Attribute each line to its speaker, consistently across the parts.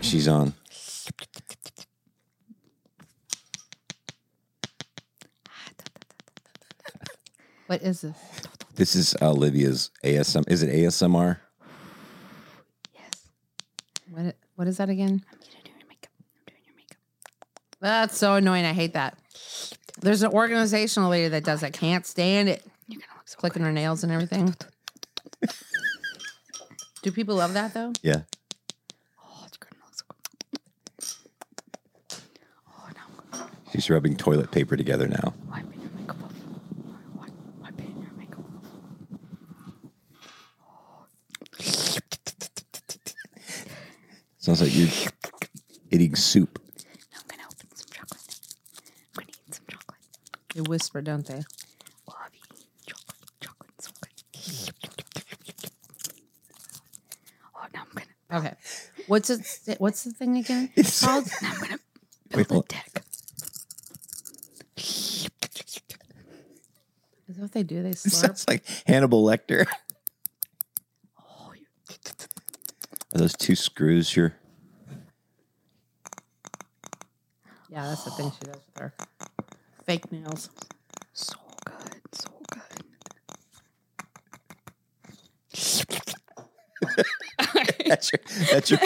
Speaker 1: she's on.
Speaker 2: What is this?
Speaker 1: This is uh, Olivia's ASM. Is it ASMR?
Speaker 2: What what is that again? I'm gonna do your makeup. I'm doing your makeup. That's so annoying. I hate that. There's an organizational lady that does that. Can't stand it. You're gonna look so clicking her nails and everything. do people love that though?
Speaker 1: Yeah.
Speaker 2: Oh, it's gonna look so
Speaker 3: Oh,
Speaker 1: She's rubbing toilet paper together now.
Speaker 3: Wiping your makeup off. Wipe- Wiping your makeup off.
Speaker 1: Sounds like you're eating soup.
Speaker 3: Now I'm gonna open some chocolate. I'm gonna eat some chocolate.
Speaker 2: They whisper, don't they?
Speaker 3: Oh, I've eaten chocolate. Chocolate's so good. Oh, now I'm gonna
Speaker 2: Okay. What's it? What's the thing again?
Speaker 1: It's-
Speaker 2: called?
Speaker 3: now I'm gonna
Speaker 1: Wait,
Speaker 3: build a
Speaker 1: hold-
Speaker 3: deck.
Speaker 2: Is that what they do? They
Speaker 1: It
Speaker 2: slurp.
Speaker 1: sounds like Hannibal Lecter.
Speaker 3: Oh, you-
Speaker 1: Are those two screws here?
Speaker 2: Yeah, that's the thing she does with her fake nails.
Speaker 3: so good, so good.
Speaker 1: That's your that's your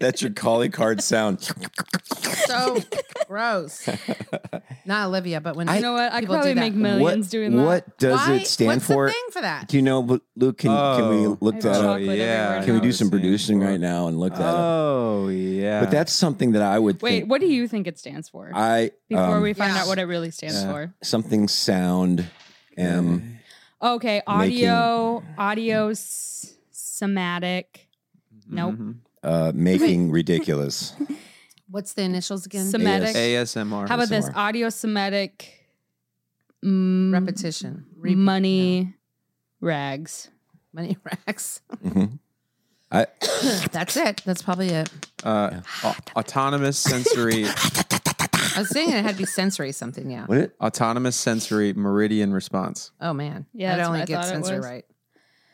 Speaker 1: that's your calling card sound.
Speaker 2: So gross. Not Olivia, but when
Speaker 1: I-
Speaker 3: You know what? I could
Speaker 2: People do
Speaker 3: probably
Speaker 2: that.
Speaker 3: make millions
Speaker 1: what,
Speaker 3: doing that.
Speaker 1: What does
Speaker 2: Why-
Speaker 1: it stand
Speaker 2: what's
Speaker 1: for?
Speaker 2: The thing for that.
Speaker 1: Do you know, Lu- Luke? Can, can we
Speaker 4: Oh.
Speaker 1: look
Speaker 3: I
Speaker 1: that uh,
Speaker 3: have
Speaker 4: Oh,
Speaker 1: up?
Speaker 3: chocolate everywhere
Speaker 4: yeah.
Speaker 1: Can we
Speaker 3: now.
Speaker 1: do some producing right now and look that up?
Speaker 4: Oh, yeah.
Speaker 1: But that's something that I would
Speaker 3: Wait,
Speaker 1: think.
Speaker 3: what do you think it stands for?
Speaker 1: I
Speaker 3: Before
Speaker 1: um,
Speaker 3: we find
Speaker 2: Yeah.
Speaker 3: out what it really stands
Speaker 4: Yeah.
Speaker 3: for.
Speaker 1: something sound. Um,
Speaker 3: Okay, audio, audio, s- somatic, Nope.
Speaker 4: Mhm.
Speaker 1: uh, making ridiculous.
Speaker 2: What's the initials again?
Speaker 3: Somatic.
Speaker 4: ASMR.
Speaker 3: How about this?
Speaker 1: ASMR.
Speaker 3: Audio, somatic, mm,
Speaker 2: Repetition. Re-
Speaker 3: money, rags.
Speaker 2: Money racks.
Speaker 1: Mhm.
Speaker 2: That's it. That's probably it.
Speaker 4: uh, au- autonomous sensory
Speaker 2: I was saying it had to be sensory something. Yeah.
Speaker 1: What? It,
Speaker 4: autonomous sensory meridian response.
Speaker 2: Oh man.
Speaker 3: Yeah,
Speaker 2: I'd
Speaker 3: that's
Speaker 2: only
Speaker 3: what I
Speaker 2: get
Speaker 3: thought it
Speaker 2: sensory
Speaker 3: was.
Speaker 2: right.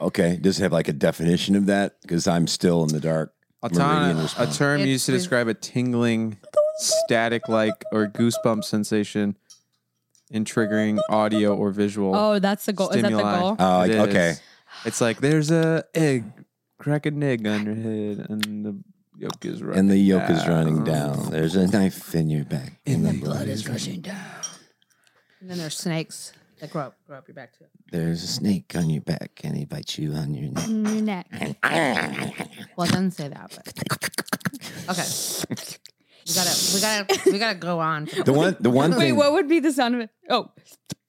Speaker 1: okay, does it have like a definition of that? Because I'm still in the dark. Meridian
Speaker 4: Autonomous, a
Speaker 1: response.
Speaker 4: term
Speaker 2: It's
Speaker 4: used to
Speaker 2: the-
Speaker 4: describe a tingling, static-like or goosebump sensation in triggering audio or visual.
Speaker 3: Oh, that's the goal. Is that
Speaker 4: stimuli.
Speaker 3: the goal?
Speaker 1: Oh,
Speaker 4: It is.
Speaker 1: okay.
Speaker 4: It's like there's a egg, crack an egg on your head, and the yolk is running.
Speaker 1: And the yolk is
Speaker 4: down.
Speaker 1: running down. There's a knife in your back. And the blood is rushing down.
Speaker 2: And then there's snakes that grow up, grow up your back too.
Speaker 1: There's a snake on your back and he bites you on your neck.
Speaker 3: Mm, Neck.
Speaker 2: Well, it doesn't say that, but okay. We gotta, we gotta, we gotta go on.
Speaker 1: The one, the one
Speaker 3: Wait,
Speaker 1: thing.
Speaker 3: what would be the sound of it? Oh,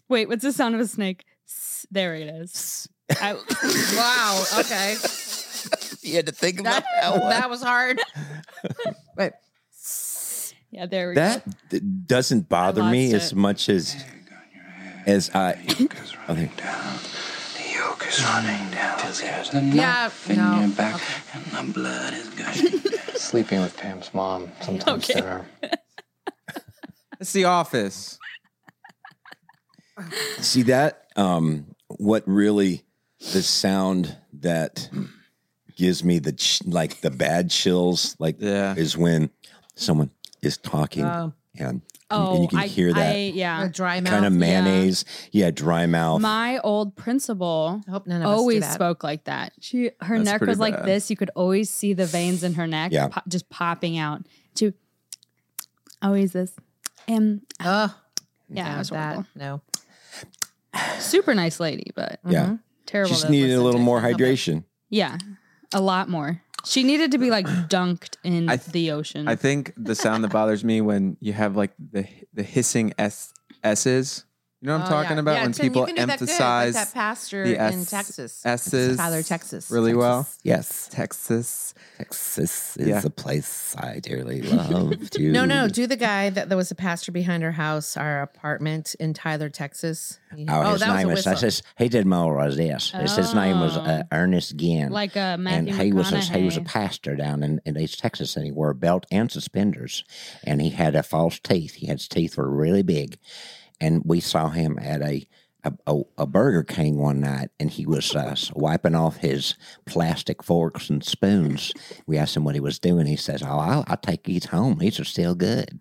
Speaker 3: wait, what's the sound of a snake? S- There it is. I-
Speaker 2: Wow. Okay.
Speaker 1: you had to think about
Speaker 2: That,
Speaker 1: that one.
Speaker 2: that was hard. Wait.
Speaker 3: yeah, there we
Speaker 1: That
Speaker 3: go.
Speaker 1: d- doesn't bother
Speaker 3: I
Speaker 1: me
Speaker 3: lost
Speaker 1: as
Speaker 3: it.
Speaker 1: much as as I. okay.
Speaker 5: The yolk is
Speaker 1: Mm,
Speaker 5: running down. There's a
Speaker 2: Yeah. No.
Speaker 5: back, and the blood is gushing.
Speaker 6: Sleeping with Pam's mom sometimes
Speaker 3: Okay.
Speaker 6: there are
Speaker 4: It's the office.
Speaker 1: See that? Um, what really the sound that gives me the ch- like the bad chills like
Speaker 4: Yeah.
Speaker 1: is when someone is talking
Speaker 2: Oh.
Speaker 1: and,
Speaker 3: Oh,
Speaker 1: and you can
Speaker 3: I,
Speaker 1: hear
Speaker 3: I,
Speaker 1: that
Speaker 3: yeah.
Speaker 2: A dry mouth.
Speaker 1: kind of mayonnaise. Yeah, dry mouth.
Speaker 3: My old principal
Speaker 2: I hope none of us do
Speaker 3: always
Speaker 2: that.
Speaker 3: spoke like that. She her
Speaker 4: That's
Speaker 3: neck
Speaker 4: pretty
Speaker 3: was like
Speaker 4: bad.
Speaker 3: this. You could always see the veins in her neck
Speaker 1: Yeah.
Speaker 3: po- just popping out. She always this. Um,
Speaker 2: Oh,
Speaker 3: yeah, it
Speaker 2: yeah,
Speaker 3: was
Speaker 2: that.
Speaker 3: horrible.
Speaker 2: No.
Speaker 3: Super nice lady, but
Speaker 1: yeah,
Speaker 2: Mhm.
Speaker 3: terrible.
Speaker 1: she just
Speaker 3: to
Speaker 1: needed a
Speaker 3: listen
Speaker 1: little
Speaker 3: to.
Speaker 1: more hydration.
Speaker 3: Yeah, a lot more. She needed to be like dunked in
Speaker 4: I th-
Speaker 3: the ocean.
Speaker 4: I think the sound that bothers me when you have like the the hissing s s's. You know what I'm
Speaker 2: Oh,
Speaker 4: talking
Speaker 2: yeah.
Speaker 4: about
Speaker 2: Yeah,
Speaker 4: when
Speaker 2: Tim, you
Speaker 4: people
Speaker 2: can do that good, like
Speaker 4: emphasize
Speaker 2: that pasture
Speaker 4: the
Speaker 2: in
Speaker 4: S-
Speaker 2: Texas.
Speaker 4: s's
Speaker 2: Tyler, Texas.
Speaker 4: really well.
Speaker 1: Yes,
Speaker 4: Texas.
Speaker 1: Texas
Speaker 4: Yeah.
Speaker 1: a place I dearly love to.
Speaker 2: No, no. Do the guy that there was a pastor behind our house, our apartment in Tyler, Texas. He-
Speaker 1: Oh, his name was.
Speaker 2: a
Speaker 1: I
Speaker 2: whistle.
Speaker 1: says he did more of this. His- His name was uh,
Speaker 3: Oh.
Speaker 1: Ernest Ginn,
Speaker 3: like a
Speaker 1: and
Speaker 3: Matthew
Speaker 1: he was a, he was a
Speaker 3: McConaughey.
Speaker 1: pastor down in, in East Texas, and he wore a belt and suspenders, and he had a false teeth. He had his teeth were really big, and we saw him at a a, a, a Burger King one night, and he was uh, wiping off his plastic forks and spoons. We asked him what he was doing. He says, "Oh, I'll, I'll take these home. These are still good.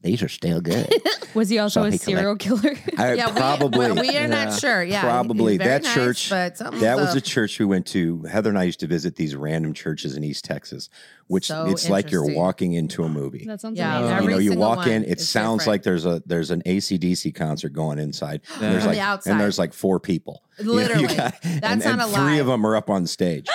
Speaker 1: These are still good."
Speaker 3: Was he also
Speaker 1: So
Speaker 3: a
Speaker 1: he collect-
Speaker 3: serial killer?
Speaker 1: I
Speaker 2: Yeah, we-
Speaker 1: probably.
Speaker 2: We, we are not
Speaker 4: Yeah.
Speaker 2: sure. Yeah, he-
Speaker 1: Probably.
Speaker 2: he's very
Speaker 1: That
Speaker 2: nice,
Speaker 1: church-
Speaker 2: but something's
Speaker 1: That was
Speaker 2: up.
Speaker 1: a church we went to. Heather and I used to visit these random churches in East Texas, which
Speaker 2: So
Speaker 1: it's like you're
Speaker 2: interesting.
Speaker 1: walking into a movie.
Speaker 3: that sounds
Speaker 2: Yeah,
Speaker 3: amazing.
Speaker 1: you
Speaker 2: every
Speaker 1: know, you
Speaker 2: single
Speaker 1: walk
Speaker 2: one
Speaker 1: in, it
Speaker 2: is
Speaker 1: sounds
Speaker 2: different.
Speaker 1: like there's a there's an ACDC concert going inside. And
Speaker 4: Yeah.
Speaker 1: there's
Speaker 2: On
Speaker 1: like
Speaker 2: the
Speaker 1: and
Speaker 2: outside.
Speaker 1: there's like four people. You know, you
Speaker 2: Literally.
Speaker 1: got- and,
Speaker 2: That's
Speaker 1: and
Speaker 2: not a
Speaker 1: Three
Speaker 2: lie.
Speaker 1: of them are up on stage.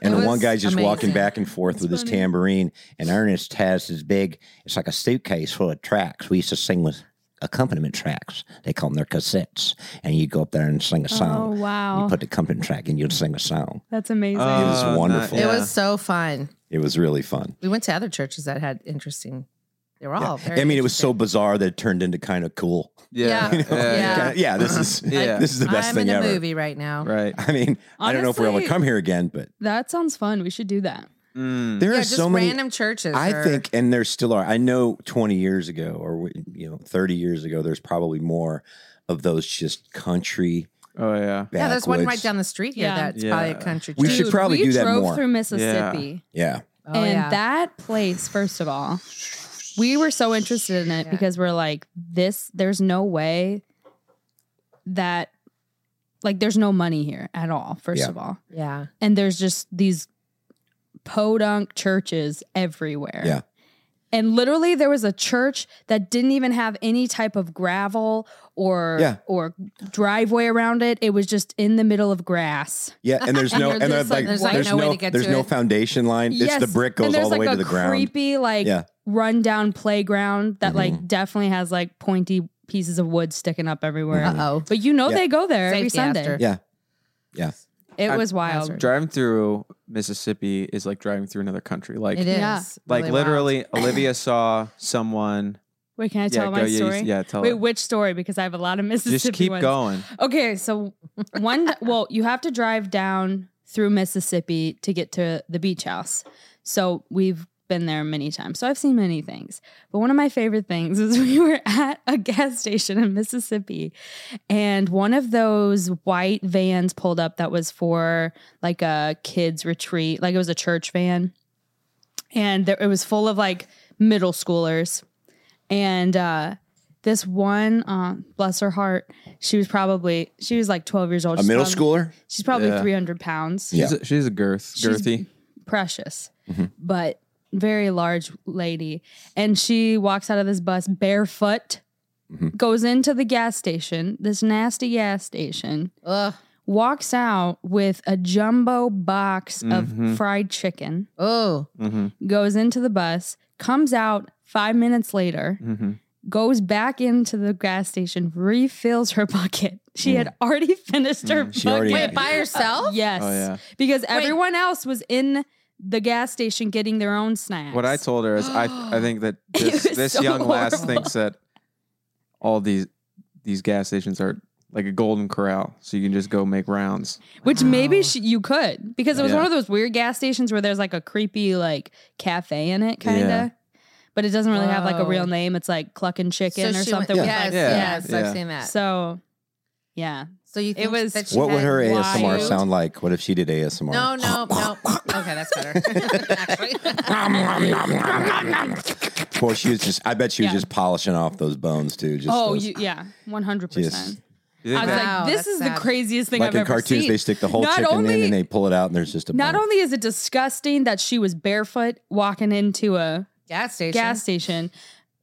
Speaker 1: And
Speaker 2: It
Speaker 1: the one
Speaker 2: was
Speaker 1: guy's just walking
Speaker 2: amazing.
Speaker 1: back and forth with his tambourine. And Ernest has his big, it's like a suitcase full of tracks. We used to sing with accompaniment tracks. They call them their cassettes. And you go up there and sing a
Speaker 3: Oh
Speaker 1: song. You
Speaker 3: wow,
Speaker 1: put uh, the accompaniment track and you'd sing a song.
Speaker 3: that's amazing.
Speaker 1: It was
Speaker 4: Oh,
Speaker 1: wonderful.
Speaker 4: yeah.
Speaker 2: It was so fun.
Speaker 1: It was really fun.
Speaker 2: We went to other churches that had interesting. They were all. Oh, Very
Speaker 1: I mean, it was so
Speaker 2: interesting.
Speaker 1: bizarre that it turned into kind of cool.
Speaker 4: Yeah.
Speaker 2: Yeah.
Speaker 1: yeah.
Speaker 2: Yeah. Uh-huh.
Speaker 1: this is
Speaker 4: Yeah.
Speaker 1: this is the best
Speaker 2: I'm
Speaker 1: thing
Speaker 2: in a
Speaker 1: ever.
Speaker 2: movie right now.
Speaker 4: Right.
Speaker 1: I mean, I don't know if we'll ever
Speaker 3: Honestly-
Speaker 1: come here again, but
Speaker 3: that sounds fun. We should do that.
Speaker 4: Mm.
Speaker 1: there
Speaker 2: yeah,
Speaker 1: are
Speaker 2: just
Speaker 1: so many.
Speaker 2: random churches.
Speaker 1: I
Speaker 2: are-
Speaker 1: think, and there still are. I know 20 years ago, or you know, 30 years ago, there's probably more of those just country.
Speaker 4: Oh yeah.
Speaker 2: Yeah, there's one right
Speaker 1: backwoods-
Speaker 2: down the street here.
Speaker 3: Yeah.
Speaker 2: That's
Speaker 4: Yeah.
Speaker 2: probably a country.
Speaker 1: We
Speaker 2: church.
Speaker 1: should
Speaker 3: Dude,
Speaker 1: probably
Speaker 3: we
Speaker 1: do that
Speaker 3: drove
Speaker 1: more.
Speaker 3: through Mississippi,
Speaker 1: Yeah,
Speaker 2: Oh,
Speaker 3: and
Speaker 2: yeah.
Speaker 3: that place. First of all, we were so interested in it
Speaker 2: Yeah.
Speaker 3: because we're like, this. There's no way that, like, there's no money here at all. First
Speaker 1: Yeah.
Speaker 3: of all,
Speaker 2: yeah.
Speaker 3: and there's just these podunk churches everywhere.
Speaker 1: Yeah.
Speaker 3: And literally there was a church that didn't even have any type of gravel or
Speaker 1: Yeah.
Speaker 3: or driveway around it. It was just in the middle of grass.
Speaker 1: yeah, and there's
Speaker 2: And
Speaker 1: no,
Speaker 2: you're
Speaker 1: and there's
Speaker 2: just
Speaker 1: like,
Speaker 2: like,
Speaker 1: there's,
Speaker 2: there's, like,
Speaker 1: no,
Speaker 2: no way to get
Speaker 1: there's
Speaker 2: to
Speaker 1: no
Speaker 2: it.
Speaker 1: foundation line. It's the brick
Speaker 3: and
Speaker 1: goes
Speaker 3: there's
Speaker 1: all the way
Speaker 3: like a
Speaker 1: to the ground.
Speaker 3: creepy like
Speaker 1: Yeah.
Speaker 3: run down playground that
Speaker 2: Mm-hmm.
Speaker 3: like definitely has like pointy pieces of wood sticking up everywhere.
Speaker 2: Uh oh.
Speaker 3: But you know
Speaker 1: Yeah.
Speaker 3: they go there every
Speaker 2: Safety
Speaker 3: Sunday.
Speaker 2: after.
Speaker 1: Yeah, yeah.
Speaker 3: It
Speaker 4: I-
Speaker 3: was wild.
Speaker 2: Hazard.
Speaker 4: Driving through Mississippi is like driving through another country. Like
Speaker 2: It is
Speaker 3: Yeah.
Speaker 4: like
Speaker 2: really wild.
Speaker 4: literally Olivia saw someone.
Speaker 3: Wait, can I
Speaker 4: yeah,
Speaker 3: tell
Speaker 4: go
Speaker 3: my
Speaker 4: yeah, you-
Speaker 3: story?
Speaker 4: yeah, tell
Speaker 3: Wait,
Speaker 4: it.
Speaker 3: which story? Because I have a lot of Mississippi.
Speaker 4: Just keep
Speaker 3: ones.
Speaker 4: going.
Speaker 3: Okay, so one well, you have to drive down through Mississippi to get to the beach house. So we've been there many times. So I've seen many things. But one of my favorite things is we were at a gas station in Mississippi and one of those white vans pulled up that was for like a kids retreat, like it was a church van. And there, it was full of like middle schoolers. And uh this one, uh, bless her heart, she was probably she was like twelve years old.
Speaker 1: A
Speaker 3: She's
Speaker 1: middle
Speaker 3: probably-
Speaker 1: schooler.
Speaker 3: She's probably
Speaker 4: Yeah.
Speaker 3: three hundred pounds.
Speaker 1: Yeah.
Speaker 4: She's a, she's a girth,
Speaker 3: She's-
Speaker 4: girthy.
Speaker 3: Precious,
Speaker 4: Mm-hmm.
Speaker 1: Mhm.
Speaker 3: but very large lady. And she walks out of this bus barefoot,
Speaker 4: Mm-hmm.
Speaker 1: Mhm.
Speaker 3: goes into the gas station, this nasty gas station,
Speaker 2: Ugh.
Speaker 3: walks out with a jumbo box
Speaker 4: Mhm.
Speaker 3: of fried chicken,
Speaker 2: Oh.
Speaker 4: Mm-hmm,
Speaker 3: goes into the bus, comes out five minutes later.
Speaker 4: mm-hmm.
Speaker 3: goes back into the gas station, refills her bucket. She had already finished her
Speaker 4: Mm.
Speaker 3: bucket.
Speaker 1: She already-
Speaker 2: Wait, by herself?
Speaker 3: yes.
Speaker 4: Oh yeah.
Speaker 3: Because everyone else was in the gas station getting their own snacks.
Speaker 4: What I told her is I I think that
Speaker 3: It
Speaker 4: this,
Speaker 3: was
Speaker 4: this
Speaker 3: so
Speaker 4: young lass
Speaker 3: horrible.
Speaker 4: thinks that all these these gas stations are like a golden corral, so you can just go make rounds.
Speaker 3: Which
Speaker 2: Wow.
Speaker 3: maybe she, you could, because it was
Speaker 4: Yeah.
Speaker 3: one of those weird gas stations where there's like a creepy like cafe in it, kind of.
Speaker 4: Yeah.
Speaker 3: But it doesn't really have like a real
Speaker 2: Whoa.
Speaker 3: name. It's like Cluckin' Chicken
Speaker 2: So
Speaker 3: or
Speaker 2: she went-
Speaker 3: something. with,
Speaker 2: Yes,
Speaker 3: like-
Speaker 4: Yeah.
Speaker 2: yes,
Speaker 4: Yeah.
Speaker 2: I've seen that. So,
Speaker 3: So, yeah.
Speaker 2: you think
Speaker 3: was-
Speaker 2: that she
Speaker 1: What would
Speaker 2: had
Speaker 1: her ASMR
Speaker 2: wild-
Speaker 1: sound like? What if she did ASMR?
Speaker 2: No, no, no. Okay, that's better. Actually.
Speaker 1: Boy, she was just. I bet she was
Speaker 3: Yeah.
Speaker 1: just polishing off those bones too. Just
Speaker 3: oh,
Speaker 1: those-
Speaker 3: you, yeah, one hundred
Speaker 1: Just-
Speaker 3: percent.
Speaker 4: You
Speaker 3: I
Speaker 4: think
Speaker 3: was
Speaker 4: that-
Speaker 2: Wow,
Speaker 3: like, this
Speaker 2: that's
Speaker 3: is
Speaker 2: sad.
Speaker 3: the craziest thing
Speaker 1: like
Speaker 3: I've
Speaker 1: in
Speaker 3: ever
Speaker 1: cartoons,
Speaker 3: seen.
Speaker 1: they stick the whole
Speaker 3: Not
Speaker 1: chicken in
Speaker 3: only-
Speaker 1: and they pull it out, and there's just a.
Speaker 3: Not
Speaker 1: bone.
Speaker 3: only is it disgusting that she was barefoot walking into a
Speaker 2: gas station.
Speaker 3: gas station,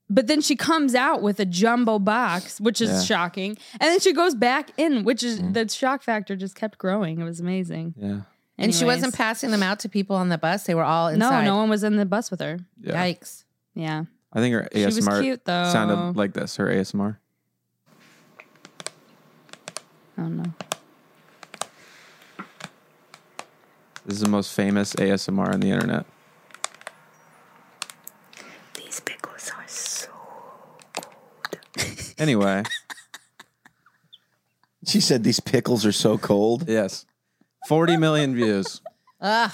Speaker 3: but then she comes out with a jumbo box, which is
Speaker 4: Yeah. Mm.
Speaker 3: shocking. And then she goes back in, which is the shock factor just kept growing. It was amazing.
Speaker 4: yeah.
Speaker 2: And she wasn't
Speaker 3: Anyways.
Speaker 2: passing them out to people on the bus. They were all
Speaker 3: No,
Speaker 2: inside.
Speaker 3: no one was in the bus with her.
Speaker 4: Yeah.
Speaker 2: Yikes.
Speaker 3: Yeah.
Speaker 4: I think her
Speaker 3: She was
Speaker 4: ASMR
Speaker 3: cute though.
Speaker 4: sounded like this. Her ASMR.
Speaker 3: I don't know.
Speaker 4: This is the most famous ASMR on the internet.
Speaker 7: These pickles are so.
Speaker 4: Anyway,
Speaker 1: She said these pickles are so cold.
Speaker 4: yes, forty million views.
Speaker 2: Ugh.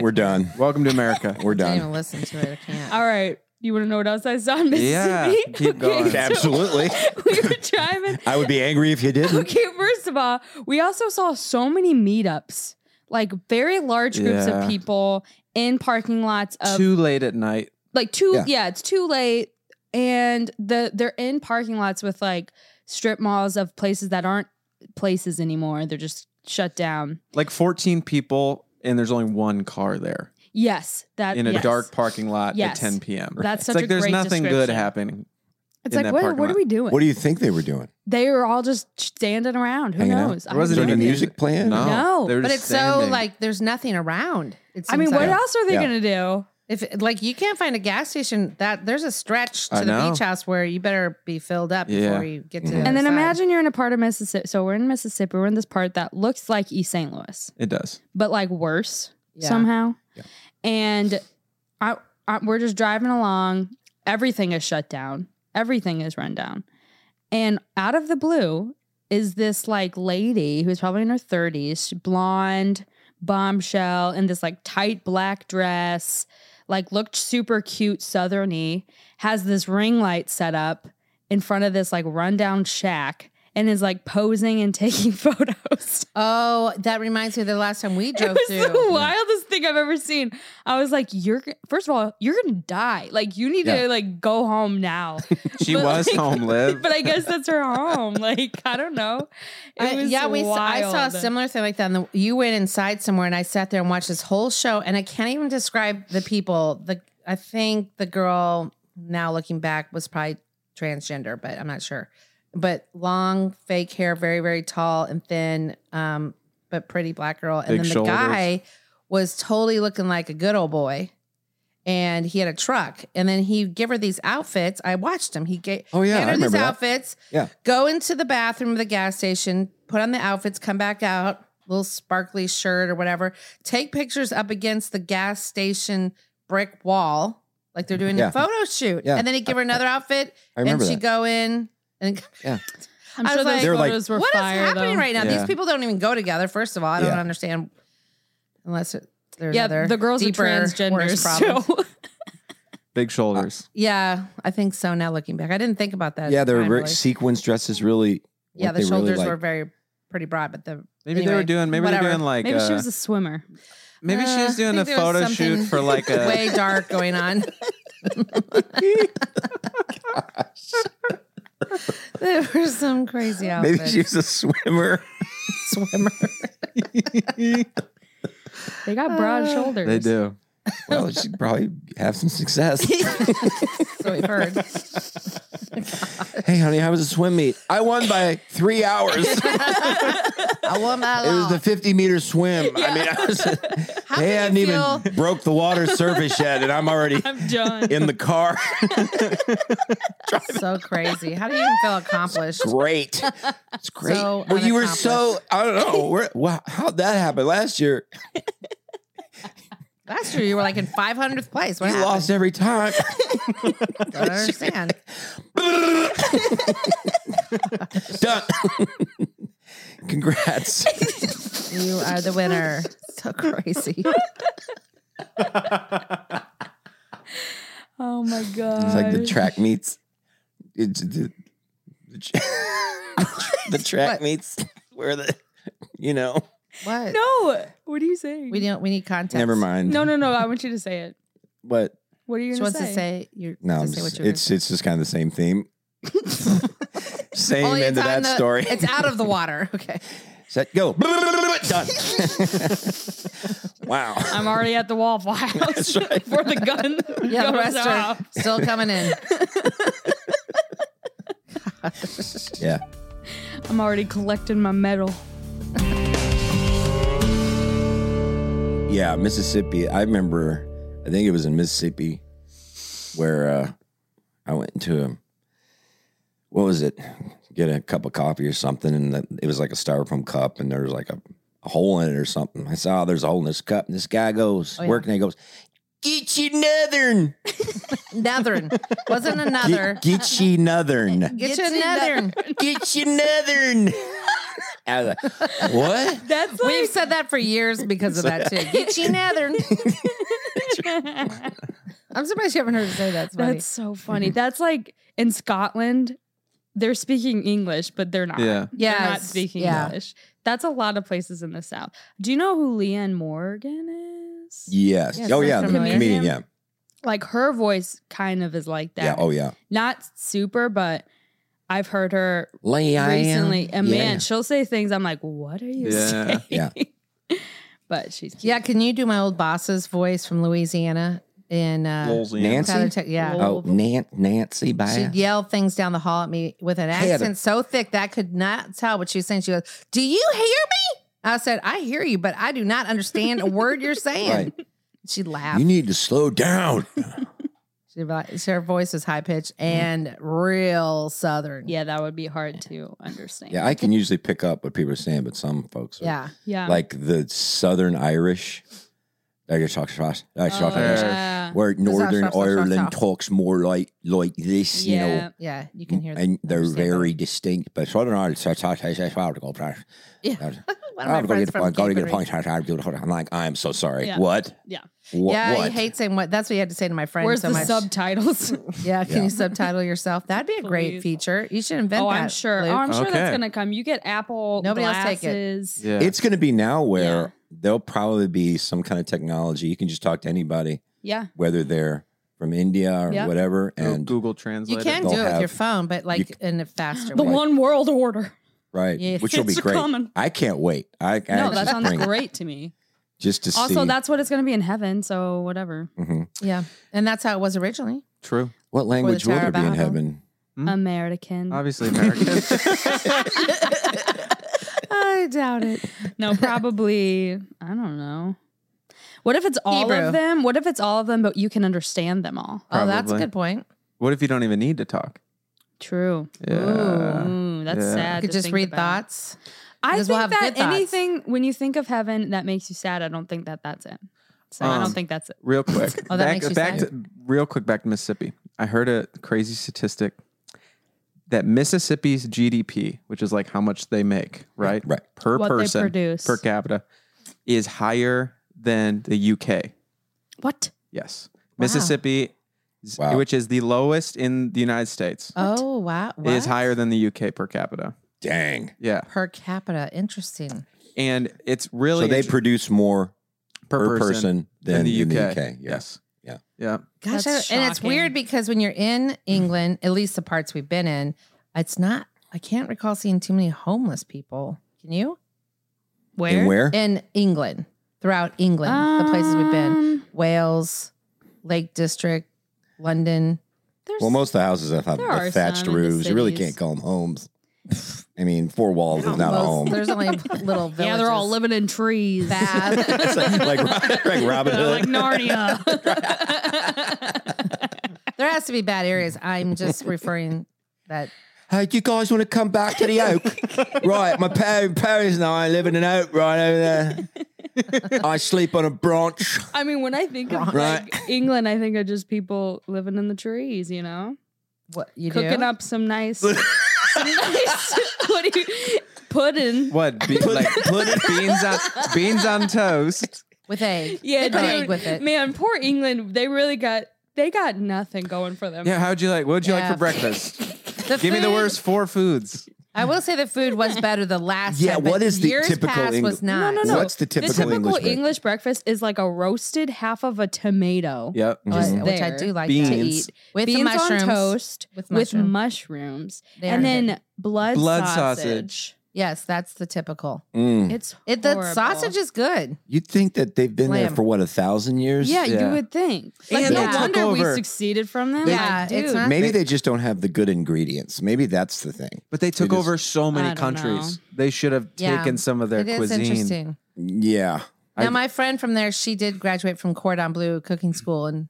Speaker 1: We're done.
Speaker 4: Welcome to America.
Speaker 1: We're
Speaker 2: I didn't
Speaker 1: done.
Speaker 2: even listen to it. I can't.
Speaker 3: All right. You want to know what else I saw in
Speaker 4: Yeah,
Speaker 3: Mississippi?
Speaker 4: keep going.
Speaker 3: so
Speaker 8: Absolutely.
Speaker 3: we were driving.
Speaker 8: I would be angry if you didn't.
Speaker 3: Okay, first of all, we also saw so many meetups, like very large groups
Speaker 4: Yeah.
Speaker 3: of people in parking lots of
Speaker 4: Too late at night.
Speaker 3: like too
Speaker 8: Yeah.
Speaker 3: yeah. it's too late and the they're in parking lots with like strip malls of places that aren't places anymore they're just shut down
Speaker 4: Like 14 people, and there's only one car there
Speaker 3: yes that
Speaker 4: in a
Speaker 3: Uh, yes.
Speaker 4: dark parking lot
Speaker 3: Yes.
Speaker 4: at 10 p.m.
Speaker 3: that's
Speaker 4: it's
Speaker 3: such
Speaker 4: like
Speaker 3: a
Speaker 4: there's
Speaker 3: great
Speaker 4: nothing good
Speaker 3: description.
Speaker 4: happening.
Speaker 3: it's
Speaker 4: in
Speaker 3: like
Speaker 4: that
Speaker 3: what,
Speaker 4: parking
Speaker 3: what are
Speaker 4: lot.
Speaker 3: we doing
Speaker 8: What do you think they were doing?
Speaker 3: they were all just standing around who
Speaker 8: Hanging out?
Speaker 3: knows
Speaker 4: There wasn't
Speaker 8: Is there
Speaker 3: don't
Speaker 8: any
Speaker 4: even
Speaker 3: know.
Speaker 8: music playing?
Speaker 4: No,
Speaker 3: No,
Speaker 4: they were
Speaker 2: But
Speaker 4: just
Speaker 2: it's so
Speaker 4: standing.
Speaker 2: like there's nothing around. It
Speaker 3: i mean
Speaker 2: seems
Speaker 3: what
Speaker 2: like.
Speaker 3: else are they
Speaker 8: Yeah.
Speaker 3: gonna do
Speaker 2: If like you can't find a gas station, that there's a stretch to
Speaker 4: I
Speaker 2: the
Speaker 4: know.
Speaker 2: beach house where you better be filled up
Speaker 4: Yeah.
Speaker 2: before you get to.
Speaker 8: Mhm.
Speaker 2: The
Speaker 3: and then
Speaker 2: other side.
Speaker 3: imagine you're in a part of mississippi so we're in mississippi we're in this part that looks like east st louis
Speaker 4: it does.
Speaker 3: but like worse
Speaker 2: Yeah.
Speaker 3: somehow.
Speaker 8: Yeah.
Speaker 3: And I, I, we're just driving along. Everything is shut down. Everything is run down. And out of the blue is this like lady who's probably in her 30s, blonde, bombshell, in this like tight black dress, like looked super cute, southerny, has this ring light set up in front of this like rundown shack and is like posing and taking photos.
Speaker 2: Oh, that reminds me of the last time we drove
Speaker 3: It was the
Speaker 2: through.
Speaker 3: wildest thing I've ever seen. I was like, "You're g- first of all, you're gonna die. Like, you need
Speaker 8: Yeah.
Speaker 3: to like go home now."
Speaker 4: She
Speaker 3: But,
Speaker 4: was
Speaker 3: like-
Speaker 4: home live.
Speaker 3: but I guess that's her home. Like, I don't know. It
Speaker 2: I-
Speaker 3: was
Speaker 2: yeah, we. s- I saw a
Speaker 3: wild.
Speaker 2: similar thing like that. And the, you went inside somewhere, and I sat there and watched this whole show. And I can't even describe the people. The I think the girl now looking back was probably transgender, but I'm not sure. But long, fake hair, very very tall and thin, um, but pretty black girl. And
Speaker 4: Big
Speaker 2: then the
Speaker 4: shoulders.
Speaker 2: guy was totally looking like a good old boy. And he had a truck, and then he give her these outfits. I watched him. He gave
Speaker 8: Oh, yeah, I
Speaker 2: hand her these
Speaker 8: remember that.
Speaker 2: outfits.
Speaker 8: Yeah.
Speaker 2: Go into the bathroom of the gas station, put on the outfits, come back out, little sparkly shirt or whatever. Take pictures up against the gas station brick wall, like they're doing
Speaker 8: Yeah.
Speaker 2: a photo shoot.
Speaker 8: Yeah.
Speaker 2: And then he'd give her another outfit,
Speaker 8: I
Speaker 2: and
Speaker 8: remember
Speaker 2: she'd
Speaker 8: that.
Speaker 2: go in and
Speaker 3: I'm
Speaker 2: I was
Speaker 3: sure those
Speaker 2: like-
Speaker 8: They were like-
Speaker 3: photos were
Speaker 2: what is
Speaker 3: fire.
Speaker 2: happening
Speaker 3: though.
Speaker 2: right now?
Speaker 4: Yeah.
Speaker 2: These people don't even go together. First of all, I don't
Speaker 8: Yeah.
Speaker 2: understand unless it, there's
Speaker 3: Yeah,
Speaker 2: other
Speaker 3: the girls are
Speaker 2: deeper, worse
Speaker 3: transgender.
Speaker 2: problems.
Speaker 3: So
Speaker 4: Big
Speaker 3: uh,
Speaker 4: shoulders.
Speaker 2: Yeah, I think so. Now looking back, I didn't think about that. at
Speaker 1: yeah,
Speaker 2: the
Speaker 1: they were
Speaker 2: time,
Speaker 1: very,
Speaker 2: really.
Speaker 1: sequence dresses really. what
Speaker 2: Yeah, the
Speaker 1: they really
Speaker 2: shoulders
Speaker 1: like.
Speaker 2: were very pretty broad, but the
Speaker 4: Maybe they
Speaker 2: Anyway,
Speaker 4: were doing. Maybe
Speaker 2: whatever.
Speaker 4: they're doing like.
Speaker 3: maybe
Speaker 4: uh,
Speaker 3: she was a swimmer.
Speaker 4: maybe she was
Speaker 2: Uh,
Speaker 4: doing
Speaker 2: I
Speaker 4: a
Speaker 2: think there was
Speaker 4: photo shoot
Speaker 2: something
Speaker 4: for like a.
Speaker 2: way dark going on. there were some crazy outfits.
Speaker 1: Maybe she was a swimmer.
Speaker 2: swimmer.
Speaker 3: They got broad
Speaker 2: Uh,
Speaker 3: shoulders.
Speaker 4: They do.
Speaker 1: well, she'd probably have some success.
Speaker 2: so we've heard.
Speaker 1: hey, honey, how was the swim meet? I won by three hours. it
Speaker 2: I won my
Speaker 1: was the
Speaker 2: law.
Speaker 1: 50 meter swim. I mean, I was, hey, I
Speaker 2: How can
Speaker 1: hadn't
Speaker 2: you
Speaker 1: even
Speaker 2: feel?
Speaker 1: broke the water surface yet, and I'm already
Speaker 3: I'm done.
Speaker 1: in the car.
Speaker 2: So crazy. How do you even feel accomplished?
Speaker 1: great. It's great.
Speaker 2: So
Speaker 1: well, you were so, I don't know. Where, wow, how'd that happen last year?
Speaker 2: Last year you were like in 500th place. What
Speaker 1: You
Speaker 2: happened?
Speaker 1: lost every time.
Speaker 2: Don't understand.
Speaker 1: Done. Congrats.
Speaker 2: You are the winner. So crazy.
Speaker 3: oh my god.
Speaker 1: It's like the track meets. It's the, the, tr- the track
Speaker 2: What?
Speaker 1: meets where the, you know.
Speaker 2: What?
Speaker 3: no. What are you saying?
Speaker 2: We don't. We need context.
Speaker 1: Never mind.
Speaker 3: no, no, no. I want you to say it.
Speaker 1: But
Speaker 3: What are you
Speaker 2: She
Speaker 3: going
Speaker 2: wants to say you.
Speaker 1: no,
Speaker 2: to
Speaker 1: I'm
Speaker 2: say what
Speaker 1: just-
Speaker 2: you're
Speaker 1: it's it's just kind of the same theme. same
Speaker 2: Only
Speaker 1: end
Speaker 2: it's
Speaker 1: of that
Speaker 2: on the-
Speaker 1: story.
Speaker 2: It's out of the water. Okay.
Speaker 1: Set go. Done. wow.
Speaker 3: I'm already at the Waffle House for the gun.
Speaker 2: Yeah, the
Speaker 3: goes
Speaker 2: rest
Speaker 3: off.
Speaker 2: are still coming in.
Speaker 1: Yeah.
Speaker 3: I'm already collecting my medal.
Speaker 1: Yeah, Mississippi. I remember, I think it was in Mississippi where uh, I went to a, what was it? Get a cup of coffee or something. And the, it was like a styrofoam cup and there was like a, a hole in it or something. I saw there's a hole in this cup. And this guy goes,
Speaker 2: Oh, yeah.
Speaker 1: working, he goes, Get you nothern.
Speaker 2: Nothern wasn't another.
Speaker 1: Get, get you nothern.
Speaker 2: Get, you another.
Speaker 1: Get you nothern. I was like, What?
Speaker 3: That's
Speaker 2: We've said that for years because of that too. Get you another. I'm surprised you haven't heard her say that. It's funny.
Speaker 3: That's so funny. That's like in Scotland, they're speaking English, but they're not.
Speaker 4: Yeah.
Speaker 3: They're not
Speaker 2: Yes,
Speaker 3: speaking
Speaker 2: yeah.
Speaker 3: English. That's a lot of places in the South. Do you know who Leanne Morgan is?
Speaker 1: Yes.
Speaker 2: Yeah,
Speaker 1: oh
Speaker 2: sounds
Speaker 1: yeah, the
Speaker 2: familiar.
Speaker 1: comedian. Yeah.
Speaker 3: Like her voice kind of is like that.
Speaker 1: Yeah. Oh yeah.
Speaker 3: Not super, but I've heard her
Speaker 8: Leanne.
Speaker 3: recently. And
Speaker 8: Yeah.
Speaker 3: man, she'll say things I'm like, what are you
Speaker 4: Yeah.
Speaker 1: Yeah.
Speaker 3: saying? but she's cute.
Speaker 2: yeah, can you do my old boss's voice from Louisiana in uh,
Speaker 4: Lol's in.
Speaker 1: Nancy?
Speaker 2: Tyler, Tech? Yeah.
Speaker 8: Oh, Nan- Nancy Bass.
Speaker 2: She'd yell things down the hall at me with an
Speaker 1: Heather.
Speaker 2: accent so thick that I could not tell what she was saying. She goes, Do you hear me? I said, I hear you, but I do not understand a word you're saying. She laughed.
Speaker 1: You need to slow down.
Speaker 2: She like, her voice is high pitched
Speaker 1: Mm-hmm.
Speaker 2: and real southern.
Speaker 3: Yeah, that would be hard to understand.
Speaker 1: yeah, I can usually pick up what people are saying, but some folks are
Speaker 2: Yeah.
Speaker 3: Yeah.
Speaker 1: like the Southern Irish. I just talk Scottish. I talk
Speaker 3: Oh,
Speaker 1: Irish.
Speaker 3: yeah.
Speaker 1: Where Northern
Speaker 2: South, South, South,
Speaker 1: Ireland
Speaker 2: South.
Speaker 1: talks more like like this, you know,
Speaker 3: Yeah.
Speaker 2: Yeah. You can hear
Speaker 1: Mm-hmm. and they're
Speaker 2: understand
Speaker 1: very distinct. But Southern Ireland, so- so- so- so- so- go back.
Speaker 3: Yeah.
Speaker 1: Gotta
Speaker 2: One of my
Speaker 1: go
Speaker 2: friends
Speaker 1: get the
Speaker 2: from
Speaker 1: point. Gotta
Speaker 2: Cape
Speaker 1: get the
Speaker 2: Henry-
Speaker 1: point. I'm like, I'm so sorry.
Speaker 3: Yeah.
Speaker 1: What?
Speaker 3: Yeah.
Speaker 1: Wha-
Speaker 2: yeah,
Speaker 1: what?
Speaker 2: you hate saying what. That's what you had to say to my friend
Speaker 3: Where's
Speaker 2: so
Speaker 3: the
Speaker 2: much.
Speaker 3: subtitles?
Speaker 2: yeah, can
Speaker 1: Yeah.
Speaker 2: you subtitle yourself? That'd be a great
Speaker 3: Please.
Speaker 2: feature. You should invent
Speaker 3: oh,
Speaker 2: that.
Speaker 3: I'm sure.
Speaker 2: Luke.
Speaker 3: Oh, I'm sure
Speaker 4: Okay.
Speaker 3: that's gonna come. You get Apple
Speaker 2: Nobody else take it.
Speaker 3: glasses.
Speaker 4: Yeah.
Speaker 1: It's going to be now where
Speaker 3: Yeah.
Speaker 1: there'll probably be some kind of technology. You can just talk to anybody,
Speaker 3: Yeah.
Speaker 1: whether they're from India or
Speaker 3: Yeah.
Speaker 1: whatever,
Speaker 4: Go-
Speaker 1: and
Speaker 4: Google Translate.
Speaker 2: you
Speaker 4: it.
Speaker 2: can
Speaker 1: They'll
Speaker 2: do it with your
Speaker 1: have-
Speaker 2: phone, but like
Speaker 1: c-
Speaker 2: in a faster
Speaker 3: The
Speaker 2: way.
Speaker 3: one world order.
Speaker 1: right,
Speaker 2: Yes.
Speaker 1: which will be
Speaker 3: It's
Speaker 1: great.
Speaker 3: coming.
Speaker 1: I can't wait. I, I
Speaker 3: No, that
Speaker 1: just
Speaker 3: sounds
Speaker 1: bring it
Speaker 3: great to me.
Speaker 1: just to see.
Speaker 3: Also, that's what it's gonna be in heaven. So whatever.
Speaker 1: Mhm.
Speaker 2: Yeah. And that's how it was originally.
Speaker 4: True.
Speaker 1: What language will
Speaker 2: Tower
Speaker 1: there
Speaker 2: of
Speaker 1: be in
Speaker 2: Babel.
Speaker 1: heaven?
Speaker 4: Hmm?
Speaker 1: Mm-hmm.
Speaker 3: American.
Speaker 2: Mm.
Speaker 4: Obviously American.
Speaker 2: I doubt it.
Speaker 3: no, probably. I don't know. What if it's all
Speaker 2: Hebrew.
Speaker 3: of them? What if it's all of them, but you can understand them all?
Speaker 2: Oh, that's a
Speaker 4: Probably.
Speaker 2: good point.
Speaker 4: what if you don't even need to talk?
Speaker 3: True.
Speaker 4: Yeah.
Speaker 3: Ooh, that's
Speaker 4: Yeah.
Speaker 3: sad.
Speaker 2: I could
Speaker 3: to
Speaker 2: just
Speaker 3: think
Speaker 2: read
Speaker 3: about.
Speaker 2: thoughts.
Speaker 3: I
Speaker 2: Because
Speaker 3: think
Speaker 2: we'll have
Speaker 3: that
Speaker 2: good thoughts.
Speaker 3: anything when you think of heaven that makes you sad, I don't think that that's it. So I
Speaker 4: Um,
Speaker 3: don't think that's it.
Speaker 4: Real quick.
Speaker 2: Oh, that
Speaker 4: back
Speaker 2: makes you
Speaker 4: back
Speaker 2: sad.
Speaker 4: to real quick back to Mississippi. I heard a crazy statistic that Mississippi's GDP, which is like how much they make, right?
Speaker 1: Right.
Speaker 4: Per
Speaker 3: What they
Speaker 4: person
Speaker 3: produce.
Speaker 4: per capita is higher than the UK.
Speaker 3: What?
Speaker 4: Yes. Mississippi is-
Speaker 1: Wow.
Speaker 4: which is the lowest in the United States.
Speaker 2: Oh, wow.
Speaker 4: It is
Speaker 2: What?
Speaker 4: higher than the UK per capita.
Speaker 1: Dang.
Speaker 4: Yeah.
Speaker 2: per capita. Interesting.
Speaker 4: And it's really
Speaker 1: so they
Speaker 4: inter-
Speaker 1: produce more per, person, than
Speaker 4: in the
Speaker 1: in
Speaker 4: UK.
Speaker 1: the UK. Yeah.
Speaker 4: Yes.
Speaker 1: Yeah.
Speaker 4: Yeah.
Speaker 2: Gosh,
Speaker 3: That's
Speaker 2: I- and it's
Speaker 3: shocking.
Speaker 2: weird because when you're in England, at least the parts we've been in, it's not. I can't recall seeing too many homeless people. Can you?
Speaker 3: Where?
Speaker 1: And where?
Speaker 2: In England, throughout England, the places we've been,
Speaker 3: Um,
Speaker 2: Wales, Lake District, London.
Speaker 3: There's,
Speaker 1: Well, most of the houses I thought
Speaker 3: There
Speaker 1: are
Speaker 3: are
Speaker 1: thatched
Speaker 3: some in the
Speaker 1: roofs. You really can't
Speaker 3: cities.
Speaker 1: call them homes. I mean, four walls is not a
Speaker 2: Most-
Speaker 1: home.
Speaker 2: There's only little villages.
Speaker 3: yeah, they're all living in trees.
Speaker 2: Bath.
Speaker 1: It's like, like, like Robin
Speaker 3: They're like
Speaker 1: Hood.
Speaker 3: Narnia.
Speaker 2: There has to be bad areas. I'm just referring that.
Speaker 1: Hey, do you guys want to come back to the oak? right, my par- parents and I live in an oak right over there. I sleep on a branch.
Speaker 3: I mean, when I think of
Speaker 1: Right.
Speaker 3: like, England, I think of just people living in the trees, you know,
Speaker 2: What you
Speaker 3: cooking
Speaker 2: do?
Speaker 3: up some nice, some nice what do you, pudding.
Speaker 4: What? Be- like put beans on beans on toast.
Speaker 2: with egg.
Speaker 3: Yeah,
Speaker 2: they put
Speaker 3: dude,
Speaker 2: egg with it.
Speaker 3: man, poor England. They really got they got nothing going for them.
Speaker 4: Yeah, how'd you like? What'd you like
Speaker 2: Yeah.
Speaker 4: for breakfast?
Speaker 2: The
Speaker 4: Give me the
Speaker 2: food-
Speaker 4: worst four foods.
Speaker 2: I will say the food was better the last.
Speaker 1: Yeah,
Speaker 2: time, but
Speaker 1: what is the
Speaker 2: years
Speaker 1: typical
Speaker 2: past
Speaker 1: Engl-
Speaker 2: was
Speaker 3: No,
Speaker 2: not.
Speaker 3: no, no.
Speaker 1: What's the typical,
Speaker 3: the typical
Speaker 1: English
Speaker 3: English,
Speaker 1: break?
Speaker 3: breakfast is like a roasted half of a tomato.
Speaker 4: Yep.
Speaker 2: But-
Speaker 3: Just
Speaker 2: which I
Speaker 3: there.
Speaker 2: do like to
Speaker 4: Beans.
Speaker 2: eat with
Speaker 3: Beans
Speaker 2: the mushrooms.
Speaker 3: on toast
Speaker 2: With
Speaker 3: with,
Speaker 2: mushroom.
Speaker 3: mushrooms,
Speaker 2: They
Speaker 3: and
Speaker 2: are
Speaker 3: then
Speaker 2: good.
Speaker 3: blood
Speaker 4: Blood
Speaker 3: sausage.
Speaker 2: yes, that's the typical.
Speaker 1: Mm.
Speaker 3: It's
Speaker 2: It the
Speaker 3: horrible.
Speaker 2: sausage is good.
Speaker 1: You'd think that they've been there
Speaker 2: Lamb.
Speaker 1: for what a thousand years.
Speaker 3: Yeah,
Speaker 4: Yeah.
Speaker 3: you would think. Like,
Speaker 2: And
Speaker 3: no
Speaker 2: they took
Speaker 3: wonder
Speaker 4: over.
Speaker 3: we succeeded from them.
Speaker 2: Yeah,
Speaker 3: Like,
Speaker 2: it's
Speaker 3: dude,
Speaker 2: not-
Speaker 1: Maybe they just don't have the good ingredients. Maybe that's the thing.
Speaker 4: But they took
Speaker 1: It is-
Speaker 4: over so
Speaker 3: I
Speaker 4: many
Speaker 3: don't
Speaker 4: countries. They should have
Speaker 2: Yeah.
Speaker 4: taken some of their
Speaker 2: It is
Speaker 4: cuisine.
Speaker 2: interesting.
Speaker 1: Yeah.
Speaker 2: Now,
Speaker 4: I-
Speaker 2: my friend from there, she did graduate from Cordon Bleu cooking school in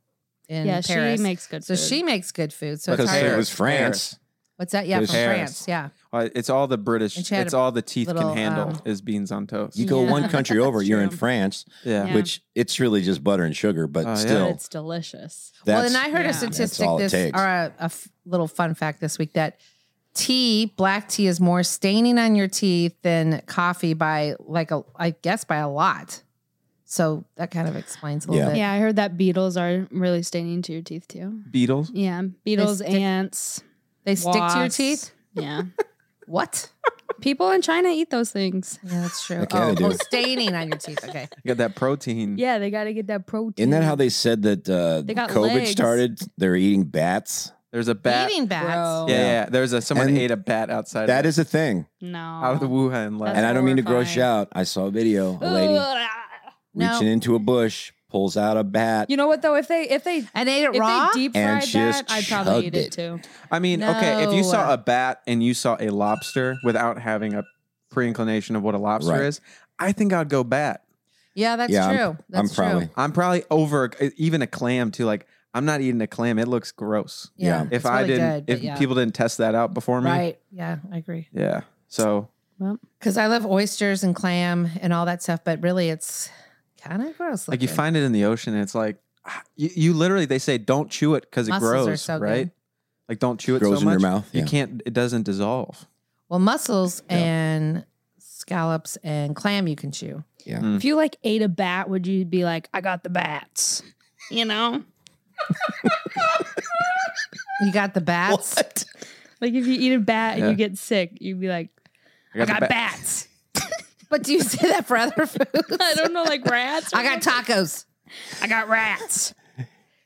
Speaker 2: in
Speaker 3: yeah,
Speaker 2: Paris.
Speaker 3: she makes good.
Speaker 2: so
Speaker 3: food.
Speaker 2: she makes good food. So
Speaker 1: Because
Speaker 2: it's hard.
Speaker 1: it
Speaker 4: Paris.
Speaker 1: was France.
Speaker 2: What's that?
Speaker 1: it
Speaker 2: Yeah, from
Speaker 1: was
Speaker 2: France.
Speaker 4: Paris.
Speaker 2: Yeah,
Speaker 4: Uh, It's all the British.
Speaker 2: And she had
Speaker 4: It's
Speaker 2: a
Speaker 4: all the teeth
Speaker 2: little,
Speaker 4: can handle
Speaker 2: um,
Speaker 4: is beans on toast.
Speaker 1: You go
Speaker 3: Yeah.
Speaker 1: one country over, you're in
Speaker 3: True.
Speaker 1: France,
Speaker 4: Yeah.
Speaker 3: Yeah.
Speaker 1: which it's really just butter and sugar, but
Speaker 4: Oh, yeah.
Speaker 1: still,
Speaker 3: But it's delicious.
Speaker 1: that's
Speaker 2: well, and I heard
Speaker 3: yeah.
Speaker 2: a
Speaker 3: That's
Speaker 2: statistic
Speaker 1: all it
Speaker 2: this
Speaker 1: takes.
Speaker 2: or a, a f- little fun fact this week that tea, black tea, is more staining on your teeth than coffee by like a, I guess by a lot. So that kind of explains a little
Speaker 1: Yeah.
Speaker 2: bit.
Speaker 3: Yeah, I heard that beetles are really staining to your teeth too.
Speaker 4: Beetles.
Speaker 3: Yeah, beetles,
Speaker 2: stick-
Speaker 3: ants,
Speaker 2: They stick to your
Speaker 3: wasps.
Speaker 2: teeth.
Speaker 3: Yeah,
Speaker 2: What?
Speaker 3: people in China eat those things.
Speaker 2: Yeah, that's true.
Speaker 1: Okay,
Speaker 2: oh,
Speaker 1: they do.
Speaker 2: oh, staining on your teeth. Okay.
Speaker 4: You got that protein.
Speaker 3: Yeah, they got to get that protein.
Speaker 1: Isn't that how they said that uh,
Speaker 3: Mm. They got
Speaker 1: COVID
Speaker 3: legs.
Speaker 1: started? They're eating bats.
Speaker 4: There's a bat.
Speaker 2: Eating bats.
Speaker 3: Bro.
Speaker 4: Yeah, yeah, yeah. There's a someone
Speaker 1: And
Speaker 4: ate a bat outside.
Speaker 1: That
Speaker 4: of,
Speaker 1: is a thing.
Speaker 3: No.
Speaker 4: out of the Wuhan lab.
Speaker 3: That's
Speaker 1: and I don't mean to
Speaker 3: horrifying.
Speaker 1: gross you out. I saw a video. A lady
Speaker 2: No.
Speaker 1: reaching into a bush, pulls out a bat.
Speaker 3: You know what though? If they if they
Speaker 2: And ate it
Speaker 3: if
Speaker 2: raw.
Speaker 3: they deep
Speaker 1: And
Speaker 3: fried
Speaker 1: just
Speaker 3: that, I'd probably eat
Speaker 1: chugged
Speaker 3: it,
Speaker 1: it.
Speaker 3: too.
Speaker 4: I mean, okay, if you saw
Speaker 2: No.
Speaker 4: a bat and you saw a lobster without having a pre-inclination of what a lobster
Speaker 1: Right.
Speaker 4: is, I think I'd go bat.
Speaker 2: yeah, that's
Speaker 1: Yeah, I'm-
Speaker 2: true.
Speaker 1: I'm
Speaker 2: that's true.
Speaker 1: probably
Speaker 4: I'm probably over even a clam too. Like I'm not eating a clam; it looks gross.
Speaker 2: Yeah.
Speaker 1: Yeah.
Speaker 4: If
Speaker 2: it's
Speaker 4: I
Speaker 2: really
Speaker 4: didn't,
Speaker 2: good,
Speaker 4: if
Speaker 2: but yeah.
Speaker 4: people didn't test that out before me,
Speaker 2: Right. Yeah, I agree.
Speaker 4: yeah. So
Speaker 2: Because I love oysters and clam and all that stuff, but really it's kind of gross.
Speaker 4: like you
Speaker 2: looking.
Speaker 4: find it in the ocean, and it's like ah, you, you literally they say don't chew it because it
Speaker 2: Mussels are
Speaker 4: grows,
Speaker 2: so good.
Speaker 4: right? Like don't chew it
Speaker 1: grows
Speaker 4: so
Speaker 1: in
Speaker 4: much.
Speaker 1: your mouth.
Speaker 4: You
Speaker 1: yeah.
Speaker 4: can't; it doesn't dissolve.
Speaker 2: Well, mussels
Speaker 1: Yeah.
Speaker 2: and scallops and clam you can chew.
Speaker 4: Mm.
Speaker 3: If you like ate a bat, would you be like, I got the bats? You know,
Speaker 2: You got the bats.
Speaker 3: like if you eat a bat and
Speaker 4: Yeah.
Speaker 3: you get sick, you'd be like,
Speaker 4: I got, the bat-
Speaker 3: bats.
Speaker 2: But do you say that for other foods?
Speaker 3: I don't know, like rats. or
Speaker 2: I got
Speaker 3: something?
Speaker 2: tacos.
Speaker 3: I got rats.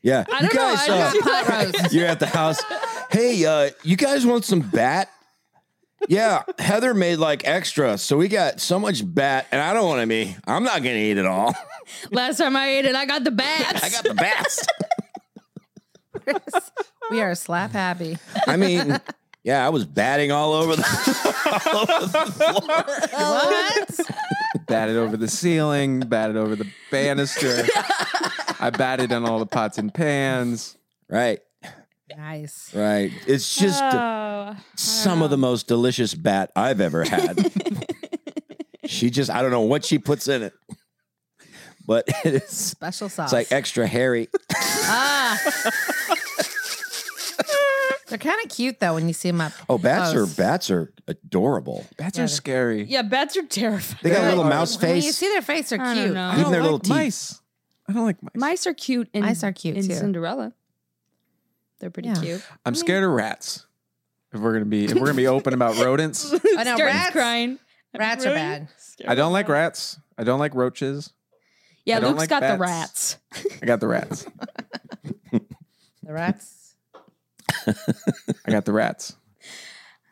Speaker 1: Yeah.
Speaker 3: I
Speaker 1: you
Speaker 3: don't know,
Speaker 1: guys,
Speaker 3: I
Speaker 1: uh,
Speaker 2: I got pot roast.
Speaker 1: you're at the house. Hey, uh, you guys want some bat? Yeah, Heather made like extra, so we got so much bat, and I don't want to be. I'm not gonna eat it all.
Speaker 3: Last time I ate it, I got the bats.
Speaker 1: I got the bats.
Speaker 2: we are slap happy.
Speaker 1: I mean, yeah, I was batting all over the, all over the floor.
Speaker 2: what?
Speaker 4: batted over the ceiling, batted over the banister. I batted on all the pots and pans.
Speaker 1: Right,
Speaker 2: Nice.
Speaker 1: right. It's just uh,
Speaker 3: Oh.
Speaker 1: some of the most delicious bat I've ever had. she just, I don't know what she puts in it, but it is.
Speaker 2: Special sauce.
Speaker 1: It's like extra hairy.
Speaker 2: ah. They're kind of cute though when you see them up.
Speaker 1: Oh, bats
Speaker 2: Oh,
Speaker 1: are
Speaker 2: s-
Speaker 1: bats are adorable.
Speaker 4: Bats
Speaker 2: Yeah,
Speaker 4: are
Speaker 2: they're-
Speaker 4: scary.
Speaker 3: Yeah, bats are terrifying.
Speaker 1: They got a
Speaker 4: They
Speaker 1: little
Speaker 4: are.
Speaker 1: mouse
Speaker 2: When you
Speaker 1: face.
Speaker 2: see their face, they're
Speaker 3: I don't
Speaker 2: cute.
Speaker 3: know.
Speaker 4: I
Speaker 1: Even
Speaker 4: don't
Speaker 1: their
Speaker 4: like
Speaker 1: little teeth.
Speaker 4: mice. I don't like mice.
Speaker 3: Mice are cute. In,
Speaker 2: Mice are cute,
Speaker 3: in
Speaker 2: too.
Speaker 3: Cinderella. They're pretty
Speaker 2: Yeah.
Speaker 3: cute.
Speaker 4: I'm scared of rats. If we're gonna be if we're gonna be open about rodents,
Speaker 2: I know,
Speaker 3: Starts
Speaker 2: rats-
Speaker 3: crying. I'm
Speaker 2: Rats are
Speaker 3: really
Speaker 2: bad.
Speaker 4: I
Speaker 3: scared.
Speaker 4: don't like rats. I don't like roaches. I
Speaker 3: Yeah,
Speaker 4: don't
Speaker 3: Luke's
Speaker 4: like
Speaker 3: got the rats.
Speaker 4: bats. I got the rats.
Speaker 2: The rats.
Speaker 4: I got the rats.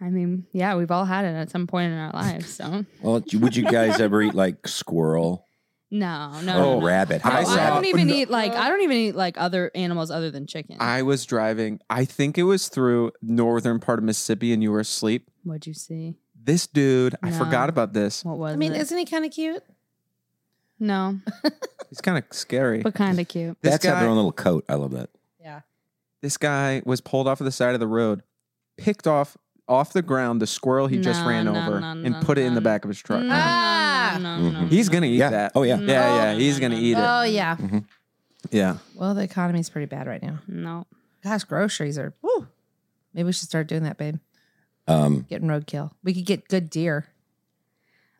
Speaker 3: I mean, yeah, we've all had it at some point in our lives. So
Speaker 1: Well, d- would you guys ever eat like squirrel
Speaker 3: no, no,
Speaker 1: or
Speaker 3: no, no.
Speaker 1: rabbit?
Speaker 4: I
Speaker 3: Oh, I,
Speaker 1: How's
Speaker 4: saw-
Speaker 1: that?
Speaker 3: don't even eat like I don't even eat like other animals other than chicken.
Speaker 4: I was driving. I think it was through northern part of Mississippi, and you were asleep.
Speaker 3: What'd you see?
Speaker 4: This dude, I
Speaker 3: No.
Speaker 4: forgot about this.
Speaker 3: What was
Speaker 2: I mean,
Speaker 3: it?
Speaker 2: isn't he kind of cute?
Speaker 3: no,
Speaker 4: He's kind of scary.
Speaker 3: but kind of cute.
Speaker 4: This
Speaker 1: Bats have
Speaker 4: guy-
Speaker 1: their own little coat. I love that.
Speaker 4: this guy was pulled off of the side of the road, picked off off the ground the squirrel he just
Speaker 3: No,
Speaker 4: ran
Speaker 3: no,
Speaker 4: over
Speaker 3: no,
Speaker 4: and
Speaker 3: no,
Speaker 4: put it in
Speaker 3: no,
Speaker 4: the
Speaker 3: no.
Speaker 4: back of his truck. Mm-hmm.
Speaker 3: No,
Speaker 2: Ah!
Speaker 3: no, no, no, no,
Speaker 4: He's
Speaker 3: no.
Speaker 4: gonna eat
Speaker 1: yeah.
Speaker 4: that.
Speaker 1: Oh yeah.
Speaker 3: No.
Speaker 4: Yeah, yeah, he's
Speaker 3: no,
Speaker 4: gonna
Speaker 3: no,
Speaker 4: eat it.
Speaker 2: Oh yeah.
Speaker 4: Yeah.
Speaker 2: Mm-hmm. Well, the economy's pretty bad right now.
Speaker 3: No,
Speaker 2: Gosh, groceries are. Maybe we should start doing that, babe.
Speaker 1: Um,
Speaker 2: Getting roadkill. We could get good deer.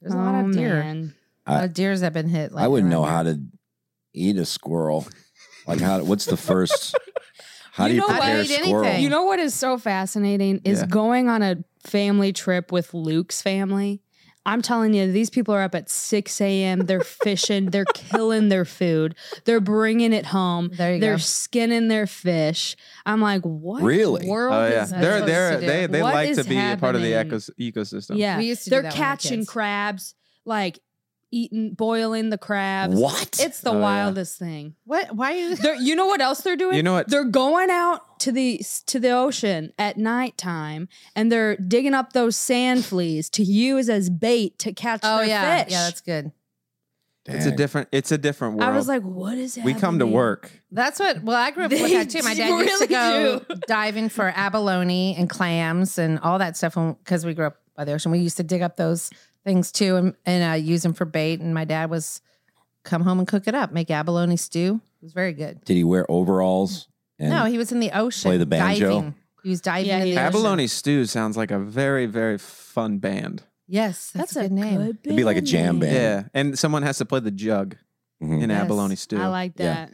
Speaker 2: There's a lot
Speaker 3: Oh,
Speaker 2: of deer.
Speaker 3: man.
Speaker 2: A lot of deers have been hit. Like,
Speaker 1: I wouldn't
Speaker 2: around
Speaker 1: know
Speaker 2: here.
Speaker 1: how to eat a squirrel. Like how? What's the first? How
Speaker 3: You
Speaker 1: do you
Speaker 3: know what?
Speaker 1: prepare a
Speaker 2: Eat
Speaker 1: squirrel?
Speaker 2: anything.
Speaker 3: You know what is so fascinating is
Speaker 4: Yeah.
Speaker 3: going on a family trip with Luke's family. I'm telling you, these people are up at 6 a.m. They're fishing, they're killing their food, they're bringing it home,
Speaker 2: There you
Speaker 3: they're
Speaker 2: go.
Speaker 3: skinning their fish. I'm like, what?
Speaker 1: Really?
Speaker 3: World
Speaker 4: Oh yeah.
Speaker 3: is that
Speaker 4: They're
Speaker 3: supposed
Speaker 4: they're
Speaker 3: to do?
Speaker 4: they they
Speaker 3: What
Speaker 4: like to
Speaker 3: is
Speaker 4: be a part of the
Speaker 3: happening?
Speaker 4: ecos- ecosystem.
Speaker 3: Yeah,
Speaker 2: We used to do
Speaker 3: they're
Speaker 2: that when we were
Speaker 3: catching
Speaker 2: kids.
Speaker 3: crabs, like eating, boiling the crabs.
Speaker 1: What?
Speaker 3: It's the
Speaker 4: Oh, yeah.
Speaker 3: wildest thing.
Speaker 2: What? Why are you?
Speaker 3: They're, you know what else they're doing?
Speaker 4: You know what?
Speaker 3: They're going out to the to the ocean at nighttime and they're digging up those sand fleas to use as bait to catch
Speaker 2: Oh
Speaker 3: their
Speaker 2: yeah,
Speaker 3: fish.
Speaker 2: yeah, that's good.
Speaker 1: Dang.
Speaker 4: It's a different it's a different world.
Speaker 3: I was like, what is that?
Speaker 4: we come to work.
Speaker 2: That's what. Well, I grew up with
Speaker 3: They
Speaker 2: that too. My dad used
Speaker 3: really
Speaker 2: to go diving for abalone and clams and all that stuff because we grew up by the ocean. We used to dig up those things too and, and uh, use them for bait. And my dad was come home and cook it up, make abalone stew. It was very good.
Speaker 1: Did he wear overalls? And
Speaker 2: no, he was in the ocean.
Speaker 1: play the banjo?
Speaker 2: Diving. He was diving
Speaker 3: Yeah,
Speaker 2: in
Speaker 3: he
Speaker 2: the ocean.
Speaker 3: is.
Speaker 4: Abalone Stew sounds like a very, very fun band.
Speaker 2: Yes, that's, a good name.
Speaker 1: It'd be like a jam band.
Speaker 4: Yeah. And someone has to play the jug.
Speaker 1: Mhm.
Speaker 4: in
Speaker 3: Yes,
Speaker 4: abalone stew.
Speaker 3: I like
Speaker 1: Yeah.
Speaker 3: that.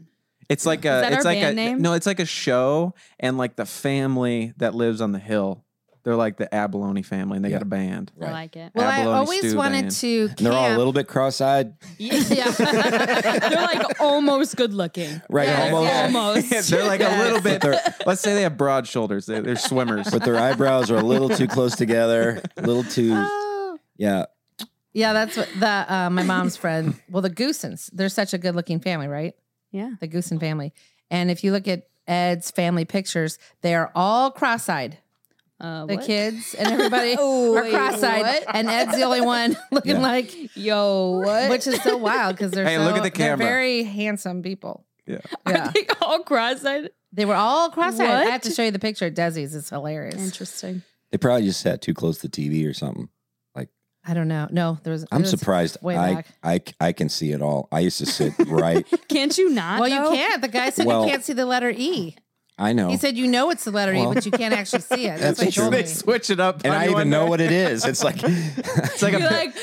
Speaker 4: it's like a
Speaker 3: Is that
Speaker 4: it's
Speaker 3: our
Speaker 4: like
Speaker 3: band
Speaker 4: a
Speaker 3: name?
Speaker 4: no, it's like a show and like the family that lives on the hill. They're like the abalone family and they got
Speaker 1: Yeah.
Speaker 4: a band.
Speaker 3: I
Speaker 1: Right.
Speaker 3: like it.
Speaker 2: Well, I
Speaker 4: Abalone
Speaker 2: always
Speaker 4: stew
Speaker 2: wanted
Speaker 4: band.
Speaker 2: to camp.
Speaker 1: And they're all a little bit cross-eyed.
Speaker 3: Yeah. They're like almost good looking.
Speaker 1: Right.
Speaker 2: Yeah,
Speaker 1: almost.
Speaker 2: yeah.
Speaker 3: Almost.
Speaker 4: they're like a little bit.
Speaker 1: But their,
Speaker 4: Let's say they have broad shoulders. They're, they're swimmers.
Speaker 1: but their eyebrows are a little too close together. A little too
Speaker 2: Oh.
Speaker 1: yeah.
Speaker 2: Yeah, that's what the uh, my mom's friend. Well, the Goosens, they're such a good looking family, right?
Speaker 3: Yeah.
Speaker 2: The Goosen family. And if you look at Ed's family pictures, they are all cross-eyed.
Speaker 3: Uh,
Speaker 2: The
Speaker 3: what?
Speaker 2: kids and everybody
Speaker 3: Oh,
Speaker 2: are
Speaker 3: wait,
Speaker 2: cross-eyed,
Speaker 3: what?
Speaker 2: and Ed's the only one looking
Speaker 1: Yeah.
Speaker 2: like
Speaker 3: Yo, what?
Speaker 2: which is so wild because they're
Speaker 4: Hey,
Speaker 2: so,
Speaker 4: look at the
Speaker 2: they're
Speaker 4: camera.
Speaker 2: very handsome people.
Speaker 4: Yeah.
Speaker 2: yeah.
Speaker 3: Are they all cross-eyed?
Speaker 2: They were all cross-eyed. I have
Speaker 3: What?
Speaker 2: to show you the picture at Desi's. It's hilarious.
Speaker 3: Interesting.
Speaker 1: They probably just sat too close to TV or something.
Speaker 2: I don't know. No, there was.
Speaker 1: I'm
Speaker 2: it was
Speaker 1: surprised
Speaker 2: Way
Speaker 1: I,
Speaker 2: back.
Speaker 1: I I can see it all. I used to sit right.
Speaker 3: Can't you not?
Speaker 2: Well, you
Speaker 3: though?
Speaker 2: can't. The guy said
Speaker 1: Well-
Speaker 2: you can't see the letter E.
Speaker 1: I know.
Speaker 2: He said you know it's the letter
Speaker 1: Well,
Speaker 2: E, but you can't actually see it. That's,
Speaker 1: that's
Speaker 2: what he told
Speaker 1: true.
Speaker 2: me.
Speaker 4: they switch it up.
Speaker 1: and
Speaker 4: on
Speaker 1: I
Speaker 4: you
Speaker 1: even
Speaker 4: one
Speaker 1: know
Speaker 4: day.
Speaker 1: what it is. It's like
Speaker 4: It's like a
Speaker 3: You're
Speaker 4: pi-
Speaker 3: like, yeah,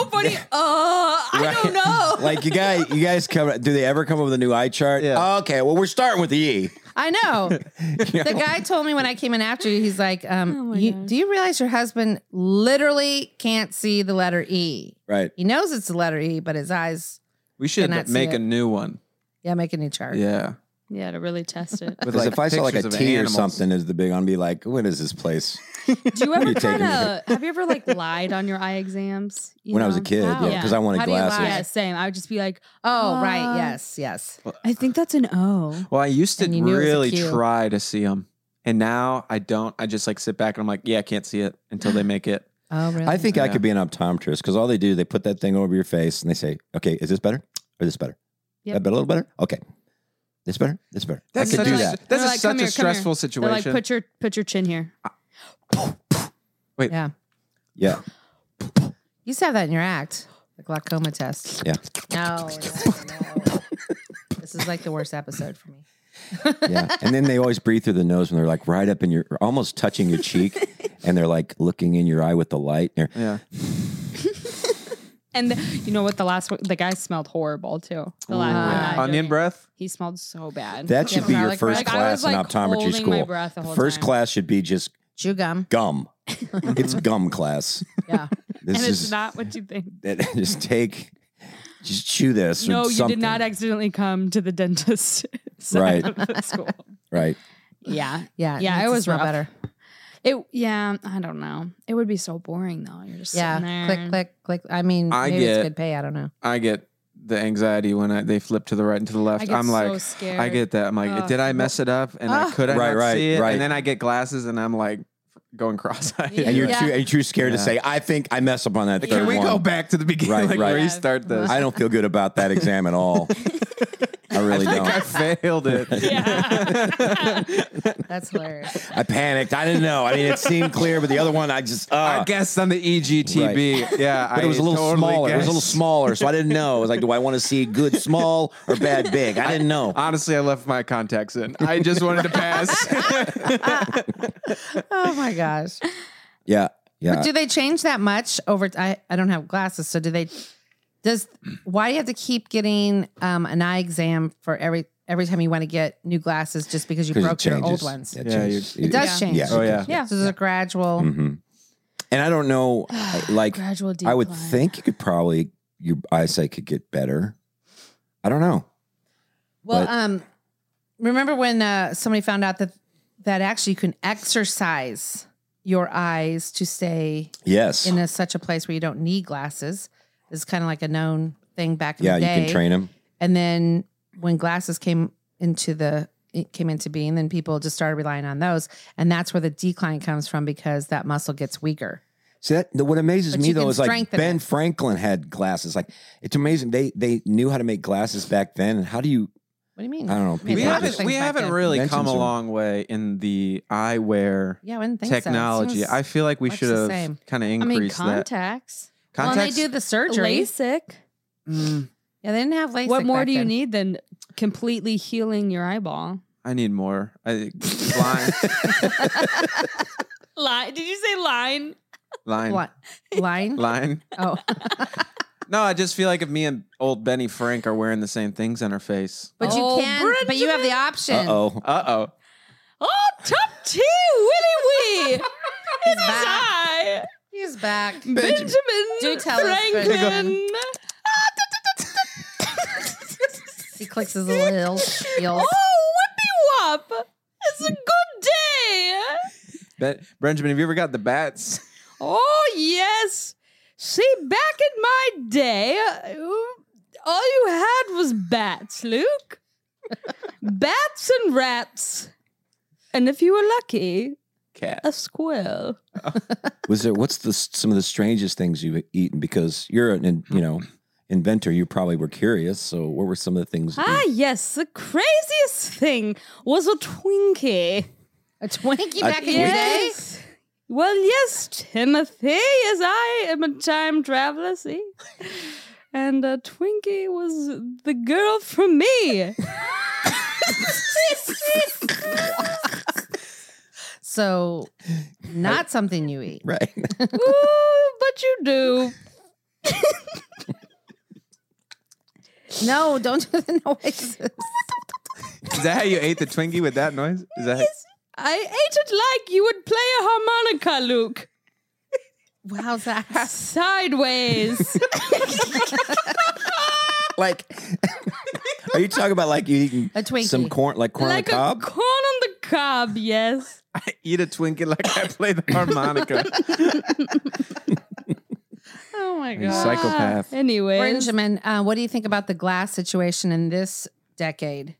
Speaker 3: so funny. Uh, I don't know.
Speaker 1: Like you guys, you guys come. Do they ever come up with a new eye chart?
Speaker 4: Yeah.
Speaker 1: Okay, well we're starting with the E.
Speaker 2: I know. The guy told me when I came in after you, he's like, um,
Speaker 3: Oh my
Speaker 2: you,
Speaker 3: gosh.
Speaker 2: do you realize your husband literally can't see the letter E?
Speaker 1: Right.
Speaker 2: He knows it's the letter E, but his eyes,
Speaker 4: we should
Speaker 2: Cannot see
Speaker 4: make
Speaker 2: it.
Speaker 4: a new one.
Speaker 2: yeah, make a new chart.
Speaker 4: Yeah,
Speaker 3: yeah, to really test it.
Speaker 4: with
Speaker 1: Because if I saw like a
Speaker 4: pictures of
Speaker 1: T or
Speaker 4: animals.
Speaker 1: something is the big one, I'd be like, what is this place?
Speaker 3: Do you ever
Speaker 1: You're taking
Speaker 3: kind of have you ever like lied on your eye exams? you
Speaker 1: when I was
Speaker 3: know? Oh,
Speaker 1: a kid,
Speaker 2: Wow.
Speaker 1: yeah, because I wanted
Speaker 2: How do you
Speaker 1: glasses.
Speaker 2: lie?
Speaker 3: Yeah, same. I would just be like,
Speaker 2: Oh, right.
Speaker 3: Uh,
Speaker 2: Yes, yes.
Speaker 3: I think that's an O.
Speaker 4: Well, I used to
Speaker 2: And you knew it was a
Speaker 4: really
Speaker 2: cue.
Speaker 4: try to see them, and now I don't. I just like sit back and I'm like, yeah, I can't see it until they make it.
Speaker 2: Oh, really?
Speaker 1: I think I
Speaker 4: Yeah.
Speaker 1: could be an optometrist because all they do, they put that thing over your face and they say, okay, is this better or this better?
Speaker 3: Yep.
Speaker 1: That better, a little better? Okay. This better? This better. I could
Speaker 4: such
Speaker 1: do
Speaker 4: a,
Speaker 1: that.
Speaker 4: That's a-
Speaker 3: They're like,
Speaker 4: such
Speaker 3: "Come
Speaker 4: a
Speaker 3: here, come
Speaker 4: stressful
Speaker 3: They're
Speaker 4: situation.
Speaker 3: like, put your put your chin here.
Speaker 2: Yeah.
Speaker 1: Yeah.
Speaker 2: You used to have that in your act, the glaucoma test.
Speaker 1: Yeah.
Speaker 2: No. no, no. this is like the worst episode for me.
Speaker 1: Yeah. and then they always breathe through the nose when they're like right up in your, almost touching your cheek and they're like looking in your eye with the light. And they're,
Speaker 4: yeah,
Speaker 3: And the, you know what? The last one, the guy smelled horrible too. The last one that I
Speaker 4: on onion
Speaker 3: did.
Speaker 4: breath.
Speaker 3: He smelled so bad.
Speaker 1: that
Speaker 2: Yeah,
Speaker 1: should be your
Speaker 2: garlic
Speaker 1: first
Speaker 2: bread.
Speaker 3: Like, I was,
Speaker 1: class in
Speaker 3: like,
Speaker 1: optometry
Speaker 3: holding my
Speaker 1: school.
Speaker 3: breath the whole
Speaker 1: first
Speaker 3: time.
Speaker 1: class should be just
Speaker 2: Chew gum.
Speaker 1: gum. it's gum class.
Speaker 2: Yeah.
Speaker 1: This
Speaker 3: and
Speaker 1: is
Speaker 3: it's not what you think.
Speaker 1: just take, just chew this. or
Speaker 3: No, you
Speaker 1: something.
Speaker 3: did not accidentally come to the dentist.
Speaker 1: Right.
Speaker 3: side of the school.
Speaker 1: Right.
Speaker 3: Yeah.
Speaker 2: Yeah.
Speaker 3: Yeah,
Speaker 2: needs
Speaker 3: it
Speaker 2: to
Speaker 3: was
Speaker 2: smell
Speaker 3: rough.
Speaker 2: better.
Speaker 3: It. Yeah. I don't know. It would be so boring though. You're just sitting
Speaker 2: Yeah.
Speaker 3: there.
Speaker 2: Click, click, click. I mean,
Speaker 4: I
Speaker 2: maybe it's
Speaker 4: get-
Speaker 2: good pay. I don't know.
Speaker 4: I get the anxiety when I, they flip to the right and to the left.
Speaker 3: I get
Speaker 4: I'm
Speaker 3: so
Speaker 4: like,
Speaker 3: scared.
Speaker 4: I get that. I'm like,
Speaker 3: Ugh.
Speaker 4: did I mess it up? And I
Speaker 2: Ugh.
Speaker 4: could I
Speaker 1: Right,
Speaker 4: not
Speaker 1: right,
Speaker 4: see it?
Speaker 1: right.
Speaker 4: And then I get glasses, and I'm like going cross-eyed.
Speaker 3: Yeah.
Speaker 1: And you're
Speaker 2: Yeah.
Speaker 1: too, and you're too scared to
Speaker 4: Yeah.
Speaker 1: say, I think I mess up on that third
Speaker 4: Can we
Speaker 1: one.
Speaker 4: go back to the beginning?
Speaker 1: Right,
Speaker 4: like
Speaker 1: right.
Speaker 4: restart this.
Speaker 1: I don't feel good about that exam at all. I really
Speaker 4: I
Speaker 1: don't.
Speaker 4: think I failed it.
Speaker 3: Yeah.
Speaker 2: That's hilarious.
Speaker 1: I panicked. I didn't know. I mean, it seemed clear, but the other one, I just, uh,
Speaker 4: I guessed on the E EGTB. Yeah,
Speaker 1: but it was
Speaker 4: I
Speaker 1: a little
Speaker 4: totally
Speaker 1: smaller. It was
Speaker 4: guessed.
Speaker 1: a little smaller, so I didn't know. It was like, do I want to see good small or bad big? I didn't know.
Speaker 4: Honestly, I left my contacts in. I just wanted to pass.
Speaker 2: Oh my gosh.
Speaker 1: Yeah, yeah.
Speaker 2: But do they change that much over t- I, I don't have glasses, so do they does why do you have to keep getting um, an eye exam for every every time you want to get new glasses just because you
Speaker 1: 'Cause it
Speaker 2: broke your old
Speaker 1: changes.
Speaker 2: ones?
Speaker 1: It,
Speaker 4: Yeah,
Speaker 1: changes.
Speaker 2: It does
Speaker 3: Yeah.
Speaker 2: change.
Speaker 1: Yeah.
Speaker 4: Oh, yeah.
Speaker 3: Yeah.
Speaker 2: So there's a gradual
Speaker 1: hmm And I don't know, I- like,
Speaker 3: Gradual decline.
Speaker 1: I would think you could probably, your eyesight could get better. I don't know.
Speaker 2: Well,
Speaker 1: But-
Speaker 2: um, remember when uh, somebody found out that that actually you can exercise your eyes to stay
Speaker 1: Yes.
Speaker 2: in a, such a place where you don't need glasses. It's kind of like a known thing back in
Speaker 1: yeah,
Speaker 2: the
Speaker 1: you
Speaker 2: day.
Speaker 1: can train them.
Speaker 2: And then when glasses came into the it came into being, then people just started relying on those, and that's where the decline comes from because that muscle gets weaker.
Speaker 1: See that the, what amazes
Speaker 2: But
Speaker 1: me
Speaker 2: you
Speaker 1: though
Speaker 2: can
Speaker 1: is like
Speaker 2: strengthen
Speaker 1: Ben
Speaker 2: it.
Speaker 1: Franklin had glasses. Like it's amazing they they knew how to make glasses back then. And how do you?
Speaker 2: What do you mean?
Speaker 1: I don't know.
Speaker 2: We
Speaker 4: we
Speaker 1: people
Speaker 2: Yeah.
Speaker 4: haven't
Speaker 1: just-
Speaker 4: we
Speaker 2: Things back
Speaker 4: haven't
Speaker 2: then.
Speaker 4: really
Speaker 1: Inventions
Speaker 4: come a
Speaker 1: are-
Speaker 4: long way in the eyewear
Speaker 2: yeah, I wouldn't think so. It
Speaker 4: technology.
Speaker 2: seems-
Speaker 4: I feel like we
Speaker 2: much
Speaker 4: should
Speaker 2: the
Speaker 4: have
Speaker 2: same.
Speaker 4: kind of
Speaker 3: I mean,
Speaker 4: increased that.
Speaker 3: contacts,
Speaker 2: well, and they
Speaker 4: Contacts-
Speaker 2: do the surgery.
Speaker 3: LASIK.
Speaker 2: Mm. Yeah, they didn't have LASIK.
Speaker 3: What more
Speaker 2: back
Speaker 3: do you
Speaker 2: then.
Speaker 3: need than completely healing your eyeball?
Speaker 4: I need more. I, blind,
Speaker 3: Line? Did you say line?
Speaker 4: line,
Speaker 2: What line?
Speaker 4: line.
Speaker 2: Oh,
Speaker 4: No, I just feel like if me and old Benny Frank are wearing the same things on our face.
Speaker 2: But
Speaker 3: Oh,
Speaker 2: you can. But you have the option.
Speaker 1: Oh,
Speaker 4: Uh oh.
Speaker 3: Oh, top two, Willy Wee. It
Speaker 2: He's
Speaker 3: is
Speaker 2: back.
Speaker 3: I,
Speaker 2: He's back.
Speaker 3: Benjamin
Speaker 2: Do tell us,
Speaker 3: Franklin.
Speaker 2: He clicks his little heels. heels.
Speaker 3: Oh, Whippy Wop. It's a good day.
Speaker 4: Ben- Benjamin, have you ever got the bats?
Speaker 3: Oh, yes. See, back in my day, uh, all you had was bats, Luke. bats and rats. And if you were lucky,
Speaker 4: Cat.
Speaker 3: a squirrel.
Speaker 1: was there? What's the some of the strangest things you've eaten? Because you're an in- you know inventor, you probably were curious. So, what were some of the things? you-
Speaker 3: Ah, yes, the craziest thing was a Twinkie.
Speaker 2: A Twinkie back in your day.
Speaker 3: Yes. Well, yes, Timothy, as I am a time traveler, see? And uh, Twinkie was the girl from me.
Speaker 2: So, not something you eat.
Speaker 1: Right.
Speaker 3: Ooh, but you do.
Speaker 2: No, don't do the noises.
Speaker 4: Is that how you ate the Twinkie with that noise? Is that
Speaker 3: I ate it like you would play a harmonica, Luke.
Speaker 2: How's that?
Speaker 3: Sideways.
Speaker 1: like, are you talking about like you eating
Speaker 2: A Twinkie.
Speaker 1: some corn, like corn
Speaker 3: like
Speaker 1: on the cob?
Speaker 3: a corn on the cob, yes.
Speaker 4: I eat a Twinkie like I play the harmonica?
Speaker 3: Oh my
Speaker 4: You psychopath.
Speaker 3: Anyways.
Speaker 2: Benjamin, uh, what do you think about the glass situation in this decade?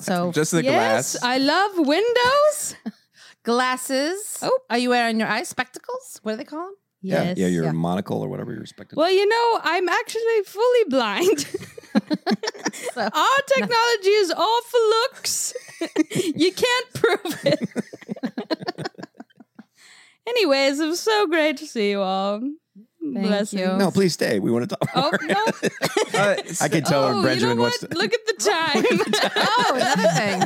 Speaker 2: So
Speaker 4: Just the
Speaker 3: Oh, yes,
Speaker 4: glass.
Speaker 3: I love windows.
Speaker 2: glasses.
Speaker 3: Oh.
Speaker 2: are you wearing your eye spectacles? What do they call them?
Speaker 1: yeah,
Speaker 3: yes.
Speaker 1: yeah, your
Speaker 2: yeah.
Speaker 1: monocle or whatever you're expecting.
Speaker 3: Well, you know, I'm actually fully blind. Our technology is all for looks. you can't prove it. Anyways, it was so great to see you all. Bless
Speaker 2: you.
Speaker 3: you.
Speaker 1: no, please stay. We want to talk.
Speaker 3: Oh
Speaker 1: more.
Speaker 3: no!
Speaker 4: Uh,
Speaker 1: I can tell
Speaker 3: oh,
Speaker 1: when
Speaker 3: you know
Speaker 1: Benjamin wants
Speaker 3: what?
Speaker 1: to.
Speaker 3: Look at the time.
Speaker 2: Oh, another thing.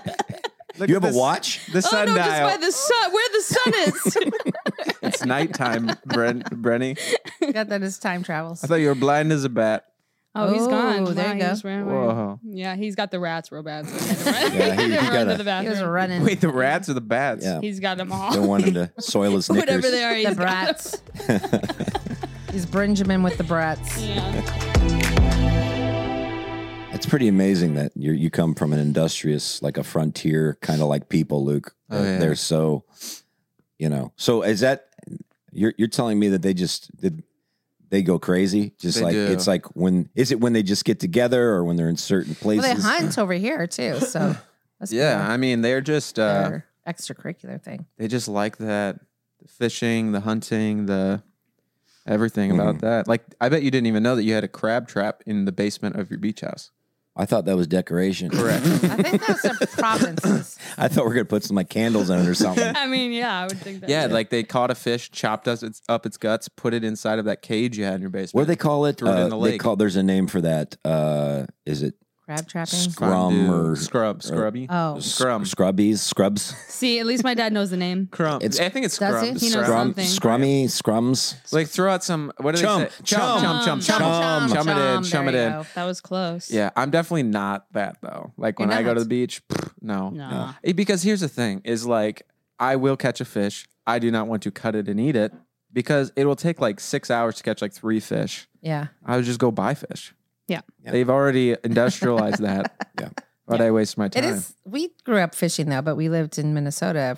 Speaker 4: look
Speaker 1: you
Speaker 4: at
Speaker 1: have a
Speaker 4: this-
Speaker 1: watch?
Speaker 4: The
Speaker 3: oh no!
Speaker 4: sundial.
Speaker 3: Just by the sun, where the sun is.
Speaker 4: It's nighttime, Bren- Brenny.
Speaker 2: Got that as time travels.
Speaker 4: I thought you were blind as a bat.
Speaker 3: oh, he's gone.
Speaker 2: Oh, there
Speaker 3: Wow,
Speaker 2: you go.
Speaker 3: he just ran away.
Speaker 4: Whoa.
Speaker 3: Yeah, he's got the rats real bad.
Speaker 1: Yeah, he- he
Speaker 3: Run
Speaker 1: got
Speaker 3: to
Speaker 1: a-
Speaker 3: the
Speaker 2: He was
Speaker 3: bathroom.
Speaker 2: running
Speaker 4: Wait, the rats or the bats?
Speaker 1: Yeah.
Speaker 3: He's got them all.
Speaker 1: Don't want him to soil his knickers.
Speaker 3: Oh. Whatever they are,
Speaker 2: the
Speaker 3: he's got
Speaker 2: brats. He's Benjamin with the brats.
Speaker 1: It's pretty amazing that you you come from an industrious, like a frontier kind of like people, Luke.
Speaker 4: Oh,
Speaker 1: They're-
Speaker 4: yeah.
Speaker 1: They're so, you know. So is that you're you're telling me that they just did they go crazy? Just
Speaker 4: They
Speaker 1: like
Speaker 4: do.
Speaker 1: it's like when is it when they just get together or when they're in certain
Speaker 2: Well,
Speaker 1: places?
Speaker 2: they hunt over here too, so that's
Speaker 4: Yeah, I mean, they're just uh,
Speaker 2: their extracurricular thing.
Speaker 4: they just like that the fishing, the hunting, the everything about
Speaker 1: Mm-hmm.
Speaker 4: that. Like, I bet you didn't even know that you had a crab trap in the basement of your beach house.
Speaker 1: I thought that was decoration.
Speaker 2: I think that's the provinces.
Speaker 1: I thought we are gonna put some like candles in it or something.
Speaker 3: I mean, yeah, I would think that.
Speaker 4: Yeah, like they caught a fish, chopped us its, up its guts, put it inside of that cage you had in your basement.
Speaker 1: What do they call it? Uh,
Speaker 4: Threw it in the
Speaker 1: They
Speaker 4: lake.
Speaker 1: call there's a name for that. Uh, is it
Speaker 2: Crab trapping.
Speaker 1: scrum
Speaker 4: Fondue.
Speaker 1: or uh,
Speaker 4: scrub, scrubby,
Speaker 2: Oh,
Speaker 4: scrum,
Speaker 1: scrubbies, scrubs,
Speaker 3: See, at least my dad knows the name.
Speaker 4: scrum.
Speaker 1: It's-
Speaker 4: I think it's
Speaker 2: Does
Speaker 4: scrum.
Speaker 2: it?
Speaker 3: He knows
Speaker 1: scrum,
Speaker 3: something.
Speaker 1: scrummy, scrums?
Speaker 4: Like throw out some. What do
Speaker 1: Chum,
Speaker 4: they say? Chum, chum, chum, chum,
Speaker 1: chum,
Speaker 4: chum, it in, chum it
Speaker 2: There you
Speaker 4: in.
Speaker 2: go.
Speaker 3: That was close.
Speaker 4: Yeah, I'm definitely not that though. Like when
Speaker 2: You're
Speaker 4: I go
Speaker 2: not.
Speaker 4: to the beach, pfft, no,
Speaker 3: Nah.
Speaker 4: Eh, Because here's the thing: is like I will catch a fish. I do not want to cut it and eat it because it will take like six hours to catch like three fish.
Speaker 2: Yeah.
Speaker 4: I would just go buy fish.
Speaker 3: Yeah.
Speaker 4: they've already industrialized that.
Speaker 1: Yeah.
Speaker 4: but I waste my time.
Speaker 2: It is. We grew up fishing though, but we lived in Minnesota,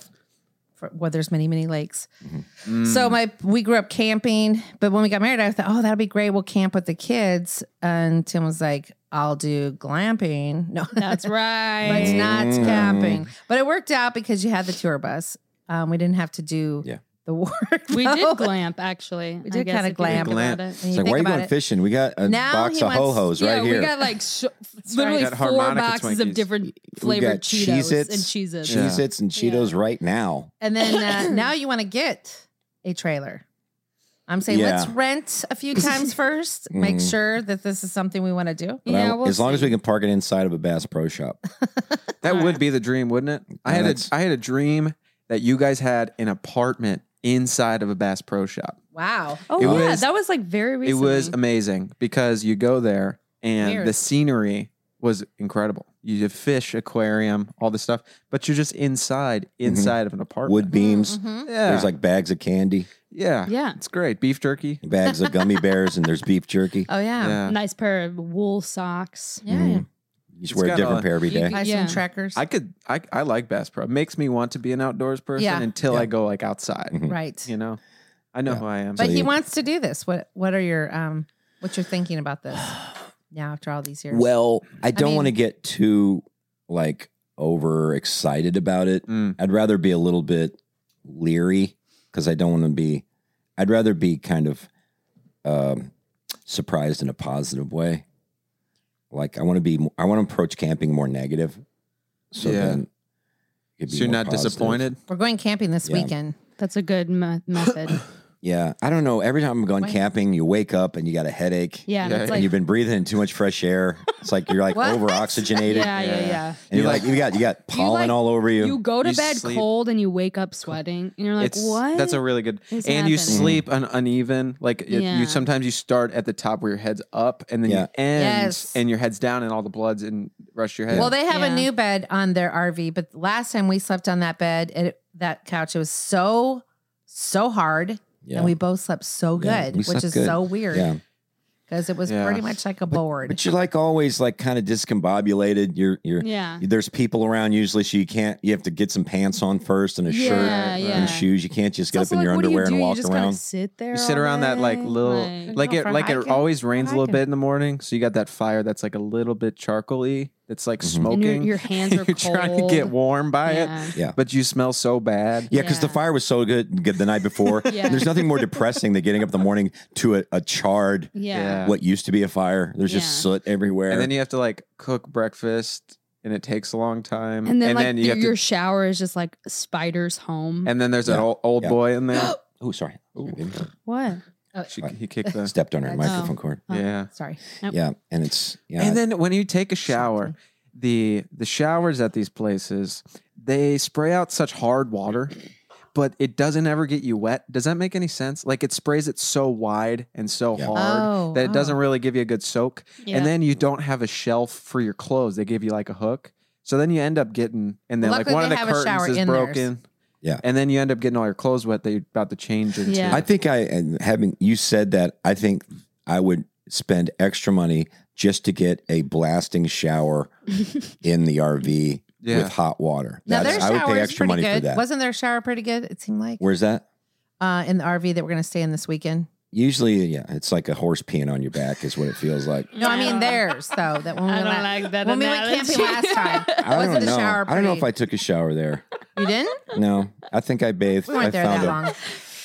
Speaker 2: for, where there's many, many lakes.
Speaker 4: Mm.
Speaker 1: Mm.
Speaker 2: So my we grew up camping, but when we got married, I thought, oh, that'll be great. We'll camp with the kids. And Tim was like, I'll do glamping. No,
Speaker 3: That's right.
Speaker 2: but it's not
Speaker 1: Mm.
Speaker 2: camping. But it worked out because you had the tour bus. Um, we didn't have to do
Speaker 1: Yeah.
Speaker 2: the work.
Speaker 3: we did glamp, actually. We
Speaker 2: did kinda glamp.
Speaker 1: It's like, why are you going fishing? We got a
Speaker 2: Now
Speaker 1: box
Speaker 2: he
Speaker 1: of ho
Speaker 2: wants-
Speaker 1: hos
Speaker 3: Yeah,
Speaker 1: right
Speaker 3: we
Speaker 1: here.
Speaker 3: got like sh- literally
Speaker 4: Got
Speaker 3: four
Speaker 4: harmonica
Speaker 3: boxes
Speaker 4: Twinkies.
Speaker 3: of different
Speaker 1: We
Speaker 3: flavored
Speaker 1: got
Speaker 3: Cheetos
Speaker 1: Cheez-Its,
Speaker 3: and cheeses.
Speaker 4: Yeah.
Speaker 1: Cheez Its and Cheetos right now.
Speaker 2: And then uh, now you want to get a trailer. I'm saying
Speaker 1: Yeah.
Speaker 2: let's rent a few times first, make
Speaker 1: Mhm.
Speaker 2: sure that this is something we want to do.
Speaker 1: But I-
Speaker 3: Yeah, we'll
Speaker 1: as long as
Speaker 3: see.
Speaker 1: we can park it inside of a Bass Pro Shop.
Speaker 4: That would be the dream, wouldn't it? I
Speaker 1: Yeah,
Speaker 4: had a
Speaker 1: that's-
Speaker 4: I had a dream that you guys had an apartment inside of a Bass Pro Shop.
Speaker 2: Wow.
Speaker 3: Oh
Speaker 4: It
Speaker 3: yeah,
Speaker 4: was-
Speaker 3: that was like very
Speaker 4: It
Speaker 3: recently.
Speaker 4: was amazing because you go there and
Speaker 2: Weird.
Speaker 4: the scenery was incredible. You have fish aquarium, all this stuff, but you're just inside, inside of an apartment.
Speaker 1: Wood beams.
Speaker 2: Mhm.
Speaker 4: yeah,
Speaker 1: Mm-hmm. There's like bags of candy,
Speaker 4: yeah,
Speaker 3: yeah.
Speaker 4: it's great. Beef jerky.
Speaker 1: bags of gummy bears, and there's beef jerky.
Speaker 2: Oh, yeah.
Speaker 4: Yeah.
Speaker 3: nice pair of wool socks.
Speaker 2: Yeah.
Speaker 1: Mhm. You should
Speaker 4: It's
Speaker 1: wear a
Speaker 4: got
Speaker 1: different
Speaker 4: a-
Speaker 1: pair every
Speaker 2: You
Speaker 1: day.
Speaker 2: buy
Speaker 3: Yeah.
Speaker 2: some trackers.
Speaker 4: I could, I, I like Bass Pro. It makes me want to be an outdoors person
Speaker 2: Yeah.
Speaker 4: until I go like outside.
Speaker 1: Mhm.
Speaker 2: right.
Speaker 4: You know, I know
Speaker 1: Yeah.
Speaker 4: who I am.
Speaker 2: But
Speaker 1: So
Speaker 2: he
Speaker 1: you-
Speaker 2: wants to do this. What What are your um? What you're thinking about this? Now after all these years.
Speaker 1: Well, I don't
Speaker 2: mean-
Speaker 1: want to get too like over excited about it.
Speaker 4: Mm.
Speaker 1: I'd rather be a little bit leery because I don't want to be. I'd rather be kind of um, surprised in a positive way. Like I want to be. mo- I want to approach camping more negative. So
Speaker 4: Yeah.
Speaker 1: then, it could be
Speaker 4: so you're
Speaker 1: more
Speaker 4: not
Speaker 1: positive.
Speaker 4: disappointed.
Speaker 2: We're going camping this
Speaker 1: Yeah.
Speaker 2: weekend.
Speaker 3: That's a good me- method.
Speaker 1: Yeah, I don't know. Every time I'm going
Speaker 2: Why?
Speaker 1: camping, you wake up and you got a headache.
Speaker 3: Yeah, and
Speaker 4: Yeah,
Speaker 3: it's
Speaker 1: and
Speaker 3: like
Speaker 1: you've been breathing in too much fresh air. It's like you're like
Speaker 2: What?
Speaker 1: over oxygenated.
Speaker 3: yeah, yeah, yeah.
Speaker 1: And you're
Speaker 4: You
Speaker 1: like,
Speaker 4: like-
Speaker 1: you got you got pollen
Speaker 3: like-
Speaker 1: all over you.
Speaker 3: You go to
Speaker 4: You
Speaker 3: bed
Speaker 4: sleep-
Speaker 3: cold and you wake up sweating, and you're like,
Speaker 4: it's
Speaker 3: "What?"
Speaker 4: that's a really good.
Speaker 3: is
Speaker 4: and you
Speaker 3: happening?
Speaker 4: sleep an uneven. Like it,
Speaker 3: Yeah.
Speaker 4: you sometimes you start at the top where your head's up, and then
Speaker 1: Yeah.
Speaker 4: you end,
Speaker 2: Yes.
Speaker 4: and your head's down, and all the blood's in rush to your head.
Speaker 2: Well, they have
Speaker 3: Yeah.
Speaker 2: a new bed on their RV, but last time we slept on that bed, it, that couch, it was so so hard,
Speaker 1: yeah.
Speaker 2: and we both slept so
Speaker 1: Yeah,
Speaker 2: good,
Speaker 1: we
Speaker 2: which
Speaker 1: slept
Speaker 2: is
Speaker 1: good.
Speaker 2: so weird
Speaker 1: yeah.
Speaker 2: because it was
Speaker 4: Yeah.
Speaker 2: pretty much like a board.
Speaker 1: But you're like always like kind of discombobulated. You're you're
Speaker 3: yeah,
Speaker 1: there's people around usually, so you can't you have to get some pants on first and a
Speaker 3: yeah,
Speaker 1: shirt
Speaker 3: yeah.
Speaker 1: and shoes. You can't just
Speaker 3: It's
Speaker 1: get up
Speaker 3: also
Speaker 1: in your
Speaker 3: like, what do you
Speaker 1: underwear
Speaker 3: do?
Speaker 1: and
Speaker 3: You
Speaker 1: walk
Speaker 3: just Kind
Speaker 1: around.
Speaker 3: of sit there.
Speaker 4: You sit
Speaker 3: all
Speaker 4: around that like
Speaker 3: day?
Speaker 4: little
Speaker 3: Like-
Speaker 4: like
Speaker 2: No,
Speaker 4: it
Speaker 2: for
Speaker 4: like it
Speaker 2: hiking.
Speaker 4: always rains a little
Speaker 2: hiking.
Speaker 4: bit in the morning, so you got that fire that's like a little bit charcoaly. That's like
Speaker 1: Mhm.
Speaker 3: and
Speaker 4: smoking.
Speaker 3: your, your hands are
Speaker 4: You're trying to get
Speaker 3: cold.
Speaker 4: warm by it,
Speaker 3: Yeah.
Speaker 4: but you smell so bad.
Speaker 1: Yeah, because the
Speaker 3: Yeah.
Speaker 1: fire was so good, good the night before.
Speaker 3: Yeah.
Speaker 1: There's nothing more depressing than getting up in the morning to a, a charred
Speaker 3: Yeah.
Speaker 1: what used to be a fire. There's just
Speaker 3: Yeah.
Speaker 1: soot everywhere.
Speaker 4: And then you have to like cook breakfast, and it takes a long time.
Speaker 3: And then like
Speaker 4: you
Speaker 3: your,
Speaker 4: have
Speaker 3: your
Speaker 4: to,
Speaker 3: shower is just like spiders home.
Speaker 4: and then there's
Speaker 1: Yeah.
Speaker 4: that old, old
Speaker 1: Yeah.
Speaker 4: boy in there.
Speaker 1: oh, sorry,
Speaker 3: what?
Speaker 4: she, he kicked the
Speaker 1: stepped on her
Speaker 2: That's-
Speaker 1: microphone cord.
Speaker 3: Oh.
Speaker 4: yeah.
Speaker 2: Sorry,
Speaker 3: Nope.
Speaker 1: Yeah, and it's yeah.
Speaker 4: And then when you take a shower, the the showers at these places they spray out such hard water, but it doesn't ever get you wet. Does that make any sense? Like it sprays it so wide and so
Speaker 1: Yeah.
Speaker 4: hard
Speaker 2: Oh,
Speaker 4: that it doesn't
Speaker 2: oh.
Speaker 4: really give you a good soak.
Speaker 3: Yeah.
Speaker 4: And then you don't have a shelf for your clothes. They give you like a hook. So then you end up getting and then like
Speaker 2: Luckily,
Speaker 4: one of
Speaker 2: they
Speaker 4: the
Speaker 2: have a shower
Speaker 4: curtains is
Speaker 2: in theirs.
Speaker 4: broken.
Speaker 1: Yeah.
Speaker 4: And then you end up getting all your clothes wet that you're about to change into.
Speaker 3: Yeah.
Speaker 1: I think I and having you said that, I think I would spend extra money just to get a blasting shower in the RV
Speaker 4: Yeah.
Speaker 1: with hot water.
Speaker 2: now
Speaker 1: That's-
Speaker 2: their
Speaker 1: I would
Speaker 2: shower
Speaker 1: pay
Speaker 2: is
Speaker 1: extra
Speaker 2: pretty
Speaker 1: money
Speaker 2: good.
Speaker 1: for that.
Speaker 2: Wasn't their shower pretty good? It seemed like
Speaker 1: Where's that?
Speaker 2: uh, in the RV that we're going to stay in this weekend.
Speaker 1: Usually, yeah, it's like a horse peeing on your back is what it feels like.
Speaker 2: No, I mean theirs though. That when we
Speaker 3: I
Speaker 2: went
Speaker 3: don't
Speaker 2: out-
Speaker 3: like that.
Speaker 2: when we went
Speaker 3: analogy.
Speaker 2: camping last time.
Speaker 1: I
Speaker 2: Wasn't
Speaker 1: don't
Speaker 2: the
Speaker 1: know.
Speaker 2: shower
Speaker 1: I don't know if
Speaker 2: pretty-
Speaker 1: I took a shower there.
Speaker 2: You didn't?
Speaker 1: No, I think I bathed.
Speaker 2: We weren't
Speaker 1: I
Speaker 2: there
Speaker 1: found
Speaker 2: that
Speaker 1: a-
Speaker 2: long.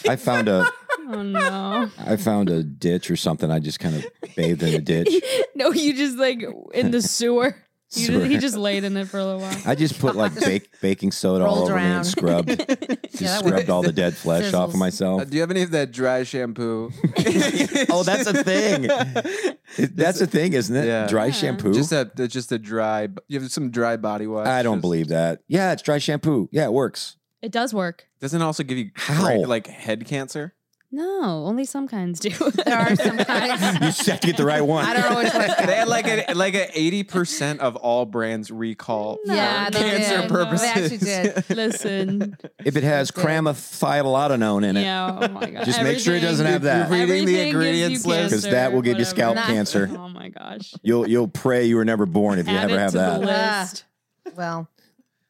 Speaker 1: I found a
Speaker 3: oh no.
Speaker 1: I found a ditch or something. I just kind of bathed in a ditch.
Speaker 3: no, you just like in the sewer. You
Speaker 1: Sewer.
Speaker 3: just, he just laid in it for a little while.
Speaker 1: I just put like bake, baking soda all
Speaker 2: Rolled
Speaker 1: over me
Speaker 2: around.
Speaker 1: and scrubbed. Just
Speaker 2: that
Speaker 1: scrubbed
Speaker 2: works.
Speaker 1: all the dead flesh off
Speaker 2: Sizzles.
Speaker 1: of myself.
Speaker 4: Uh, do you have any of that dry shampoo?
Speaker 1: Oh, that's a thing. It- That's the thing, isn't it?
Speaker 4: Yeah.
Speaker 1: Dry
Speaker 3: Yeah.
Speaker 1: shampoo.
Speaker 4: Just a the- just a dry. You have some dry body wash.
Speaker 1: I don't
Speaker 4: Just-
Speaker 1: believe that. Yeah, it's dry shampoo. Yeah, it works.
Speaker 3: It does work.
Speaker 4: Doesn't it also give you
Speaker 1: How?
Speaker 4: great, like head cancer.
Speaker 3: No, only some kinds do.
Speaker 2: There are some kinds.
Speaker 1: You just have to get the right one.
Speaker 2: I don't know which one.
Speaker 4: they had like a like a eighty percent of all brands recall for
Speaker 2: Yeah, they
Speaker 4: cancer
Speaker 2: did.
Speaker 4: purposes.
Speaker 2: They actually did.
Speaker 3: Listen.
Speaker 1: If it has
Speaker 2: That's good.
Speaker 1: cramathiodolone in it,
Speaker 3: Yeah. Oh my god.
Speaker 1: Just make sure it doesn't
Speaker 3: Everything-
Speaker 1: have that.
Speaker 4: You're reading
Speaker 3: everything
Speaker 4: the
Speaker 3: gives
Speaker 4: ingredients
Speaker 3: you
Speaker 4: list.
Speaker 1: 'Cause that will give you
Speaker 3: cancer,
Speaker 1: scalp
Speaker 3: whatever.
Speaker 1: cancer.
Speaker 3: Oh my gosh.
Speaker 1: you'll you'll pray you were never born if you
Speaker 3: Add
Speaker 1: ever
Speaker 3: it
Speaker 1: have
Speaker 3: to the
Speaker 1: that.
Speaker 3: list.
Speaker 2: Ah. Well,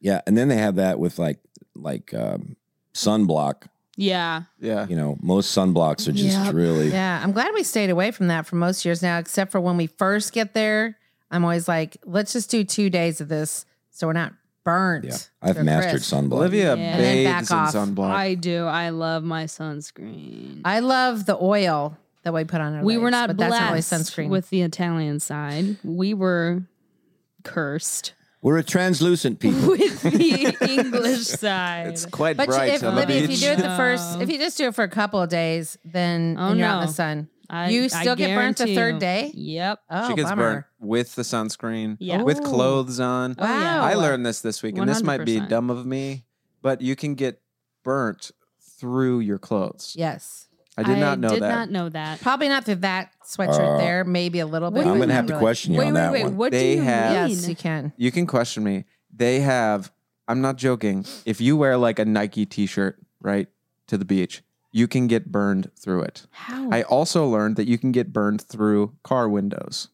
Speaker 1: Yeah, and then they have that with like like um, sunblock.
Speaker 3: Yeah.
Speaker 4: Yeah,
Speaker 1: You know, most sunblocks are just
Speaker 3: Yep.
Speaker 1: really
Speaker 2: yeah, I'm glad we stayed away from that for most years now, except for when we first get there. I'm always like, let's just do two days of this so we're not burnt.
Speaker 1: Yeah. I've
Speaker 2: to a
Speaker 1: mastered
Speaker 2: crisp.
Speaker 1: sunblock.
Speaker 4: Olivia
Speaker 3: Yeah. And
Speaker 2: then
Speaker 4: bathes in
Speaker 2: back off.
Speaker 4: sunblock.
Speaker 3: I do. I love my sunscreen.
Speaker 2: I love the oil that we put on our
Speaker 3: we were
Speaker 2: legs,
Speaker 3: not
Speaker 2: but
Speaker 3: blessed
Speaker 2: that's not really sunscreen.
Speaker 3: with the Italian side. We were cursed
Speaker 1: We're a translucent people.
Speaker 3: with the English side.
Speaker 4: it's quite
Speaker 2: but you-
Speaker 4: bright
Speaker 2: if,
Speaker 4: on the
Speaker 2: Libby, if you
Speaker 4: beach.
Speaker 2: do it the first,
Speaker 3: No.
Speaker 2: if you just do it for a couple of days, then
Speaker 3: Oh,
Speaker 2: and you're out in
Speaker 3: no.
Speaker 2: the sun.
Speaker 3: I-
Speaker 2: you
Speaker 3: I
Speaker 2: still get burnt the
Speaker 3: guarantee
Speaker 2: third
Speaker 3: you.
Speaker 2: day?
Speaker 3: Yep.
Speaker 2: Oh,
Speaker 4: she gets
Speaker 2: bummer.
Speaker 4: burnt with the sunscreen.
Speaker 3: Yeah.
Speaker 4: with
Speaker 2: Ooh.
Speaker 4: clothes on.
Speaker 3: Oh, yeah.
Speaker 2: Wow.
Speaker 4: I learned this this week, and this might be
Speaker 3: 100%.
Speaker 4: dumb of me, but you can get burnt through your clothes.
Speaker 2: Yes.
Speaker 4: I I did not know
Speaker 3: did
Speaker 4: that.
Speaker 3: not know that.
Speaker 2: Probably not through that sweatshirt
Speaker 1: Uh,
Speaker 2: there. Maybe a little bit.
Speaker 1: I'm
Speaker 2: but
Speaker 1: gonna
Speaker 2: not
Speaker 1: have to
Speaker 2: really.
Speaker 1: question you
Speaker 3: wait,
Speaker 1: on
Speaker 3: wait,
Speaker 1: that
Speaker 3: wait.
Speaker 1: one.
Speaker 3: What
Speaker 4: They
Speaker 3: do you
Speaker 4: have-
Speaker 3: mean?
Speaker 2: Yes, you can.
Speaker 4: You can question me. They have, I'm not joking. If you wear like a Nike t shirt, right, to the beach, you can get burned through it.
Speaker 3: How?
Speaker 4: I also learned that you can get burned through car windows,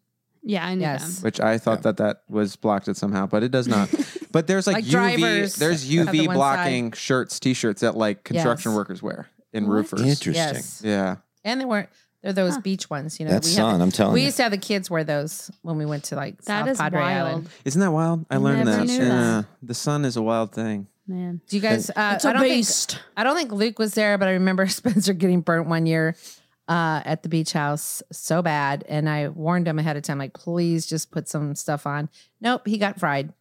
Speaker 3: yeah, I knew
Speaker 2: Yes.
Speaker 3: that.
Speaker 4: which I thought that that was blocked it somehow, but it does not. but there's like,
Speaker 2: Like
Speaker 4: UV,
Speaker 2: drivers
Speaker 4: there's
Speaker 2: have the
Speaker 4: UV
Speaker 2: one
Speaker 4: blocking shirts, t shirts that like construction
Speaker 2: Yes.
Speaker 4: workers wear and
Speaker 3: What?
Speaker 4: roofers.
Speaker 1: Interesting.
Speaker 2: Yes,
Speaker 4: Yeah.
Speaker 2: and they weren't. They're those
Speaker 3: Huh.
Speaker 2: beach ones, you know.
Speaker 1: That
Speaker 2: we
Speaker 1: sun, I'm
Speaker 2: Had,
Speaker 1: telling
Speaker 2: we
Speaker 1: you.
Speaker 2: used to have the kids wear those when we went to like
Speaker 3: That
Speaker 2: South
Speaker 3: is
Speaker 2: Padre
Speaker 3: wild,
Speaker 2: Island.
Speaker 4: Isn't that wild? I learned
Speaker 3: Never
Speaker 4: that.
Speaker 3: knew
Speaker 4: Yeah.
Speaker 3: that.
Speaker 4: The sun is a wild thing.
Speaker 3: man.
Speaker 2: Do you guys? Uh,
Speaker 3: It's
Speaker 2: I
Speaker 3: a
Speaker 2: don't think
Speaker 3: beast.
Speaker 2: I don't think Luke was there, but I remember Spencer getting burnt one year uh, at the beach house so bad, and I warned him ahead of time, like, please just put some stuff on. Nope, he got fried.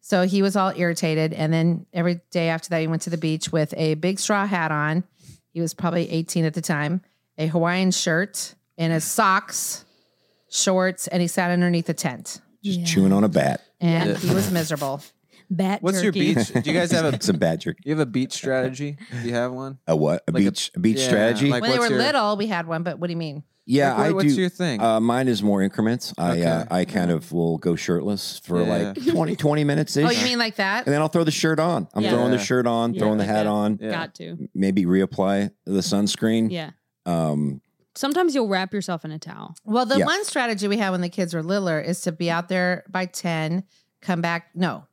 Speaker 2: So he was all irritated, and then every day after that, he went to the beach with a big straw hat on. He was probably 18 at the time, a Hawaiian shirt and his socks, shorts, and he sat underneath a tent,
Speaker 1: Just
Speaker 3: Yeah.
Speaker 1: chewing on a bat.
Speaker 2: and
Speaker 4: Yeah.
Speaker 2: he was miserable.
Speaker 3: Bat
Speaker 4: What's
Speaker 3: jerky.
Speaker 4: your beach? Do you guys have a
Speaker 1: It's a bad jerk.
Speaker 4: you have a beach strategy? Do you have one?
Speaker 1: A what? A
Speaker 4: Like a-
Speaker 1: beach? A, beach
Speaker 4: yeah,
Speaker 1: strategy?
Speaker 4: like-
Speaker 2: when they were
Speaker 4: what's your-
Speaker 2: little, we had one, but what do you mean?
Speaker 1: yeah,
Speaker 4: Like, what-
Speaker 1: I
Speaker 4: what's
Speaker 1: do.
Speaker 4: your thing?
Speaker 1: Uh, mine is more increments. I uh,
Speaker 4: Okay.
Speaker 1: I kind of will go shirtless for
Speaker 4: Yeah.
Speaker 1: like 20, 20 minutes ish.
Speaker 2: Oh, you mean like that?
Speaker 1: and then I'll throw the shirt on. I'm
Speaker 3: Yeah.
Speaker 1: throwing the
Speaker 4: Yeah.
Speaker 1: shirt on,
Speaker 3: Yeah,
Speaker 1: throwing the
Speaker 3: like
Speaker 1: hat
Speaker 3: that.
Speaker 1: on,
Speaker 4: Yeah.
Speaker 3: Got to.
Speaker 1: maybe reapply the sunscreen.
Speaker 3: Yeah.
Speaker 1: Um,
Speaker 3: Sometimes you'll wrap yourself in a towel.
Speaker 2: Well, the
Speaker 1: Yeah.
Speaker 2: one strategy we had when the kids were littler is to be out there by 10, come back. No,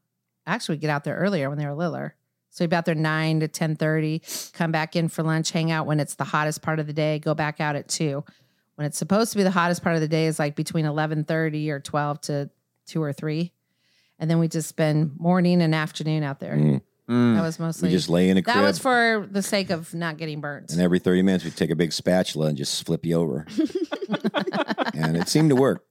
Speaker 2: actually, we get out there earlier when they were littler. So we'd be out there 9 to 10.30, come back in for lunch, hang out when it's the hottest part of the day, go back out at 2. When it's supposed to be the hottest part of the day is like between 11.30 or 12 to 2 or 3. And then we just spend morning and afternoon out there.
Speaker 1: Mm.
Speaker 4: Mm.
Speaker 2: That was
Speaker 1: we
Speaker 2: mostly,
Speaker 1: just lay in a
Speaker 2: that
Speaker 1: crib,
Speaker 2: was for the sake of not getting burnt.
Speaker 1: and every thirty minutes we take a big spatula and just flip you over, and it seemed to work.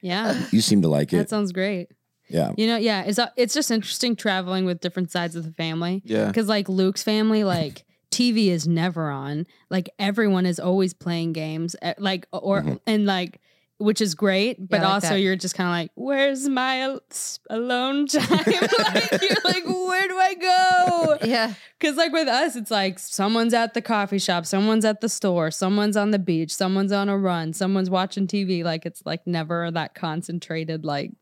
Speaker 3: Yeah.
Speaker 1: You seem to like
Speaker 3: that
Speaker 1: it.
Speaker 3: sounds great.
Speaker 1: Yeah.
Speaker 3: You know, yeah, it's uh, it's just interesting traveling with different sides of the family
Speaker 4: yeah.
Speaker 3: because like Luke's family, like TV is never on. Like everyone is always playing games, eh, like or
Speaker 1: Mhm.
Speaker 3: and like. Which is great, but
Speaker 2: I like
Speaker 3: also
Speaker 2: that.
Speaker 3: you're just kind of like, "Where's my al- s- alone time?" like you're like, "Where do I go?"
Speaker 2: yeah.
Speaker 3: Because like with us, it's like someone's at the coffee shop, someone's at the store, someone's on the beach, someone's on a run, someone's watching TV. Like it's like never that concentrated like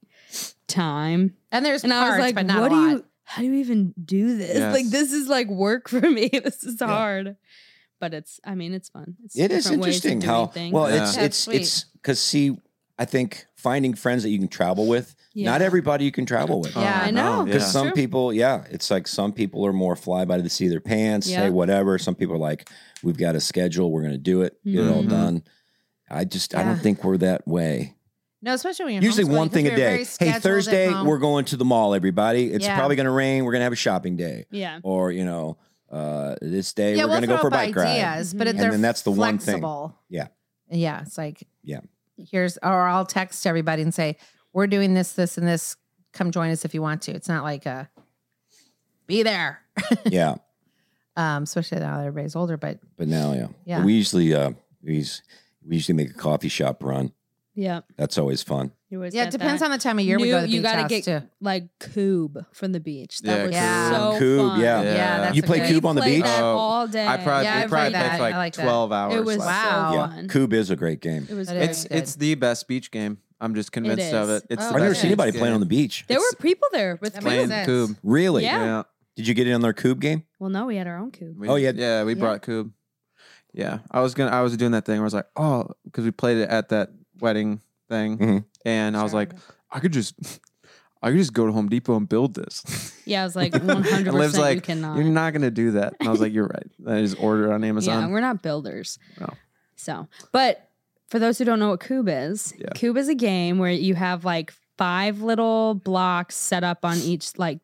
Speaker 3: time.
Speaker 2: And there's
Speaker 3: And
Speaker 2: parts,
Speaker 3: I was like,
Speaker 2: but not
Speaker 3: what
Speaker 2: a
Speaker 3: do
Speaker 2: lot.
Speaker 3: you how do you even do this?
Speaker 4: Yes.
Speaker 3: Like this is like work for me. this is
Speaker 1: Yeah.
Speaker 3: hard. But it's I mean it's fun. It's
Speaker 1: It is
Speaker 3: different ways of
Speaker 1: interesting
Speaker 3: doing
Speaker 1: how
Speaker 3: things.
Speaker 1: well
Speaker 4: Yeah.
Speaker 1: it's
Speaker 2: That's
Speaker 1: it's
Speaker 2: sweet.
Speaker 1: it's because see, I think finding friends that you can travel with.
Speaker 3: Yeah.
Speaker 1: Not everybody you can travel with.
Speaker 2: Yeah, I
Speaker 4: no,
Speaker 3: know.
Speaker 1: Because
Speaker 4: Yeah.
Speaker 1: some
Speaker 3: True.
Speaker 1: people, yeah, it's like some people are more fly by the seat of their pants,
Speaker 3: Yeah.
Speaker 1: say whatever. Some people are like, we've got a schedule, we're going to do it, get it all
Speaker 4: Mhm.
Speaker 1: done. I just, I don't
Speaker 2: Yeah.
Speaker 1: think we're that way.
Speaker 2: No, especially when you're
Speaker 1: Usually
Speaker 2: homeschooling,
Speaker 1: one
Speaker 2: 'cause
Speaker 1: thing a
Speaker 2: you're very
Speaker 1: day. Hey,
Speaker 2: scheduled at
Speaker 1: Thursday,
Speaker 2: home.
Speaker 1: we're going to the mall, everybody. It's
Speaker 2: Yeah.
Speaker 1: probably going to rain. We're going to have a shopping day.
Speaker 3: Yeah.
Speaker 1: Or, you know, uh, this day,
Speaker 2: yeah,
Speaker 1: we're
Speaker 2: we'll
Speaker 1: going to go
Speaker 2: throw
Speaker 1: for a
Speaker 2: up
Speaker 1: bike ride.
Speaker 2: ideas, but if
Speaker 3: Mhm. And
Speaker 2: they're
Speaker 1: then that's the one thing.
Speaker 2: flexible,
Speaker 1: Yeah.
Speaker 2: yeah, it's like
Speaker 1: Yeah.
Speaker 2: Here's or I'll text everybody and say we're doing this, this, and this. Come join us if you want to. It's not like a be there,
Speaker 1: yeah.
Speaker 2: um, especially now that everybody's older. But
Speaker 1: But now, yeah.
Speaker 2: Yeah.
Speaker 1: We usually, uh, we, us- we usually make a coffee shop run.
Speaker 3: Yeah.
Speaker 1: That's always fun.
Speaker 3: You always
Speaker 2: yeah, it
Speaker 3: get
Speaker 2: depends
Speaker 3: that.
Speaker 2: on the time of year we
Speaker 3: New-
Speaker 2: go to the
Speaker 3: you
Speaker 2: beach
Speaker 3: gotta
Speaker 2: house
Speaker 3: get-
Speaker 2: too.
Speaker 3: like Coob from the beach.
Speaker 4: Yeah,
Speaker 3: That
Speaker 2: Yeah.
Speaker 3: was so
Speaker 1: Coob,
Speaker 3: fun.
Speaker 1: yeah.
Speaker 2: Yeah,
Speaker 4: Yeah.
Speaker 2: that's
Speaker 1: You
Speaker 2: a
Speaker 1: play
Speaker 2: good-
Speaker 1: cube on the
Speaker 3: We played
Speaker 1: beach?
Speaker 3: that
Speaker 4: Oh,
Speaker 3: all day.
Speaker 4: I probably,
Speaker 2: Yeah,
Speaker 4: we
Speaker 2: I've
Speaker 4: probably
Speaker 2: read that.
Speaker 4: picked
Speaker 2: I
Speaker 4: like,
Speaker 2: like that.
Speaker 4: 12 hours.
Speaker 3: was
Speaker 4: last
Speaker 2: wow.
Speaker 4: time.
Speaker 1: yeah.
Speaker 3: fun.
Speaker 1: Coob is a great game.
Speaker 3: it was
Speaker 2: That
Speaker 3: great.
Speaker 2: is
Speaker 4: It's
Speaker 2: good.
Speaker 4: it's the best beach game. I'm just convinced of
Speaker 3: is.
Speaker 4: it. It's
Speaker 2: Oh,
Speaker 4: the
Speaker 1: I've never
Speaker 4: best
Speaker 1: seen anybody
Speaker 4: beach
Speaker 1: playing on the
Speaker 4: game.
Speaker 1: beach.
Speaker 3: there were
Speaker 4: it's-
Speaker 3: people there with
Speaker 2: That
Speaker 3: people.
Speaker 2: makes
Speaker 4: playing
Speaker 2: sense.
Speaker 4: Coob.
Speaker 1: Really?
Speaker 3: Yeah.
Speaker 1: Did you get in on their cube game?
Speaker 3: Well, no, we had our own Coob.
Speaker 4: We-
Speaker 1: Oh, yeah.
Speaker 4: Yeah, we
Speaker 3: Yeah.
Speaker 4: brought Coob. Yeah. I was gonna I was doing that thing where I was like, oh, because we played it at that wedding thing.
Speaker 1: Mhm.
Speaker 4: And I was
Speaker 3: Sure.
Speaker 4: like, I could just I could just go to Home Depot and build this.
Speaker 3: Yeah, I was like 100
Speaker 4: And Liv's
Speaker 3: percent you
Speaker 4: like,
Speaker 3: cannot.
Speaker 4: You're not gonna do that. And I was like, You're right. I just order on
Speaker 3: Yeah,
Speaker 4: Amazon.
Speaker 3: we're not builders.
Speaker 4: No.
Speaker 3: So, but for those who don't know what Cube is,
Speaker 4: Yeah.
Speaker 3: Cube is a game where you have like five little blocks set up on each, like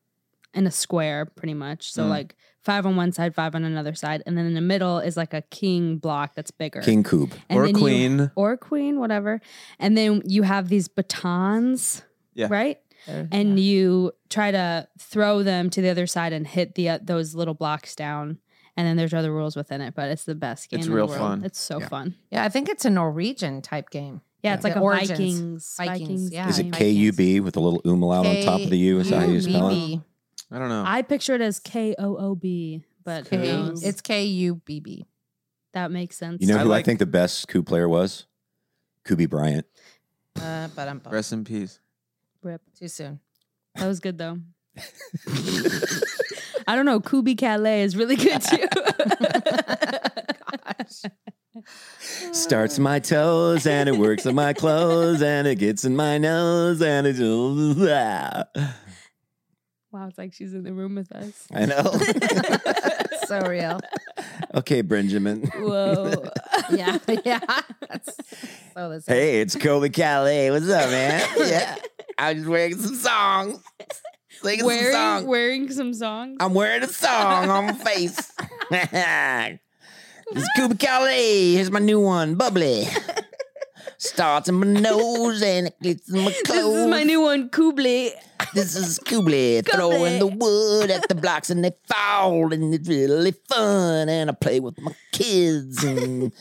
Speaker 3: in a square, pretty much. So,
Speaker 4: Mm.
Speaker 3: like five on one side, five on another side. And then in the middle is like a king block that's bigger.
Speaker 1: King Cube.
Speaker 3: And
Speaker 4: or
Speaker 3: then you-
Speaker 4: Queen.
Speaker 3: or queen, whatever. And then you have these batons,
Speaker 4: Yeah.
Speaker 3: right?
Speaker 2: There-
Speaker 3: and you try to throw them to the other side and hit the uh, those little blocks down. And then there's other rules within it, but it's the best game.
Speaker 4: It's
Speaker 3: in the
Speaker 4: real
Speaker 3: world.
Speaker 4: fun.
Speaker 3: It's so
Speaker 1: Yeah.
Speaker 3: fun.
Speaker 2: yeah, I think it's a Norwegian type game.
Speaker 3: Yeah, it's
Speaker 2: The
Speaker 3: like a
Speaker 2: origins.
Speaker 3: Vikings.
Speaker 2: Vikings, yeah.
Speaker 1: Is it
Speaker 2: Vikings.
Speaker 1: K U B with a little umlaut on top of the U? Is that how you spell it?
Speaker 2: K-U-B-B.
Speaker 4: I don't know.
Speaker 3: I picture it as K O O B, but who
Speaker 2: K-
Speaker 3: knows?
Speaker 2: It's K U B B.
Speaker 3: That makes sense.
Speaker 1: You know
Speaker 4: I
Speaker 1: who
Speaker 4: like-
Speaker 1: I think the best coup player was? Kobe Bryant.
Speaker 2: Uh, but I'm bummed.
Speaker 4: Rest in peace.
Speaker 3: Rip.
Speaker 2: too soon.
Speaker 3: That was good though. I don't know. Kubi Calais is really good too.
Speaker 1: Starts my toes and it works on my clothes and it gets in my nose and it just. ah.
Speaker 3: wow, it's like she's in the room with us.
Speaker 1: I know.
Speaker 2: so real.
Speaker 1: okay, Benjamin.
Speaker 3: Whoa.
Speaker 2: Yeah, yeah. That's so the same.
Speaker 1: Hey, it's Kobe Calais. What's up, man? Yeah. I'm just wearing some songs. Singing
Speaker 3: wearing
Speaker 1: some songs.
Speaker 3: wearing some songs.
Speaker 1: I'm wearing a song on my face. it's Kobe Calais. Here's my new one, Bubbly. Starts in my nose and it gets in my
Speaker 3: this
Speaker 1: clothes.
Speaker 3: is my new one, Kubli.
Speaker 1: This is Kubli throwing the wood at the blocks and they fall and it's really fun and I play with my kids and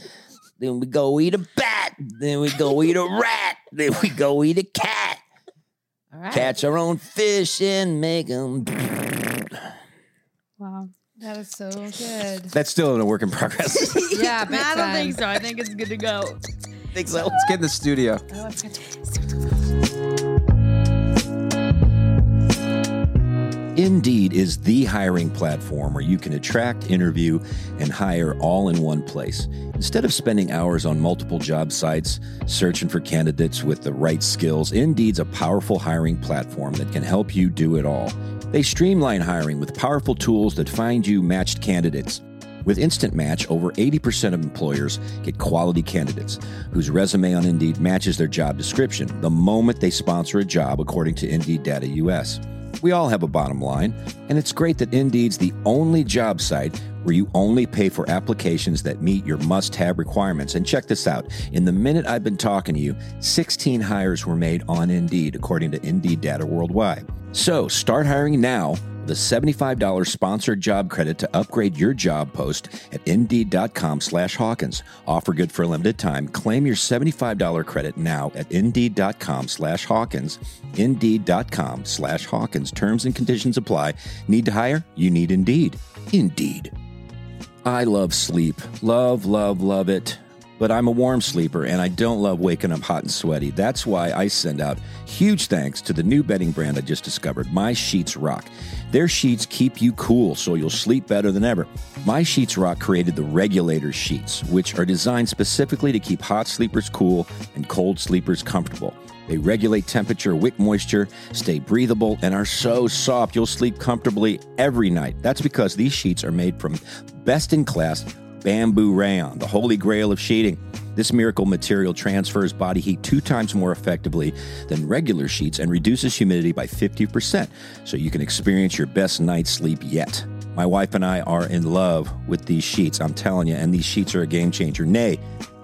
Speaker 1: then we go eat a bat, then we go eat a rat, then we go eat a cat,
Speaker 2: All right.
Speaker 1: catch our own fish and make them.
Speaker 3: Wow.
Speaker 2: That is so good.
Speaker 1: That's still in a work in progress.
Speaker 2: Yeah, big
Speaker 3: I don't
Speaker 2: time.
Speaker 3: think so. I think it's good to go.
Speaker 1: think so.
Speaker 4: Let's get in the studio.
Speaker 1: Indeed is the hiring platform where you can attract, interview, and hire all in one place. Instead of spending hours on multiple job sites searching for candidates with the right skills, Indeed's a powerful hiring platform that can help you do it all. They streamline hiring with powerful tools that find you matched candidates. With Instant Match, over 80% of employers get quality candidates whose resume on Indeed matches their job description the moment they sponsor a job, according to Indeed Data US. We all have a bottom line, and it's great that Indeed's the only job site where you only pay for applications that meet your must have requirements. And check this out in the minute I've been talking to you, 16 hires were made on Indeed, according to Indeed Data Worldwide. So start hiring now with a $75 sponsored job credit to upgrade your job post at indeed.com slash Hawkins. Offer good for a limited time. Claim your $75 credit now at indeed.com slash Hawkins. Indeed.com slash Hawkins. Terms and conditions apply. Need to hire? You need Indeed. Indeed. I love sleep. Love, love, love it. But I'm a warm sleeper and I don't love waking up hot and sweaty. That's why I send out huge thanks to the new bedding brand I just discovered, My Sheets Rock. Their sheets keep you cool so you'll sleep better than ever. My Sheets Rock created the regulator sheets, which are designed specifically to keep hot sleepers cool and cold sleepers comfortable. They regulate temperature, wick moisture, stay breathable, and are so soft you'll sleep comfortably every night. That's because these sheets are made from best in class bamboo rayon, the holy grail of sheeting. This miracle material transfers body heat two times more effectively than regular sheets and reduces humidity by 50%, so you can experience your best night's sleep yet. My wife and I are in love with these sheets, I'm telling you, and these sheets are a game changer. Nay,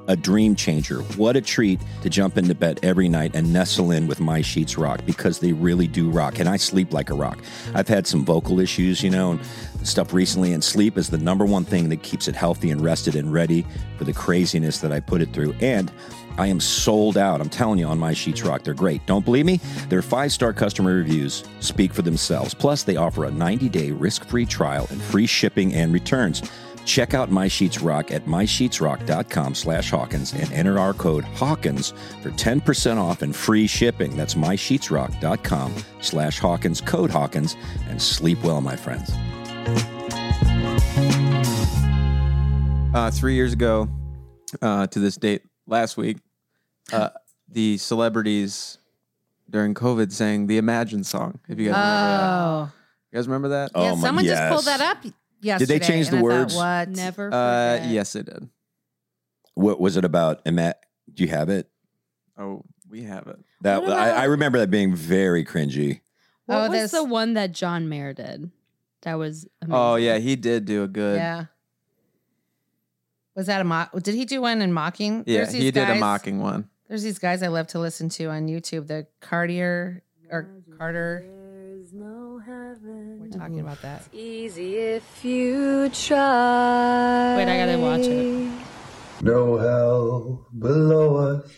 Speaker 1: a dream changer. What a treat to jump into bed every night and nestle in with my sheets rock because they really do rock and I sleep like a rock. I've had some vocal issues, you know, and stuff recently and sleep is the number one thing that keeps it healthy and rested and ready for the craziness that I put it through and I am sold out. I'm telling you on my sheets rock. They're great. Don't believe me? Their five-star customer reviews speak for themselves. Plus, they offer a 90-day risk-free trial and free shipping and returns. Check out My Sheets Rock at mysheetsrock.com slash Hawkins and enter our code Hawkins for 10% off and free shipping. That's mysheetsrock.com slash Hawkins, code Hawkins, and sleep well, my friends.
Speaker 4: Uh, three years ago uh, to this date, last week, uh, the celebrities during COVID sang the Imagine song. If you guys remember
Speaker 2: Oh,
Speaker 4: that. You guys remember
Speaker 3: Oh,
Speaker 4: that?
Speaker 2: yeah. Someone just pulled that up yesterday.
Speaker 1: change the
Speaker 2: and I thought,
Speaker 1: words?
Speaker 2: What?
Speaker 3: Never.
Speaker 4: Uh,
Speaker 3: forget.
Speaker 4: yes, it did.
Speaker 1: What was it about? And Matt, do you have it?
Speaker 4: Oh, we have it.
Speaker 1: That
Speaker 3: What
Speaker 1: I,
Speaker 3: about-
Speaker 1: I remember that being very cringy.
Speaker 3: What
Speaker 2: Oh,
Speaker 3: was
Speaker 2: this-
Speaker 3: the one that John Mayer did? That was. Amazing.
Speaker 4: Oh yeah, he did do a good.
Speaker 2: Yeah. Was that a mock? Did he do one in mocking?
Speaker 4: Yeah,
Speaker 2: There's these
Speaker 4: he did
Speaker 2: guys-
Speaker 4: a mocking one.
Speaker 2: There's these guys I love to listen to on YouTube. The Cartier or Carter.
Speaker 9: There's no
Speaker 2: We're
Speaker 9: heaven.
Speaker 2: talking about that.
Speaker 9: Easy if you try.
Speaker 3: Wait, I gotta watch it.
Speaker 5: No hell below us.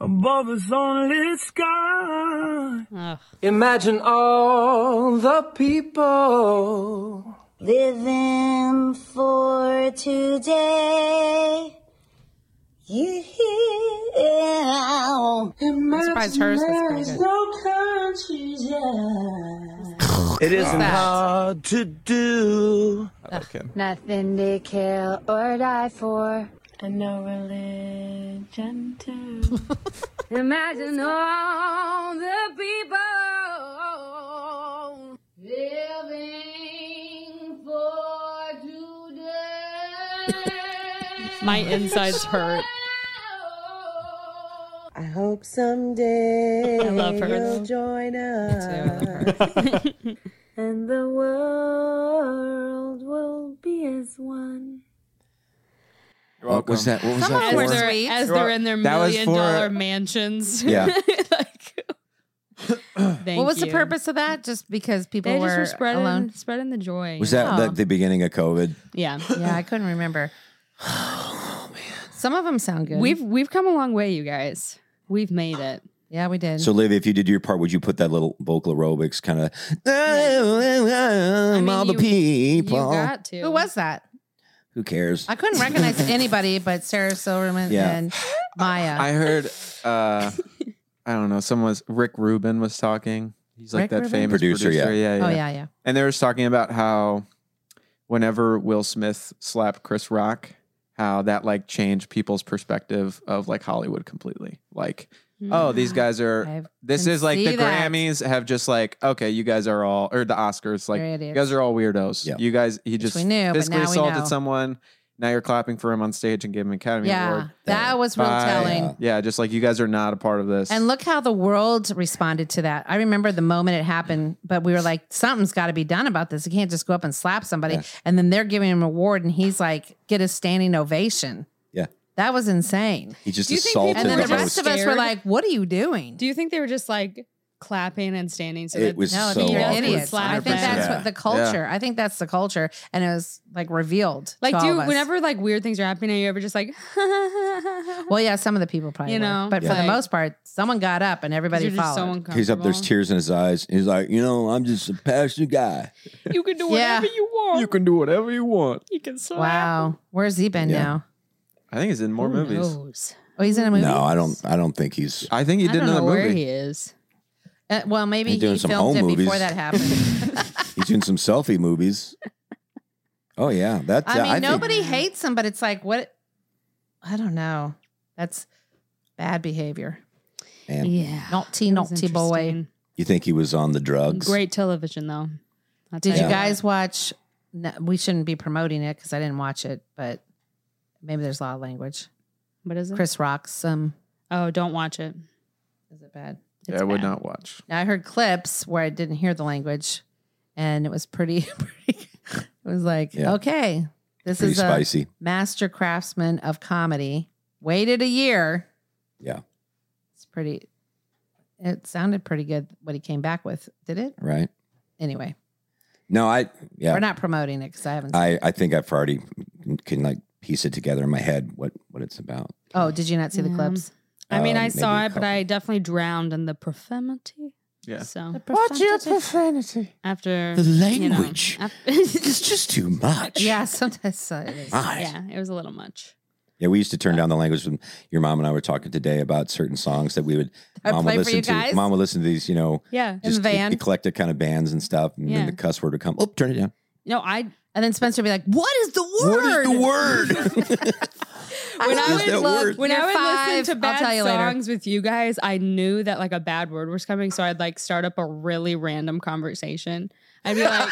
Speaker 10: Above us only sky.
Speaker 3: Ugh.
Speaker 10: Imagine all the people
Speaker 11: living for today. Yeah.
Speaker 2: I'm surprised hers was pretty good.
Speaker 11: No countries, yeah.
Speaker 2: It isn't That.
Speaker 11: hard to do.
Speaker 4: I like him.
Speaker 11: Nothing to kill or die for. And no religion too. Imagine all the people living for today.
Speaker 3: My insides hurt.
Speaker 11: I hope someday
Speaker 3: I love her.
Speaker 11: you'll join us. and the world will be as one.
Speaker 1: What was that? What was
Speaker 3: Some
Speaker 1: that
Speaker 3: of
Speaker 1: for?
Speaker 3: us are- as they're in their
Speaker 1: That was
Speaker 3: million
Speaker 1: for-
Speaker 3: dollar mansions.
Speaker 1: Yeah.
Speaker 3: Thank
Speaker 2: what was the
Speaker 3: you.
Speaker 2: purpose of that? Just because people
Speaker 3: They
Speaker 2: were,
Speaker 3: just were spreading,
Speaker 2: alone.
Speaker 3: spreading the joy.
Speaker 1: Was that
Speaker 2: Oh.
Speaker 1: like the beginning of COVID?
Speaker 3: yeah.
Speaker 2: Yeah, I couldn't remember. Some of them sound good.
Speaker 3: We've we've come a long way, you guys. We've made it.
Speaker 2: yeah, we did.
Speaker 1: So, Liv, if you did your part, would you put that little vocal aerobics kind of all the people?
Speaker 3: to.
Speaker 2: Who was that?
Speaker 1: Who cares?
Speaker 2: I couldn't recognize anybody but Sarah Silverman
Speaker 4: Yeah.
Speaker 2: and Maya.
Speaker 4: I heard, uh, I don't know, someone was, Rick Rubin was talking. He's like
Speaker 2: Rick
Speaker 4: that
Speaker 2: Rubin?
Speaker 4: famous
Speaker 1: Producer,
Speaker 4: producer.
Speaker 1: yeah.
Speaker 4: yeah, yeah.
Speaker 2: Oh yeah, yeah.
Speaker 4: And they were talking about how whenever Will Smith slapped Chris Rock, how that like changed people's perspective of like Hollywood completely. Like,
Speaker 3: Mm-hmm.
Speaker 4: oh, these guys are.
Speaker 2: I
Speaker 4: this
Speaker 2: can
Speaker 4: is like the
Speaker 2: see that.
Speaker 4: Grammys have just like okay, you guys are all or the Oscars like
Speaker 2: You're
Speaker 4: you
Speaker 2: idiots.
Speaker 4: guys are all weirdos.
Speaker 1: Yeah.
Speaker 4: You guys, he just
Speaker 2: we knew, but now
Speaker 4: physically
Speaker 2: we
Speaker 4: assaulted
Speaker 2: know.
Speaker 4: someone. Now you're clapping for him on stage and gave him an Academy
Speaker 2: Yeah,
Speaker 4: Award.
Speaker 2: that was real
Speaker 4: Bye.
Speaker 2: telling.
Speaker 4: uh, Yeah, just like you guys are not a part of this.
Speaker 2: And look how the world responded to that. I remember the moment it happened, but we were like, something's got to be done about this. You can't just go up and slap somebody. And then they're giving him an award, and he's like, get a standing ovation.
Speaker 1: Yeah.
Speaker 2: That was insane.
Speaker 1: He just
Speaker 3: Do you think people-
Speaker 1: assaulted
Speaker 2: And then
Speaker 1: the
Speaker 2: the
Speaker 3: Because they were
Speaker 1: host.
Speaker 2: rest of us were
Speaker 3: scared.
Speaker 2: like, what are you doing?
Speaker 3: Do you think they were just like clapping and standing? So
Speaker 1: It
Speaker 3: that
Speaker 1: was
Speaker 2: No, I
Speaker 1: so
Speaker 2: think you're
Speaker 1: awkward.
Speaker 2: idiots. I think
Speaker 3: 100%.
Speaker 2: that's
Speaker 1: Yeah.
Speaker 2: what the culture. I think that's the culture, and it was like revealed.
Speaker 3: Like,
Speaker 2: to
Speaker 3: do
Speaker 2: all
Speaker 3: you,
Speaker 2: of us.
Speaker 3: whenever like weird things are happening, are you ever just like,
Speaker 2: Well, yeah, some of the people probably,
Speaker 3: You
Speaker 2: you
Speaker 3: know,
Speaker 2: know, but for
Speaker 3: like-
Speaker 2: the most part, someone got up and everybody
Speaker 3: you're just so
Speaker 2: followed.
Speaker 3: uncomfortable?
Speaker 1: He's up, there's tears in his eyes. He's like, you know, I'm just a passionate guy.
Speaker 3: You can do
Speaker 2: Yeah.
Speaker 3: whatever you want. You
Speaker 4: you
Speaker 3: can,
Speaker 4: can do whatever you want.
Speaker 3: slap.
Speaker 2: wow, where's he been
Speaker 1: Yeah.
Speaker 2: now?
Speaker 4: I think he's in more
Speaker 3: Who
Speaker 4: movies.
Speaker 3: knows?
Speaker 2: Oh, he's in a movie.
Speaker 1: No, I don't. I don't think he's.
Speaker 4: I think he
Speaker 3: I
Speaker 4: did
Speaker 3: don't know
Speaker 4: another
Speaker 3: where he
Speaker 4: movie.
Speaker 3: is.
Speaker 2: Uh, well, maybe
Speaker 1: He's doing
Speaker 2: he
Speaker 1: some
Speaker 2: filmed
Speaker 1: home
Speaker 2: it before
Speaker 1: movies.
Speaker 2: that happened.
Speaker 1: He's doing some selfie movies. Oh yeah, that.
Speaker 2: I mean,
Speaker 1: think-
Speaker 2: nobody hates him, but it's like what? I don't know. That's bad behavior.
Speaker 1: man,
Speaker 3: Yeah.
Speaker 2: Naughty, naughty boy.
Speaker 1: You think he was on the drugs?
Speaker 3: Great television though. I'll
Speaker 2: Did
Speaker 3: tell
Speaker 2: you
Speaker 1: Yeah.
Speaker 2: guys watch? No, we shouldn't be promoting it because I didn't watch it, but maybe there's a lot of language.
Speaker 3: What is it?
Speaker 2: Chris Rock's. Um,
Speaker 3: Oh, don't watch it.
Speaker 2: is it bad?
Speaker 4: Yeah, I would not watch.
Speaker 2: Now I heard clips where I didn't hear the language, and it was pretty. pretty it was like,
Speaker 1: Yeah.
Speaker 2: okay, this
Speaker 1: Pretty
Speaker 2: is a
Speaker 1: spicy.
Speaker 2: master craftsman of comedy. Waited a year.
Speaker 1: Yeah.
Speaker 2: It's pretty. It sounded pretty good what he came back with. Did it?
Speaker 1: Right.
Speaker 2: Anyway,
Speaker 1: No, I. Yeah.
Speaker 2: we're not promoting it because I haven't. Seen
Speaker 1: I, I think I've already can like piece it together in my head what what it's about.
Speaker 2: oh, did you not see the
Speaker 3: Yeah.
Speaker 2: clips?
Speaker 3: I mean,
Speaker 1: Uh,
Speaker 3: I
Speaker 1: maybe
Speaker 3: saw
Speaker 1: a
Speaker 3: it, but I
Speaker 1: couple.
Speaker 3: definitely drowned in the profanity.
Speaker 4: Yeah.
Speaker 3: So
Speaker 2: What's your
Speaker 4: profanity?
Speaker 3: after
Speaker 1: The
Speaker 3: you know,
Speaker 1: language.
Speaker 3: af-
Speaker 1: It's just too much.
Speaker 2: Yeah, sometimes uh, it is.
Speaker 1: My. Yeah.
Speaker 3: yeah, it was a little much.
Speaker 1: we used to turn down the language when your mom and I were talking today about certain songs that we would
Speaker 2: I
Speaker 1: mom
Speaker 2: play
Speaker 1: would
Speaker 2: for
Speaker 1: listen
Speaker 2: you
Speaker 1: to.
Speaker 2: guys?
Speaker 1: Mom would listen to these, you know,
Speaker 3: Yeah.
Speaker 2: the
Speaker 1: just e-
Speaker 2: van?
Speaker 1: eclectic kind of bands and stuff, and
Speaker 3: Yeah.
Speaker 1: then the cuss word would come. Oh, turn it down.
Speaker 3: No, I
Speaker 2: And then Spencer would be like, "What is the word?
Speaker 1: What is the word?
Speaker 2: when
Speaker 1: I would look-
Speaker 3: when
Speaker 2: you're
Speaker 3: I would
Speaker 2: five,
Speaker 3: listen to bad
Speaker 2: I'll tell you later.
Speaker 3: songs with you guys, I knew that like a bad word was coming, so I'd like start up a really random conversation. I'd be like,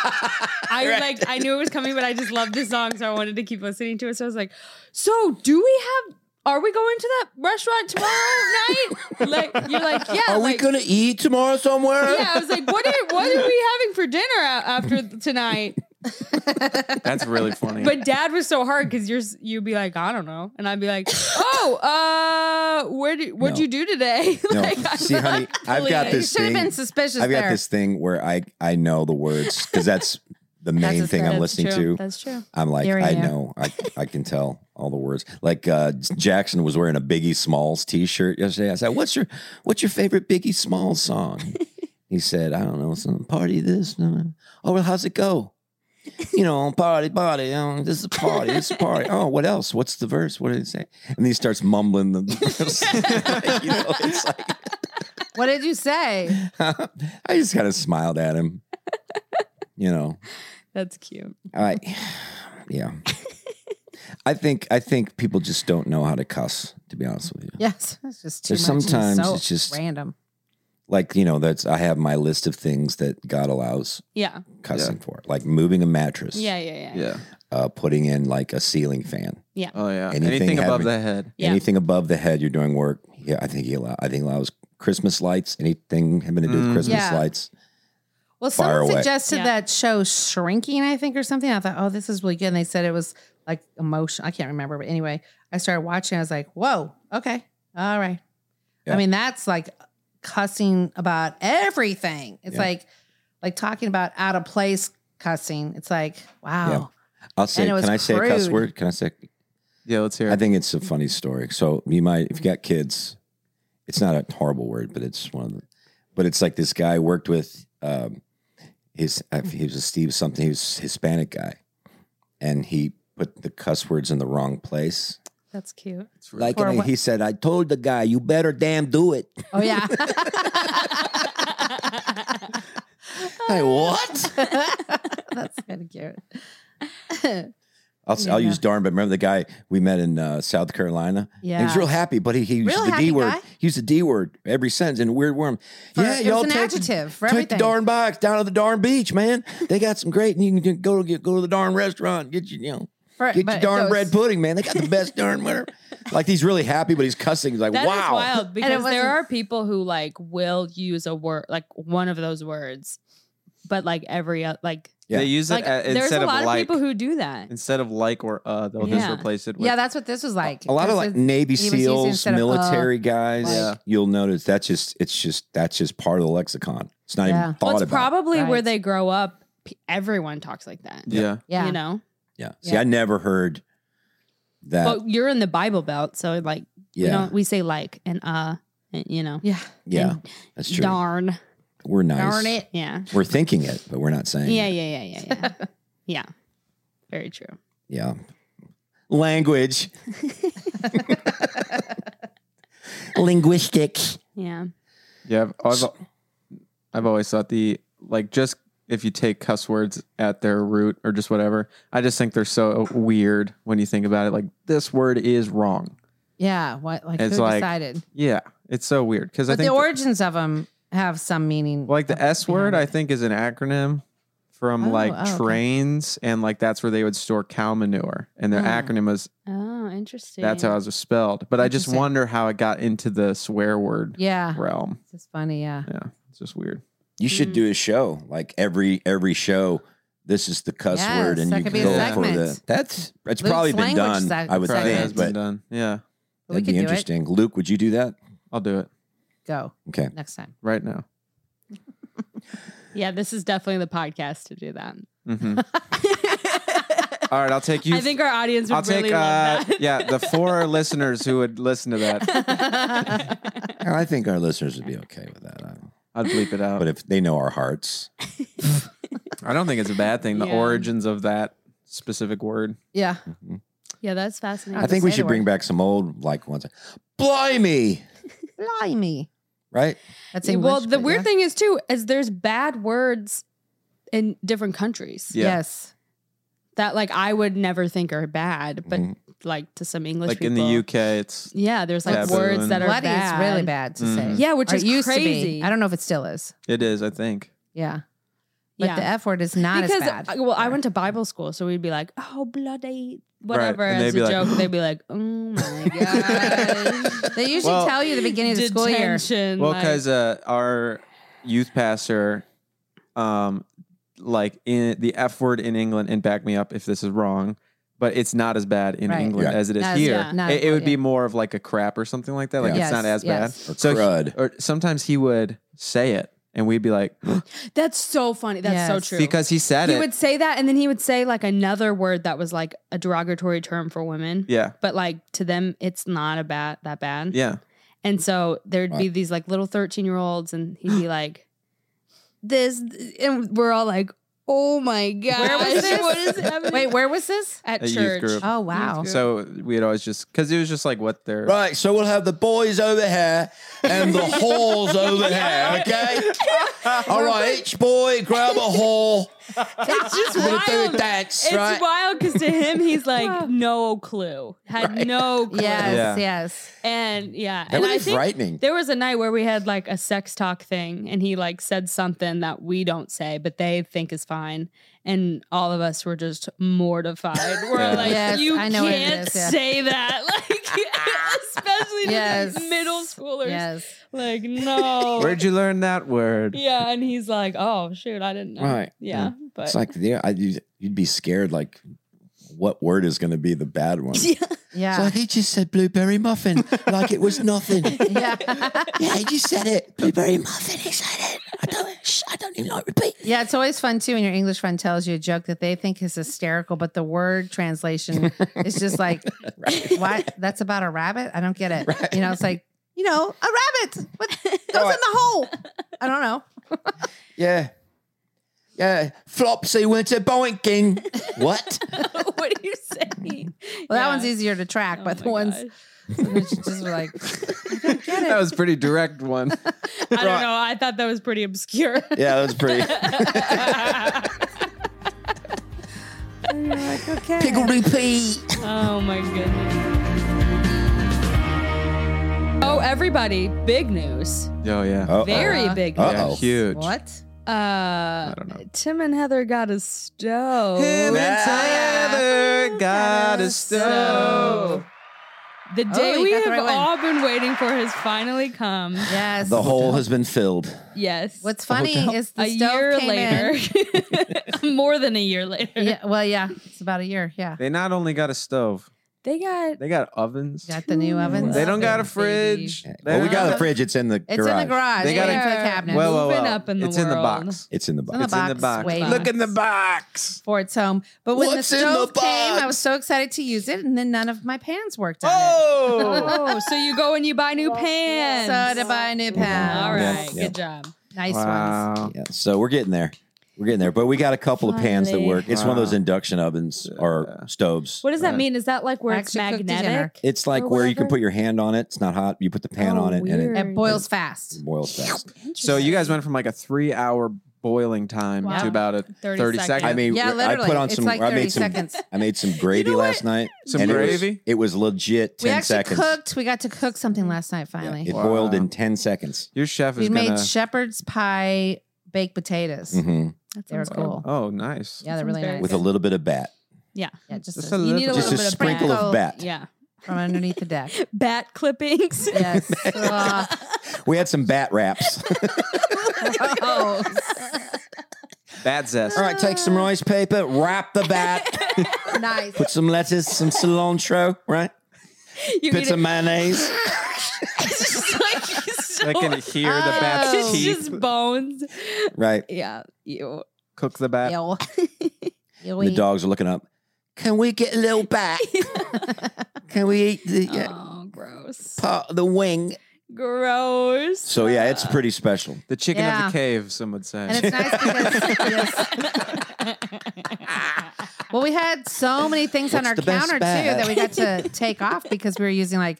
Speaker 3: I would like, I knew it was coming, but I just loved this song, so I wanted to keep listening to it. So I was like, so do we have? Are we going to that restaurant tomorrow night? Like you're like, yeah.
Speaker 1: Are we
Speaker 3: like,
Speaker 1: gonna eat tomorrow somewhere?
Speaker 3: Yeah, I was like, what are what are we having for dinner a- after tonight?
Speaker 4: That's really funny.
Speaker 3: But dad was so hard because you're s- you'd be like, I don't know, and I'd be like, Oh, uh, where did what'd
Speaker 1: No.
Speaker 3: you do today?
Speaker 1: No,
Speaker 3: Like, I'm
Speaker 1: see, honey,
Speaker 3: not
Speaker 1: I've got
Speaker 3: pleased.
Speaker 1: this
Speaker 2: Should have
Speaker 1: thing.
Speaker 2: been suspicious
Speaker 1: I've got
Speaker 2: there.
Speaker 1: this thing where I I know the words because that's the main
Speaker 2: his
Speaker 1: thing
Speaker 2: thing.
Speaker 1: I'm
Speaker 3: That's
Speaker 1: listening
Speaker 3: true.
Speaker 1: to.
Speaker 3: That's true.
Speaker 1: I'm like,
Speaker 2: Hearing
Speaker 1: I
Speaker 2: you.
Speaker 1: know, I, I can tell all the words. Like uh, Jackson was wearing a Biggie Smalls T-shirt yesterday. I said, "What's your What's your favorite Biggie Smalls song?" he said, "I don't know, some party this." No, no. Oh, well, uh, how's it go? you know, party, party. Oh, this is a party. This is a party. Oh, what else? What's the verse? What did it say? And then he starts mumbling the verse. you know, it's like
Speaker 2: What did you say?
Speaker 1: I just kind of smiled at him. You know,
Speaker 3: That's cute.
Speaker 1: I yeah. I think I think people just don't know how to cuss. To be honest with you,
Speaker 2: Yes, it's just too
Speaker 1: There's
Speaker 2: much. and
Speaker 1: sometimes
Speaker 2: so
Speaker 1: it's just-
Speaker 2: random.
Speaker 1: like you know, that's I have my list of things that God allows
Speaker 3: Yeah.
Speaker 1: cussing for, like moving a mattress.
Speaker 3: Yeah, yeah, yeah.
Speaker 1: uh, putting in like a ceiling fan.
Speaker 3: Yeah.
Speaker 4: Oh yeah. Anything above the head.
Speaker 3: Yeah.
Speaker 1: Anything above the head, you're doing work. Yeah, I think he allow, I think allows Christmas lights. Anything having to do with
Speaker 2: Mm.
Speaker 1: Christmas
Speaker 2: Yeah.
Speaker 1: lights.
Speaker 2: Well,
Speaker 1: Fire
Speaker 2: someone
Speaker 1: away.
Speaker 2: suggested that show Shrinking, I think, or something. I thought, oh, this is really good. And they said it was like emotion. I can't remember, but anyway, I started watching. I was like, whoa, okay, all right.
Speaker 1: Yeah.
Speaker 2: I mean, that's like cussing about everything. It's
Speaker 1: Yeah.
Speaker 2: like like talking about out of place cussing. It's like, wow.
Speaker 1: I'll say.
Speaker 2: And it
Speaker 1: Can
Speaker 2: was
Speaker 1: I say a cuss
Speaker 2: crude.
Speaker 1: word? Can I say?
Speaker 4: Yeah, let's hear.
Speaker 1: I think it's a funny
Speaker 2: Mm-hmm.
Speaker 1: story. So you might, if you got kids, it's not a horrible word, but it's one of the. But it's like this guy I worked with. Um, his I- he was a Steve something. He was Hispanic guy, and he put the cuss words in the wrong place.
Speaker 3: That's cute.
Speaker 1: Like
Speaker 3: Or
Speaker 1: and
Speaker 3: what-
Speaker 1: he said, I told the guy, you better damn do it.
Speaker 2: Oh yeah.
Speaker 1: Like what?
Speaker 2: That's kind of cute.
Speaker 1: I'll, s will use darn, but remember the guy we met in uh, South Carolina? He was
Speaker 2: Yeah.
Speaker 1: real happy, but he, he used
Speaker 2: Real
Speaker 1: the D
Speaker 2: happy
Speaker 1: word.
Speaker 2: guy?
Speaker 1: He used the D word every sentence in a weird worm.
Speaker 2: For-
Speaker 1: yeah,
Speaker 2: it was
Speaker 1: y'all
Speaker 2: an
Speaker 1: take,
Speaker 2: adjective for
Speaker 1: take
Speaker 2: everything.
Speaker 1: the darn bikes down to the darn beach, man. They got some great, and you can just go to get, go to the darn restaurant, get your, you know,
Speaker 2: For-
Speaker 1: get
Speaker 2: but
Speaker 1: your
Speaker 2: it
Speaker 1: darn
Speaker 2: goes-
Speaker 1: bread pudding, man. They got the best darn winter. Like he's really happy, but he's cussing. He's like,
Speaker 3: That is
Speaker 1: wow.
Speaker 3: wild
Speaker 2: it
Speaker 3: because there
Speaker 2: wasn't-
Speaker 3: are people who like will use a word like one of those words, but like every o- like
Speaker 4: They use it
Speaker 3: like,
Speaker 4: a-
Speaker 3: there's
Speaker 4: instead
Speaker 3: a
Speaker 4: of
Speaker 3: lot of,
Speaker 4: like.
Speaker 3: people who do that.
Speaker 4: Instead of like or uh, they'll just
Speaker 3: Yeah.
Speaker 4: replace it with.
Speaker 2: yeah, that's what this was like.
Speaker 1: a lot of
Speaker 2: This
Speaker 1: like
Speaker 2: is-
Speaker 1: Navy
Speaker 2: he was using
Speaker 1: SEALs,
Speaker 2: instead of, uh,
Speaker 1: military guys.
Speaker 2: like-
Speaker 1: yeah. You'll notice that's just it's just that's just part of the lexicon. It's not
Speaker 2: Yeah.
Speaker 1: even thought
Speaker 3: Well, it's
Speaker 1: about.
Speaker 3: probably where
Speaker 2: Right.
Speaker 3: they grow up. P- Everyone talks like that.
Speaker 4: Yeah.
Speaker 2: Yeah.
Speaker 3: You know,
Speaker 1: yeah. See,
Speaker 2: Yeah.
Speaker 1: I never heard that.
Speaker 3: but you're in the Bible Belt, so like we
Speaker 1: Yeah.
Speaker 3: don't we say like and uh, and, you know,
Speaker 2: Yeah.
Speaker 1: yeah,
Speaker 3: and
Speaker 1: that's true.
Speaker 3: Darn.
Speaker 1: We're nice.
Speaker 2: Darn it.
Speaker 3: Yeah.
Speaker 1: We're thinking it, but we're not saying.
Speaker 3: Yeah,
Speaker 1: it.
Speaker 3: yeah, yeah, yeah, yeah. yeah. Very true.
Speaker 1: yeah. Language, linguistics.
Speaker 3: Yeah.
Speaker 4: Yeah, I've, I've I've always thought the like just if you take cuss words at their root or just whatever, I just think they're so weird when you think about it. Like this word is wrong.
Speaker 2: Yeah, what like
Speaker 4: It's
Speaker 2: who
Speaker 4: like-
Speaker 2: decided?
Speaker 4: Yeah, it's so weird because I
Speaker 2: But the Oh,
Speaker 4: think
Speaker 2: origins of them have some meaning.
Speaker 4: like the S word I think is an acronym from
Speaker 2: Oh,
Speaker 4: like
Speaker 2: oh, okay.
Speaker 4: trains and like that's where they would store cow manure and their
Speaker 3: Oh.
Speaker 4: acronym was
Speaker 3: Oh, interesting.
Speaker 4: that's how it was spelled. But I just
Speaker 2: Interesting.
Speaker 4: wonder how it got into the swear word
Speaker 2: yeah,
Speaker 4: realm.
Speaker 2: it's just funny. Yeah,
Speaker 4: Yeah, it's just weird.
Speaker 1: You should
Speaker 3: Mhm.
Speaker 1: do a show like every every show. This is the cuss
Speaker 2: Yes,
Speaker 1: word, and
Speaker 2: that
Speaker 1: you
Speaker 2: could
Speaker 1: can
Speaker 2: be
Speaker 4: a
Speaker 1: go
Speaker 2: segment.
Speaker 1: for the. That's it's
Speaker 2: Luke's
Speaker 1: probably been done.
Speaker 2: language seg-
Speaker 1: I would
Speaker 2: segment.
Speaker 4: Probably has
Speaker 1: think,
Speaker 4: been
Speaker 1: but
Speaker 4: done. Yeah,
Speaker 2: But we
Speaker 1: that'd
Speaker 2: could
Speaker 1: be
Speaker 2: do
Speaker 1: interesting. Luke, would you do that?
Speaker 4: I'll do it
Speaker 2: it. Go
Speaker 1: Okay.
Speaker 2: next time.
Speaker 4: right now.
Speaker 3: Yeah, this is definitely the podcast to do that.
Speaker 4: hmm
Speaker 3: Uh,
Speaker 4: All right, I'll take you.
Speaker 3: I think our audience would
Speaker 4: I'll
Speaker 3: really
Speaker 4: take
Speaker 3: love
Speaker 4: uh, yeah the four listeners who would listen to that.
Speaker 3: that.
Speaker 1: I think our listeners would be okay with that. I don't-
Speaker 4: I'd bleep it out.
Speaker 1: But if they know our hearts,
Speaker 4: I don't think it's a bad thing. The
Speaker 3: Yeah.
Speaker 4: origins of that specific word.
Speaker 2: Yeah,
Speaker 3: yeah, that's fascinating.
Speaker 1: mm-hmm. I think we
Speaker 2: say the
Speaker 1: should bring
Speaker 2: word.
Speaker 1: back some old like ones. Blimey,
Speaker 2: blimey.
Speaker 1: right?
Speaker 2: That's
Speaker 3: Yeah,
Speaker 2: English.
Speaker 3: well, the
Speaker 2: but
Speaker 3: weird
Speaker 2: yeah.
Speaker 3: thing is too is there's bad words in different countries
Speaker 4: Yeah.
Speaker 2: Yes.
Speaker 3: that like I would never think are bad, but Mm-hmm.
Speaker 1: Mhm.
Speaker 3: like to some English
Speaker 4: like
Speaker 3: people,
Speaker 4: in the UK, it's
Speaker 3: yeah, there's like
Speaker 4: Taboo
Speaker 3: words
Speaker 4: and-
Speaker 3: that are
Speaker 2: Bloody
Speaker 3: bad. Mm-hmm.
Speaker 2: is really bad to say.
Speaker 4: Mm.
Speaker 3: Yeah, which
Speaker 2: Or
Speaker 3: is
Speaker 2: it used To
Speaker 3: crazy.
Speaker 2: be. I don't know if it still is.
Speaker 4: it is. I think.
Speaker 2: Yeah, but
Speaker 3: yeah.
Speaker 2: the F word is not
Speaker 3: because
Speaker 2: as bad.
Speaker 3: uh, well, I
Speaker 2: there.
Speaker 3: went to Bible school, so we'd be like, "Oh, bloody whatever"
Speaker 4: and
Speaker 3: as
Speaker 4: they'd
Speaker 3: a
Speaker 4: be like,
Speaker 3: joke. They'd be like, "Oh my
Speaker 2: Gosh.
Speaker 3: god!"
Speaker 2: they usually
Speaker 4: Well-
Speaker 2: tell you at the beginning of the school year.
Speaker 3: Detention,
Speaker 4: Well,
Speaker 3: like-
Speaker 4: because uh, our youth pastor, um, like in the F word in England, and back me up if this is wrong, but it's not as bad in
Speaker 2: Right.
Speaker 4: England
Speaker 1: Yeah.
Speaker 4: as it is
Speaker 2: Not as-
Speaker 4: here.
Speaker 2: yeah, not
Speaker 4: It,
Speaker 2: as
Speaker 4: it
Speaker 2: bad,
Speaker 4: would be
Speaker 2: yeah.
Speaker 4: more of like a crap or something like that. Like
Speaker 2: Yeah.
Speaker 4: it's not
Speaker 2: Yes,
Speaker 4: as bad.
Speaker 2: yes.
Speaker 1: Or
Speaker 4: So he-
Speaker 1: crud.
Speaker 4: or sometimes he would say it, and we'd be like,
Speaker 3: that's so funny. That's so
Speaker 2: Yes.
Speaker 3: true.
Speaker 4: because he said
Speaker 3: he
Speaker 4: it.
Speaker 3: would say that, and then he would say like another word that was like a derogatory term for women,
Speaker 4: yeah,
Speaker 3: but like to them, it's not a bad that bad.
Speaker 4: yeah,
Speaker 3: And so there'd be these like little thirteen year olds, and he'd be like, "This," and we're all like, Oh my god!
Speaker 2: Where was this?
Speaker 3: What is happening?
Speaker 2: Wait, where was this?
Speaker 3: At
Speaker 4: A youth
Speaker 3: church.
Speaker 4: group.
Speaker 2: Oh wow.
Speaker 4: So we'd always just because it was just like what they're
Speaker 1: Right, so we'll have the boys over here and the whores over here, okay? All right, each boy grab a whore.
Speaker 3: It's just
Speaker 1: We're
Speaker 3: wild.
Speaker 1: gonna do a dance,
Speaker 3: it's
Speaker 1: right?
Speaker 3: wild because to him, he's like no clue, had no clue.
Speaker 2: Yes,
Speaker 1: Yeah.
Speaker 2: yes.
Speaker 3: And yeah,
Speaker 1: That
Speaker 3: and
Speaker 1: would
Speaker 3: I
Speaker 1: be
Speaker 3: think
Speaker 1: frightening.
Speaker 3: There was a night where we had like a sex talk thing, and he like said something that we don't say, but they think is fine, and all of us were just mortified. We're
Speaker 4: Yeah.
Speaker 3: like,
Speaker 2: Yes,
Speaker 3: you
Speaker 2: I know what it
Speaker 3: can't
Speaker 2: is, yeah."
Speaker 3: say that, like especially to
Speaker 2: Yes.
Speaker 3: middle schoolers.
Speaker 2: Yes.
Speaker 3: Like no,
Speaker 4: Where'd you learn that word?
Speaker 3: yeah, and he's like, oh shoot, I didn't know.
Speaker 1: Right.
Speaker 3: Yeah, but
Speaker 1: It's like, yeah, I, you'd, you'd be scared, like, what word is going to be the bad one?
Speaker 3: Yeah.
Speaker 2: Yeah.
Speaker 1: It's like he just said blueberry muffin, like it was nothing.
Speaker 2: yeah.
Speaker 1: Yeah, he just said it. Blueberry muffin, he said it. I don't, shh, I don't even know. Repeat.
Speaker 2: Yeah, it's always fun too when your English friend tells you a joke that they think is hysterical, but the word translation is just like, "What? That's about a rabbit? I don't get it." You know, it's like, you know, a rabbit what goes in the hole. I don't know.
Speaker 1: Yeah. Yeah. Flopsy went to boinking. what?
Speaker 3: what are you saying?
Speaker 2: Well, that
Speaker 3: Yeah.
Speaker 2: one's easier to track,
Speaker 3: Oh
Speaker 2: but the
Speaker 3: my
Speaker 2: ones
Speaker 3: gosh.
Speaker 2: which just were like,
Speaker 4: That was a pretty direct one.
Speaker 3: I don't know. I thought that was pretty obscure.
Speaker 1: Yeah, that was pretty. Pickle repeat.
Speaker 3: Oh my goodness. Oh, everybody, big news.
Speaker 4: Oh yeah.
Speaker 1: Uh-oh.
Speaker 3: Very
Speaker 2: Uh,
Speaker 3: big
Speaker 1: Uh-oh.
Speaker 3: news.
Speaker 4: Yeah,
Speaker 1: Uh-oh.
Speaker 4: huge.
Speaker 2: "What?
Speaker 3: Uh,
Speaker 4: don't know.
Speaker 3: Tim and Heather got a stove.
Speaker 4: Him and
Speaker 2: yeah.
Speaker 4: Tyler got a stove.
Speaker 3: The day
Speaker 2: you
Speaker 3: we
Speaker 2: got
Speaker 3: have
Speaker 2: the right one.
Speaker 3: all been waiting for has finally come.
Speaker 2: Yes."
Speaker 1: The hole has been filled.
Speaker 3: Yes.
Speaker 2: What's funny is the
Speaker 3: a
Speaker 2: stove
Speaker 3: year
Speaker 2: came
Speaker 3: later?
Speaker 2: in-
Speaker 3: More than a year later.
Speaker 2: Yeah, well, yeah, it's about a year. Yeah,
Speaker 4: They not only got a stove,
Speaker 3: They got
Speaker 4: they got ovens.
Speaker 2: got the new ovens.
Speaker 4: they don't got a
Speaker 3: Baby.
Speaker 4: fridge. They
Speaker 1: Well, we
Speaker 4: don't-
Speaker 1: got a fridge. It's in the
Speaker 2: It's
Speaker 1: garage.
Speaker 2: in the garage.
Speaker 4: They
Speaker 2: They got
Speaker 4: gotta-
Speaker 2: a cabinet.
Speaker 4: Well, well,
Speaker 3: Moving
Speaker 4: well.
Speaker 3: up in the
Speaker 4: it's in the
Speaker 3: world.
Speaker 4: box.
Speaker 1: It's in the box.
Speaker 2: It's in the box.
Speaker 4: It's in the box.
Speaker 2: Wait.
Speaker 4: Look in the box.
Speaker 2: for its home. But when
Speaker 1: What's
Speaker 2: the
Speaker 1: in the
Speaker 2: stove came,
Speaker 1: box?
Speaker 2: I was so excited to use it, and then none of my pans worked on it.
Speaker 4: Oh,
Speaker 3: Oh, so you go and you buy new pants.
Speaker 2: So to buy a new pan.
Speaker 3: All right,
Speaker 1: Yeah.
Speaker 3: good job.
Speaker 2: nice ones.
Speaker 4: wow.
Speaker 1: Yeah, so we're getting there. We're getting there. But we got a couple of pans that
Speaker 3: Finally.
Speaker 1: work. It's one of those
Speaker 4: Wow.
Speaker 1: induction ovens or stoves.
Speaker 3: What does that
Speaker 4: Right.
Speaker 3: mean? Is that like where it's
Speaker 2: Actually cooked dinner.
Speaker 3: magnetic?
Speaker 1: It's like
Speaker 3: Or
Speaker 1: where you can
Speaker 3: whatever.
Speaker 1: put your hand on it. It's not hot. You put the pan
Speaker 3: Oh,
Speaker 1: on it and
Speaker 3: weird.
Speaker 1: it
Speaker 2: It boils fast.
Speaker 1: boils fast.
Speaker 4: So you guys went from like a three-hour boiling time
Speaker 3: Wow.
Speaker 4: to about a
Speaker 3: 30
Speaker 4: 30,
Speaker 3: seconds.
Speaker 4: seconds.
Speaker 1: I mean,
Speaker 2: Yeah,
Speaker 1: I
Speaker 2: literally.
Speaker 1: put on
Speaker 2: It's
Speaker 1: some.
Speaker 2: like
Speaker 1: I
Speaker 2: 30
Speaker 1: made some.
Speaker 2: seconds.
Speaker 1: I made some gravy last night.
Speaker 4: Some
Speaker 1: and it was-
Speaker 4: gravy?
Speaker 1: It was, legit.
Speaker 2: We
Speaker 1: Ten
Speaker 2: actually
Speaker 1: seconds.
Speaker 2: cooked. We got to cook something last night.
Speaker 1: Yeah,
Speaker 2: Finally,
Speaker 1: it
Speaker 4: Wow.
Speaker 1: boiled in ten seconds.
Speaker 4: your chef
Speaker 2: we
Speaker 4: is
Speaker 2: made
Speaker 4: gonna.
Speaker 2: shepherd's pie baked potatoes.
Speaker 1: hmm
Speaker 3: That
Speaker 2: They were
Speaker 3: sounds
Speaker 2: cool.
Speaker 4: oh, nice.
Speaker 2: Yeah, they're really
Speaker 3: Sounds very
Speaker 2: nice.
Speaker 1: With a little bit of bat,
Speaker 2: yeah, just,
Speaker 4: Just
Speaker 2: a,
Speaker 4: a
Speaker 3: You need a little
Speaker 4: Just
Speaker 1: just a
Speaker 3: bit of
Speaker 1: sprinkle
Speaker 3: bat. Oh,
Speaker 1: of bat.
Speaker 3: Yeah,
Speaker 2: from underneath the deck.
Speaker 3: bat clippings.
Speaker 2: Yes. Uh,
Speaker 1: We had some bat wraps.
Speaker 2: oh,
Speaker 4: Bad zest.
Speaker 1: All right, take some rice paper, wrap the bat,
Speaker 2: nice.
Speaker 1: put some lettuce, some cilantro, right?
Speaker 3: you
Speaker 1: Put
Speaker 3: eat it.
Speaker 1: some mayonnaise.
Speaker 3: It's just like so,
Speaker 4: I can hear the
Speaker 3: it's
Speaker 4: bat's teeth.
Speaker 3: just bones.
Speaker 1: Right.
Speaker 3: Yeah, you.
Speaker 4: Cook the bat.
Speaker 2: Ew.
Speaker 1: And the
Speaker 2: Ewy.
Speaker 1: dogs are looking up. Can we get a little bat? Can we eat the uh,
Speaker 3: Oh, gross.
Speaker 1: part of the wing?
Speaker 3: Gross.
Speaker 1: So yeah, it's pretty special.
Speaker 4: The chicken
Speaker 2: Yeah.
Speaker 4: of the cave, some would say.
Speaker 2: And it's nice because yes. Well, we had so many things on
Speaker 1: What's
Speaker 2: our
Speaker 1: the best
Speaker 2: counter too
Speaker 1: bag?
Speaker 2: that we got to take off because we were using like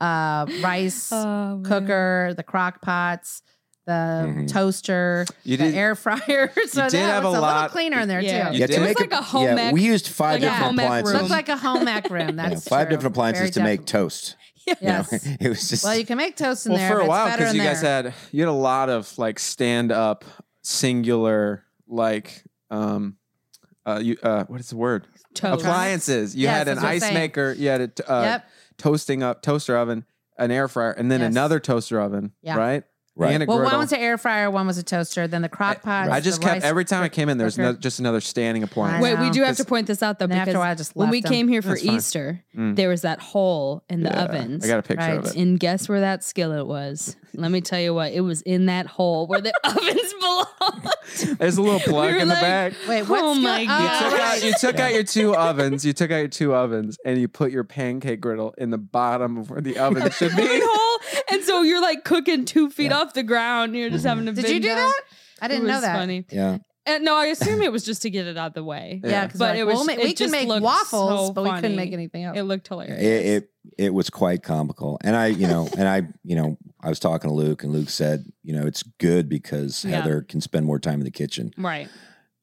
Speaker 2: uh rice
Speaker 3: Oh, man.
Speaker 2: cooker, the crock pots, the
Speaker 1: Mhm.
Speaker 2: toaster,
Speaker 4: You
Speaker 2: the
Speaker 4: did-
Speaker 2: air fryer. so that
Speaker 4: did have
Speaker 2: was
Speaker 4: a
Speaker 2: a, little
Speaker 4: lot-
Speaker 2: cleaner in there
Speaker 3: Yeah.
Speaker 2: too.
Speaker 4: You
Speaker 1: Yeah,
Speaker 4: did?
Speaker 1: to make
Speaker 3: It was like a home
Speaker 1: yeah,
Speaker 3: ec-
Speaker 1: we used five
Speaker 3: like a
Speaker 1: different
Speaker 3: home ec
Speaker 1: appliances.
Speaker 3: room.
Speaker 2: Looked like a home ec room.
Speaker 1: Yeah,
Speaker 2: That's
Speaker 1: five
Speaker 2: true.
Speaker 1: different appliances
Speaker 2: Very
Speaker 1: to make
Speaker 2: definite.
Speaker 1: toast. You know,
Speaker 2: Yes.
Speaker 1: it was just
Speaker 2: well, you can make toast in
Speaker 4: well,
Speaker 2: there.
Speaker 4: for
Speaker 2: but
Speaker 4: a
Speaker 2: it's
Speaker 4: while,
Speaker 2: better in
Speaker 4: you guys
Speaker 2: there.
Speaker 4: had you had a lot of like stand up, singular, like um, uh, you uh, what is the word?
Speaker 3: Toast.
Speaker 4: Appliances. You
Speaker 2: Yes,
Speaker 4: had an
Speaker 2: that's what I'm
Speaker 4: ice
Speaker 2: saying.
Speaker 4: maker. You had a t- uh,
Speaker 2: Yep.
Speaker 4: toasting up toaster oven, an air fryer, and then
Speaker 2: Yes.
Speaker 4: another toaster oven.
Speaker 2: Yeah.
Speaker 4: Right.
Speaker 1: Right.
Speaker 4: And a
Speaker 2: Well,
Speaker 4: griddle.
Speaker 2: one was an air fryer, one was a toaster, then the crock pot.
Speaker 4: I just
Speaker 2: the
Speaker 4: kept
Speaker 2: rice
Speaker 4: every time I came in. There's no,
Speaker 2: cooker.
Speaker 4: just another standing appliance.
Speaker 3: Wait,
Speaker 2: I
Speaker 3: we
Speaker 2: know.
Speaker 3: do have to
Speaker 4: It's-
Speaker 3: point this out though
Speaker 2: And
Speaker 3: because
Speaker 2: after a while, I just
Speaker 3: when we
Speaker 2: left 'em.
Speaker 3: came here for
Speaker 4: That's fine.
Speaker 3: Easter,
Speaker 4: Mm.
Speaker 3: there was that hole in the
Speaker 4: Yeah.
Speaker 3: ovens.
Speaker 4: I got a picture of
Speaker 2: Right.
Speaker 4: it.
Speaker 3: and guess where that skillet was? Let me tell you what, it was in that hole where the ovens belong.
Speaker 4: There's a little plug
Speaker 3: were
Speaker 4: in the
Speaker 3: like-
Speaker 4: back.
Speaker 2: Wait, what's
Speaker 3: Oh
Speaker 2: go-
Speaker 3: my
Speaker 4: You
Speaker 3: God.
Speaker 4: took, out, you took
Speaker 1: Yeah.
Speaker 4: out your two ovens. You took out your two ovens, and you put your pancake griddle in the bottom of where the oven should
Speaker 3: Big
Speaker 4: be.
Speaker 3: hole. And so you're like cooking two feet off the ground. You're just having a
Speaker 2: Did
Speaker 3: big
Speaker 2: you do
Speaker 3: job.
Speaker 2: that? I
Speaker 3: It
Speaker 2: didn't know
Speaker 3: was
Speaker 2: that.
Speaker 3: funny.
Speaker 1: yeah.
Speaker 3: And no, I assume it was just to get it out of the way.
Speaker 2: Yeah, 'cause
Speaker 3: but
Speaker 2: they're like,
Speaker 3: it was.
Speaker 2: "We'll make-
Speaker 3: it
Speaker 2: we can
Speaker 3: just
Speaker 2: make
Speaker 3: looked
Speaker 2: waffles,
Speaker 3: so
Speaker 2: but we couldn't
Speaker 3: funny.
Speaker 2: make anything else.
Speaker 3: It looked hilarious.
Speaker 1: it, it it was quite comical and i you know and i you know i was talking to luke and luke said you know it's good because
Speaker 3: Yeah.
Speaker 1: heather can spend more time in the kitchen
Speaker 3: Right.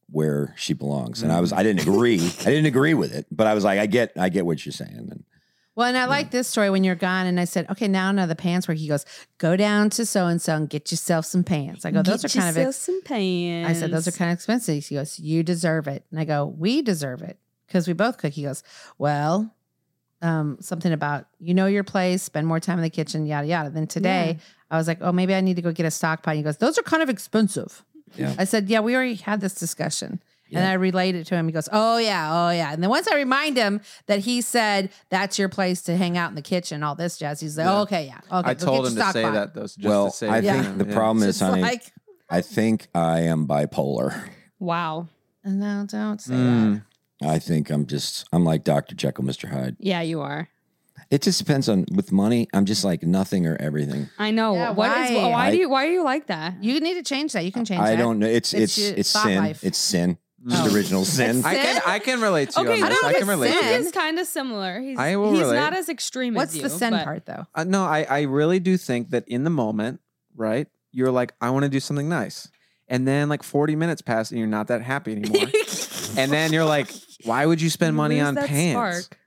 Speaker 1: where she belongs and i
Speaker 2: Mm.
Speaker 1: was i didn't agree i didn't agree with it but i was like i get i get what you're saying and
Speaker 2: Well, and I like this story when you're gone. And I said, okay, now another pants where he goes, go down to so and so and get yourself some pants. I go, those
Speaker 3: Get
Speaker 2: are kind of.
Speaker 3: yourself
Speaker 2: Ex-
Speaker 3: some pants.
Speaker 2: I said, those are kind of expensive. He goes, you deserve it. And I go, we deserve it because we both cook. He goes, well, um, something about you know your place, spend more time in the kitchen, yada yada. Then today, I was like, oh, maybe I need to go get a stockpile. He goes, those are kind of expensive.
Speaker 1: Yeah.
Speaker 2: I said, yeah, we already had this discussion. And I relayed it to him. He goes, Oh, yeah, oh, yeah. And then once I remind him that he said, That's your place to hang out in the kitchen, all this jazz, he's like,
Speaker 4: Yeah.
Speaker 2: oh, Okay, yeah. Okay,
Speaker 4: I
Speaker 2: go
Speaker 4: told
Speaker 2: get
Speaker 4: him
Speaker 2: your
Speaker 4: to say
Speaker 2: stockpile."
Speaker 4: that though, just
Speaker 1: well
Speaker 4: to say
Speaker 1: i
Speaker 4: it.
Speaker 2: Yeah.
Speaker 1: think the
Speaker 4: Yeah.
Speaker 1: problem is
Speaker 2: Just
Speaker 1: honey
Speaker 2: like,
Speaker 1: i think i am bipolar
Speaker 3: Wow.
Speaker 2: No, don't say that.
Speaker 4: Mm.
Speaker 1: i think i'm just i'm like dr jekyll mr hyde
Speaker 3: Yeah, you are.
Speaker 1: it just depends on with money i'm just like nothing or everything
Speaker 3: I know.
Speaker 2: Yeah,
Speaker 3: What is-
Speaker 2: why?
Speaker 3: Why
Speaker 1: I-
Speaker 3: do you? Why are you like that?
Speaker 2: You need to change that. You can change
Speaker 1: i
Speaker 2: that.
Speaker 1: don't know it's it's
Speaker 2: It's your
Speaker 1: it's,
Speaker 2: thought
Speaker 1: sin
Speaker 2: life.
Speaker 1: it's sin just
Speaker 2: Oh.
Speaker 1: original sin
Speaker 4: I can I can relate to you.
Speaker 3: Okay,
Speaker 4: on this.
Speaker 3: Luke
Speaker 4: I can
Speaker 3: is-
Speaker 4: relate.
Speaker 3: Luke
Speaker 4: To you.
Speaker 3: is kind of similar. He's,
Speaker 4: I will
Speaker 3: he's
Speaker 4: relate.
Speaker 3: not as extreme
Speaker 2: What's
Speaker 3: as you.
Speaker 2: the send
Speaker 3: but-
Speaker 2: part, though?
Speaker 4: Uh, no, I I really do think that in the moment, right? You're like, I want to do something nice, and then like 40 minutes pass, and you're not that happy anymore. and then you're like, Why would you spend
Speaker 3: You
Speaker 4: money
Speaker 3: lose
Speaker 4: on
Speaker 3: that
Speaker 4: pants?
Speaker 3: spark.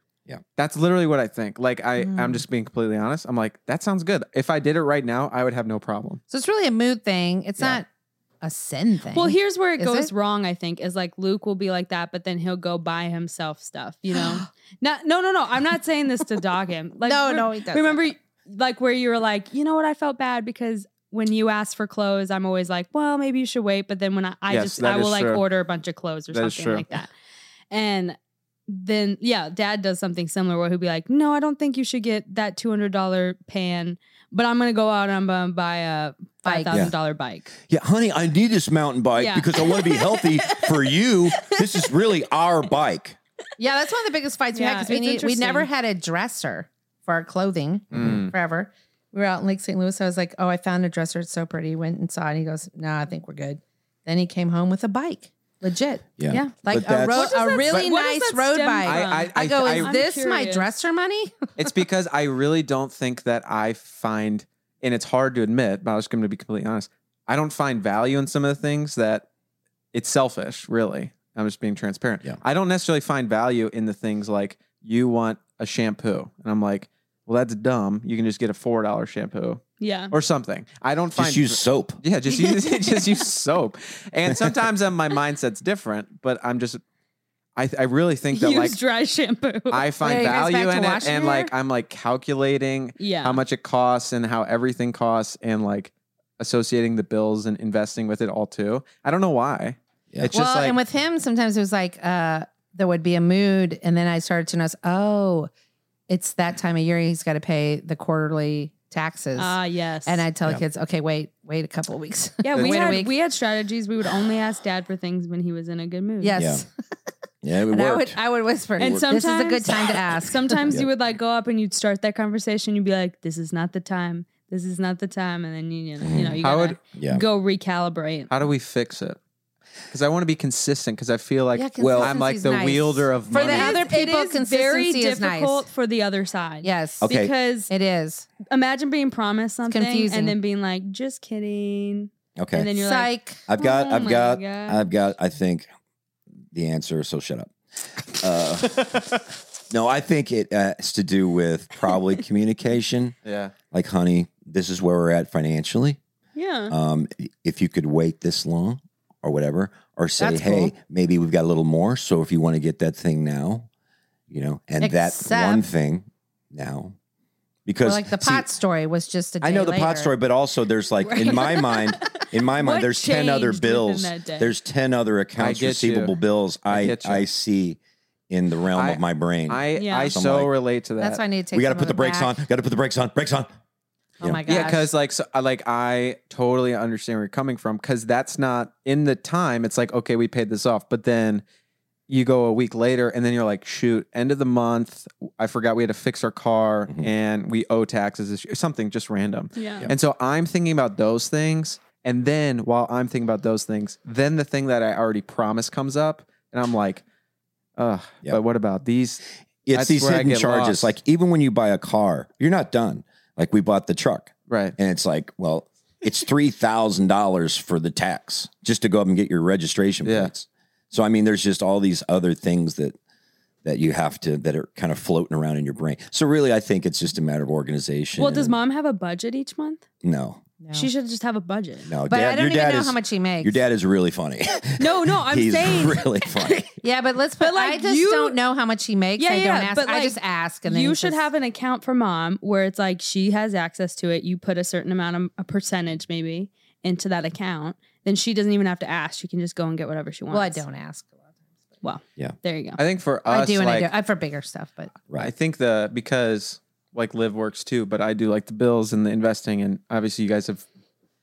Speaker 4: That's literally what I think. Like I, I'm
Speaker 2: Mm.
Speaker 4: just being completely honest. I'm like, that sounds good. If I did it right now, I would have no problem.
Speaker 2: So it's really a mood thing. It's
Speaker 4: Yeah.
Speaker 2: not a sin thing.
Speaker 3: Well, here's where it
Speaker 2: Is
Speaker 3: goes
Speaker 2: it?
Speaker 3: wrong. I think is like Luke will be like that, but then he'll go buy himself stuff. You know? no, no, no, no. I'm not saying this to dog him. Like,
Speaker 2: no,
Speaker 3: re-
Speaker 2: no, he doesn't.
Speaker 3: Remember, like where you were like, you know what? I felt bad because when you ask for clothes, I'm always like, well, maybe you should wait. But then when I, I
Speaker 4: Yes,
Speaker 3: just
Speaker 4: that
Speaker 3: I will
Speaker 4: is
Speaker 3: like
Speaker 4: true.
Speaker 3: order a bunch of clothes or
Speaker 4: That is
Speaker 3: something
Speaker 4: true.
Speaker 3: like that, and. Then yeah, dad does something similar where he'll be like, "No, I don't think you should get that two hundred dollar pan, but I'm gonna go out and I'm gonna buy a five
Speaker 2: Bike.
Speaker 3: thousand thousand dollar bike."
Speaker 1: Yeah, honey, I need this mountain bike
Speaker 3: Yeah.
Speaker 1: because I want to be healthy for you. This is really our bike.
Speaker 2: Yeah, that's one of the biggest fights we had
Speaker 3: Yeah,
Speaker 2: because we
Speaker 3: it's
Speaker 2: need, we never
Speaker 3: interesting.
Speaker 2: had a dresser for our clothing
Speaker 4: Mm.
Speaker 2: forever. We were out in Lake St. Louis. I was like, "Oh, I found a dresser. It's so pretty." Went and saw it. And he goes, "No, I think we're good." Then he came home with a bike, legit,
Speaker 1: Yeah.
Speaker 3: Yeah.
Speaker 1: But
Speaker 2: like a
Speaker 1: that's-
Speaker 2: road,
Speaker 3: What does
Speaker 2: a
Speaker 3: that-
Speaker 2: really
Speaker 3: what does
Speaker 2: nice
Speaker 3: that
Speaker 2: road
Speaker 3: stem
Speaker 2: bike.
Speaker 3: from?
Speaker 4: I-
Speaker 2: I go, is
Speaker 4: I-
Speaker 2: this my
Speaker 3: curious.
Speaker 2: dresser money?
Speaker 4: It's because I really don't think that I find, and it's hard to admit, but I was going to be completely honest. I don't find value in some of the things that it's selfish, really. I'm just being transparent.
Speaker 1: Yeah.
Speaker 4: I don't necessarily find value in the things like you want a shampoo. And I'm like, well, that's dumb. You can just get a $4 shampoo
Speaker 3: Yeah,
Speaker 4: or something. I don't find
Speaker 1: Just use soap.
Speaker 4: Yeah, just use just use soap. And sometimes um, my mindset's different, but I'm just I I really think that
Speaker 3: use
Speaker 4: like
Speaker 3: dry shampoo.
Speaker 4: I find
Speaker 2: you guys
Speaker 4: value
Speaker 2: back
Speaker 4: in
Speaker 2: to
Speaker 4: it
Speaker 2: washing
Speaker 4: and
Speaker 2: your
Speaker 4: like I'm like calculating
Speaker 3: yeah,
Speaker 4: how much it costs and how everything costs and like associating the bills and investing with it all too. I don't know why.
Speaker 1: Yeah.
Speaker 4: It's
Speaker 2: well,
Speaker 4: just like
Speaker 2: and with him, sometimes it was like uh, there would be a mood, and then I started to notice, oh, it's that time of year. He's got to pay the quarterly taxes,
Speaker 3: Ah, yes. Hmm.
Speaker 2: and I tell the
Speaker 1: Yeah.
Speaker 2: kids, "Okay, wait, wait a couple of weeks."
Speaker 3: yeah, we
Speaker 2: Wait a
Speaker 3: had
Speaker 2: week.
Speaker 3: we had strategies. We would only ask dad for things when he was in a good mood.
Speaker 2: Yes.
Speaker 1: Yeah, it
Speaker 2: And I would
Speaker 1: worked.
Speaker 2: I would whisper.
Speaker 3: And
Speaker 2: this is a good
Speaker 3: sometimes-
Speaker 2: time to ask.
Speaker 3: Sometimes
Speaker 1: Yeah.
Speaker 3: you would like go up and you'd start that conversation. You'd be like, "This is not the time. This is not the time." And then you you know, you know you
Speaker 4: How
Speaker 3: gotta
Speaker 4: would-
Speaker 1: yeah.
Speaker 3: go recalibrate.
Speaker 4: how do we fix it? Cuz I want to be consistent cuz I feel like
Speaker 2: Yeah,
Speaker 4: well I'm like
Speaker 2: consistency's
Speaker 4: the
Speaker 2: nice.
Speaker 4: wielder of
Speaker 2: For the
Speaker 4: money.
Speaker 2: other
Speaker 3: It is-
Speaker 2: people,
Speaker 3: it is very
Speaker 2: consistency is nice.
Speaker 3: difficult for the other side.
Speaker 2: yes,
Speaker 1: Okay.
Speaker 3: because
Speaker 2: it is.
Speaker 3: imagine being promised something
Speaker 2: confusing.
Speaker 3: and then being like, "Just kidding,"
Speaker 1: Okay.
Speaker 3: and then you're like,
Speaker 2: Psych.
Speaker 1: I've got
Speaker 3: "Oh
Speaker 1: I've
Speaker 3: my
Speaker 1: got
Speaker 4: uh,
Speaker 3: God."
Speaker 1: I've got I think the answer, so shut up. Uh, no, I think it uh, has to do with probably communication.
Speaker 4: yeah.
Speaker 1: Like, honey, this is where we're at financially.
Speaker 4: uh,
Speaker 2: Mm-hmm.
Speaker 3: "Yeah,
Speaker 1: um, if you could wait this long or whatever, or say,
Speaker 2: That's
Speaker 1: hey,
Speaker 2: cool.
Speaker 1: maybe we've got a little more. So if you want to get that thing now, you know, and that one
Speaker 2: Except-
Speaker 1: thing now,
Speaker 2: Or
Speaker 1: because
Speaker 2: like the
Speaker 1: see,
Speaker 2: pot story was just a day
Speaker 1: I know the pot
Speaker 2: later.
Speaker 1: story, but also there's like in my mind, in my mind,
Speaker 3: What
Speaker 1: there's ten other
Speaker 3: changed within
Speaker 1: bills.
Speaker 3: that day?
Speaker 1: There's ten other accounts
Speaker 4: get you.
Speaker 1: receivable bills
Speaker 4: I
Speaker 1: I
Speaker 4: get you.
Speaker 1: I, see in the realm
Speaker 4: I-
Speaker 1: of my brain.
Speaker 4: I
Speaker 3: Yeah.
Speaker 4: I
Speaker 1: So I'm
Speaker 4: so
Speaker 1: like-
Speaker 4: relate to that.
Speaker 2: That's why I need to take.
Speaker 1: we got to
Speaker 2: some
Speaker 1: put
Speaker 2: of
Speaker 1: the
Speaker 2: it
Speaker 1: brakes
Speaker 2: back.
Speaker 1: on. Got to put the brakes on. Brakes on.
Speaker 2: Oh
Speaker 1: Yeah.
Speaker 2: my gosh.
Speaker 4: Yeah, because like so, I- like I totally understand where you're coming from because that's not in the time. It's like okay, we paid this off, but then you go a week later and then you're like, shoot, end of the month, I forgot we had to fix our car
Speaker 1: Mhm.
Speaker 4: and we owe taxes this year, something just random.
Speaker 3: yeah."
Speaker 4: And so I'm thinking about those things And then while I'm thinking about those things, then the thing that I already promised comes up, and I'm like, ugh, but what about these?
Speaker 1: It's
Speaker 4: That's
Speaker 1: these
Speaker 4: where I
Speaker 1: hidden
Speaker 4: get
Speaker 1: charges.
Speaker 4: lost.
Speaker 1: Like even when you buy a car, you're not done. Like we bought the truck,
Speaker 4: right?
Speaker 1: And it's like, well, it's three thousand dollars for the tax just to go up and get your registration plates. So I mean, there's just all these other things that that you have to that are kind of floating around in your brain. So really, I think it's just a matter of organization.
Speaker 3: Well, does
Speaker 1: and-
Speaker 3: mom have a budget each month?
Speaker 1: no,
Speaker 3: She should just have a budget.
Speaker 1: no,
Speaker 2: But
Speaker 1: Oh, dad,
Speaker 2: I don't
Speaker 1: your
Speaker 2: even
Speaker 1: dad
Speaker 2: know
Speaker 1: is,
Speaker 2: how much he makes.
Speaker 1: Your dad is really funny.
Speaker 3: No, no, I'm
Speaker 1: He's
Speaker 3: saying
Speaker 1: really funny.
Speaker 2: Yeah, but let's. But like, I just
Speaker 3: you-
Speaker 2: don't know how much he makes.
Speaker 3: Yeah,
Speaker 2: I
Speaker 3: yeah,
Speaker 2: don't ask.
Speaker 3: but,
Speaker 2: I
Speaker 3: like,
Speaker 2: just ask, and then
Speaker 3: you
Speaker 2: it's
Speaker 3: should
Speaker 2: just-
Speaker 3: have an account for mom where it's like she has access to it. You put a certain amount of a percentage maybe into that account. Then she doesn't even have to ask. She can just go and get whatever she wants.
Speaker 2: Well, I don't ask.
Speaker 3: Well,
Speaker 1: yeah.
Speaker 3: There you go.
Speaker 4: I think for
Speaker 2: I
Speaker 4: us,
Speaker 2: do, and
Speaker 4: like-
Speaker 2: I do. I for bigger stuff, but
Speaker 4: I think the because like live works too, but I do like the bills and the investing, and obviously you guys have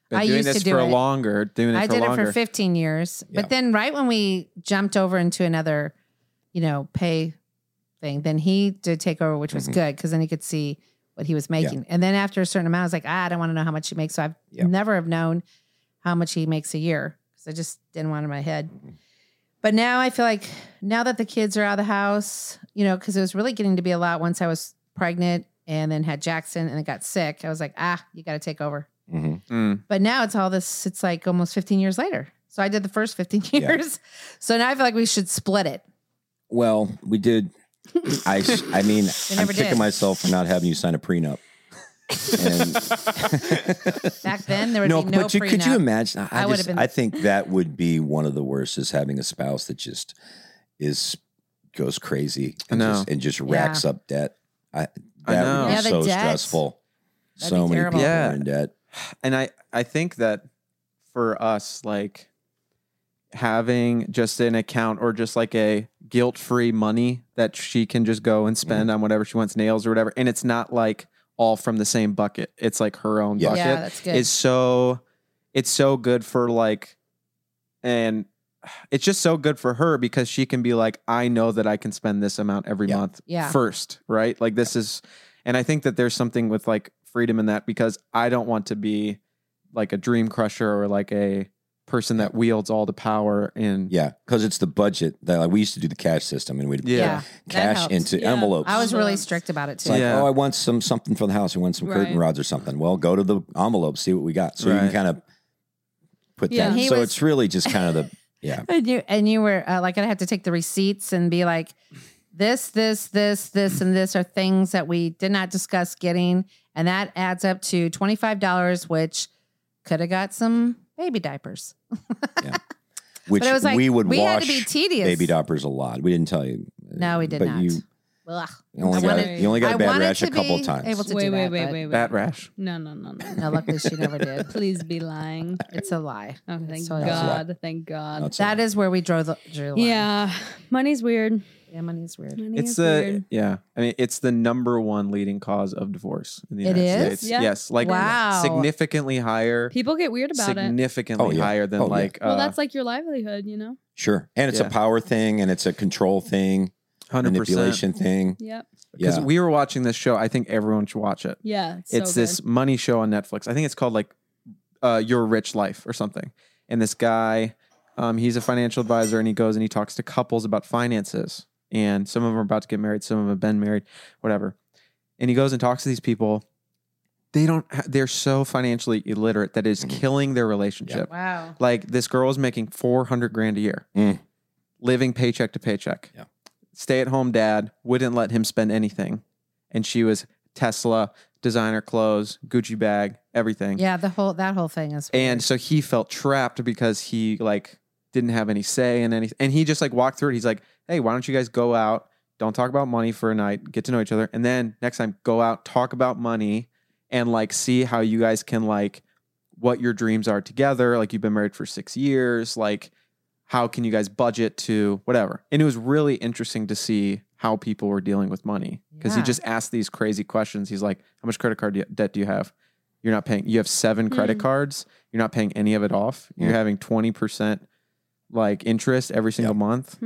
Speaker 4: been
Speaker 2: I
Speaker 4: doing
Speaker 2: used to
Speaker 4: this
Speaker 2: do
Speaker 4: for
Speaker 2: it.
Speaker 4: longer, doing it
Speaker 2: I
Speaker 4: for
Speaker 2: did
Speaker 4: longer.
Speaker 2: it for 15 years. But then, right when we jumped over into another, you know, pay thing, then he did take over, which was
Speaker 4: Mm-hmm.
Speaker 2: good because then he could see what he was making. And then after a certain amount, I was like, ah, I don't want to know how much he makes. So I've never have known how much he makes a year because I just didn't want it in my head.
Speaker 4: Mm-hmm.
Speaker 2: But now I feel like now that the kids are out of the house, you know, because it was really getting to be a lot once I was pregnant and then had Jackson and then got sick. I was like, ah, you got to take over.
Speaker 1: Mm-hmm.
Speaker 4: Hmm.
Speaker 2: But now it's all this, it's like almost 15 years later. So I did the first 15
Speaker 1: Yeah.
Speaker 2: years. So now I feel like we should split it.
Speaker 1: Well, we did. I, s- I mean, I'm
Speaker 2: never
Speaker 1: kicking
Speaker 2: did.
Speaker 1: myself for not having you sign a prenup.
Speaker 2: Back then, there would be no
Speaker 1: but you, could you
Speaker 2: prenup.
Speaker 1: imagine? I,
Speaker 2: I
Speaker 1: I
Speaker 2: would've
Speaker 1: just,
Speaker 2: been-
Speaker 1: I think that would be one of the worst is having a spouse that just is goes crazy and
Speaker 4: know.
Speaker 1: just and just racks
Speaker 2: Yeah.
Speaker 1: up debt. I
Speaker 4: I
Speaker 1: that
Speaker 4: know.
Speaker 1: would be
Speaker 2: Yeah, the
Speaker 1: so
Speaker 2: debt.
Speaker 1: stressful.
Speaker 2: That'd
Speaker 1: so
Speaker 2: be
Speaker 1: many
Speaker 2: terrible.
Speaker 1: people
Speaker 4: Yeah.
Speaker 1: are in debt.
Speaker 4: and I I think that for us like having just an account or just like a guilt-free money that she can just go and
Speaker 2: Mm-hmm.
Speaker 4: spend on whatever she wants nails or whatever and it's not like all from the same bucket it's like her own
Speaker 1: Yeah.
Speaker 4: bucket
Speaker 2: Yeah, that's good.
Speaker 4: it's so it's so good for like and it's just so good for her because she can be like I know that I can spend this amount every month
Speaker 2: Yeah.
Speaker 4: first right like this is and I think that there's something with like freedom in that because I don't want to be like a dream crusher or like a person that wields all the power in
Speaker 1: Yeah, because it's the budget that like, we used to do the cash system and we'd put
Speaker 4: Yeah.
Speaker 2: That
Speaker 1: cash
Speaker 2: helps.
Speaker 1: into envelopes.
Speaker 2: I was really strict about it
Speaker 1: It's
Speaker 2: too.
Speaker 1: like,
Speaker 4: Yeah.
Speaker 1: oh, I want some something for the house. I want some curtain
Speaker 2: Right.
Speaker 1: rods or something. Well, go to the envelope, see what we got, so you can
Speaker 4: Right.
Speaker 1: kind of put
Speaker 2: Yeah.
Speaker 1: that.
Speaker 2: He
Speaker 1: So
Speaker 2: was-
Speaker 1: it's really just kind of the yeah.
Speaker 2: And you and you were uh, like, I had to take the receipts and be like, this, this, this, this, and this are things that we did not discuss getting, and that adds up to twenty five dollars, which could have got some baby diapers.
Speaker 1: Which
Speaker 2: it was like,
Speaker 1: we would
Speaker 2: we had
Speaker 1: wash
Speaker 2: to be tedious.
Speaker 1: baby diapers a lot. We didn't tell you.
Speaker 2: No, we did
Speaker 1: but
Speaker 2: not.
Speaker 1: You,
Speaker 2: Ugh.
Speaker 1: you only
Speaker 2: I
Speaker 1: got
Speaker 2: wanted-
Speaker 1: a, you only got
Speaker 2: I
Speaker 1: a bad
Speaker 2: wanted
Speaker 1: rash a
Speaker 2: to
Speaker 1: couple
Speaker 2: be
Speaker 1: times.
Speaker 2: Able to
Speaker 3: wait,
Speaker 2: do
Speaker 3: wait,
Speaker 2: that,
Speaker 3: wait,
Speaker 2: but-
Speaker 3: wait, wait.
Speaker 4: bat rash.
Speaker 3: No, no, no, no.
Speaker 2: No, luckily she never did.
Speaker 3: Please be lying.
Speaker 2: It's a lie.
Speaker 3: Oh, thank
Speaker 2: totally
Speaker 1: a lie.
Speaker 3: God. Thank God.
Speaker 1: No, it's
Speaker 2: That is where we drew the, drew the line.
Speaker 3: yeah. Mm. Money's weird.
Speaker 2: Yeah, money's weird.
Speaker 3: Money
Speaker 4: It's
Speaker 3: is
Speaker 4: the
Speaker 3: weird.
Speaker 4: yeah. I mean, it's the number one leading cause of divorce in the
Speaker 2: It
Speaker 4: United
Speaker 2: is?
Speaker 4: States.
Speaker 3: Yeah.
Speaker 4: Yes, like
Speaker 2: Wow.
Speaker 4: significantly higher,
Speaker 3: People get weird about it.
Speaker 4: significantly
Speaker 1: Oh, yeah.
Speaker 4: higher than
Speaker 1: Oh, yeah.
Speaker 4: like
Speaker 3: Well,
Speaker 4: uh,
Speaker 3: that's like your livelihood, you know?
Speaker 1: sure, and it's
Speaker 4: Yeah.
Speaker 1: a power thing, and it's a control thing,
Speaker 4: 100%.
Speaker 1: manipulation thing.
Speaker 3: Yep.
Speaker 4: Because
Speaker 1: Yeah,
Speaker 4: we were watching this show, I think everyone should watch it.
Speaker 3: Yeah. It's,
Speaker 4: it's
Speaker 3: so
Speaker 4: this money show on Netflix. I think it's called like uh, Your Rich Life or something. And this guy, um, he's a financial advisor, and he goes and he talks to couples about finances. And some of them are about to get married, some of them have been married, whatever. And he goes and talks to these people. They don't. ha- They're so financially illiterate that it's
Speaker 1: Mm-hmm.
Speaker 4: killing their relationship.
Speaker 2: Wow.
Speaker 4: Like this girl is making four hundred grand a year,
Speaker 1: Mm.
Speaker 4: living paycheck to paycheck.
Speaker 1: Yeah.
Speaker 4: Stay at home dad wouldn't let him spend anything, and she was Tesla, designer clothes, Gucci bag, everything.
Speaker 2: Yeah, the whole that whole thing is
Speaker 4: And so he felt trapped because he like didn't have any say in anything. And he just like walked through it. He's like, hey, why don't you guys go out, don't talk about money for a night, get to know each other, and then next time go out, talk about money, and like see how you guys can like what your dreams are together. Like you've been married for six years, like how can you guys budget to whatever? And it was really interesting to see how people were dealing with money because
Speaker 2: Yeah.
Speaker 4: he just asked these crazy questions. He's like, how much credit card do you- debt do you have? You're not paying. You have seven
Speaker 2: Mm.
Speaker 4: credit cards. You're not paying any of it off. You're
Speaker 1: Mm.
Speaker 4: having twenty percent like interest every single month.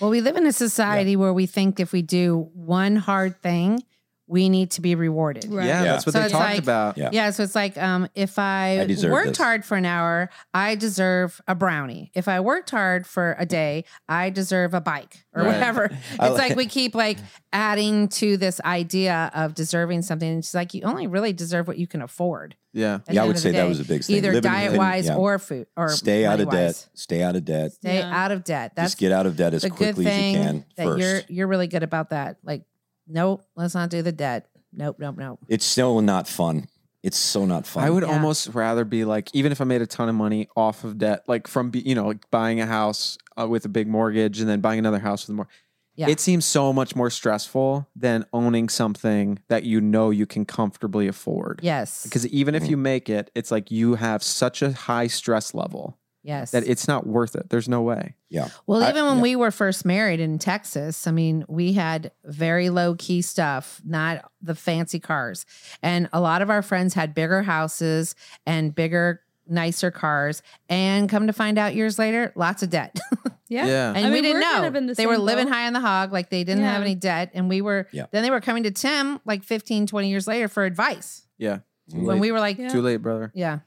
Speaker 2: Well, we live in a society where we think if we do one hard thing, we need to be rewarded.
Speaker 4: Right. Yeah, that's what they
Speaker 2: it's
Speaker 4: talked
Speaker 2: like-
Speaker 4: about.
Speaker 2: Yeah.
Speaker 4: Yeah.
Speaker 2: so it's like um, if I,
Speaker 4: I deserve
Speaker 2: worked
Speaker 4: this.
Speaker 2: hard for an hour, I deserve a brownie. If I worked hard for a day, I deserve a bike or
Speaker 12: Right.
Speaker 2: whatever.
Speaker 12: I
Speaker 2: It's
Speaker 12: li-
Speaker 2: like we keep like adding to this idea of deserving something. And she's like, you only really deserve what you can afford.
Speaker 4: Yeah.
Speaker 2: at
Speaker 1: yeah,
Speaker 2: the
Speaker 1: I
Speaker 2: end
Speaker 1: would
Speaker 2: of
Speaker 1: say
Speaker 2: the
Speaker 1: that
Speaker 2: day,
Speaker 1: was the biggest thing.
Speaker 2: either
Speaker 1: Living within-
Speaker 2: diet-wise
Speaker 1: yeah.
Speaker 2: or food- or
Speaker 1: stay out of
Speaker 2: money-wise.
Speaker 1: debt. Stay out of debt.
Speaker 2: Stay out of debt. That's
Speaker 1: Just get out of debt as
Speaker 2: the good
Speaker 1: quickly as you
Speaker 2: thing
Speaker 1: can
Speaker 2: that
Speaker 1: first.
Speaker 2: you're you're really good about that. Like, nope, let's not do the debt. Nope, nope, nope.
Speaker 1: It's still not fun. It's so not fun.
Speaker 4: I would
Speaker 2: Yeah.
Speaker 4: almost rather be like, even if I made a ton of money off of debt, like from be- you know, like buying a house uh, with a big mortgage and then buying another house with more.
Speaker 2: Yeah.
Speaker 4: It seems so much more stressful than owning something that you know you can comfortably afford.
Speaker 2: Yes.
Speaker 4: Because even if you make it, it's like you have such a high stress level
Speaker 2: Yes.
Speaker 4: that it's not worth it. There's no way.
Speaker 1: Yeah.
Speaker 2: Well, even when we were first married in Texas, I mean, we had very low key stuff, not the fancy cars. And a lot of our friends had bigger houses and bigger, nicer cars. And come to find out years later, lots of debt.
Speaker 3: Yeah.
Speaker 1: Uh-huh.
Speaker 4: Yeah.
Speaker 2: And
Speaker 3: I
Speaker 2: we
Speaker 3: mean,
Speaker 2: didn't
Speaker 3: we're kind
Speaker 2: know.
Speaker 3: of in the
Speaker 2: they were
Speaker 3: same
Speaker 2: living
Speaker 3: boat.
Speaker 2: high on the hog. Like they didn't have
Speaker 3: Yeah.
Speaker 2: any debt. And we were,
Speaker 1: Yeah.
Speaker 2: then they were coming to Tim like 15, 20 years later for advice.
Speaker 4: Yeah.
Speaker 2: When we were like,
Speaker 4: too late, brother.
Speaker 2: yeah.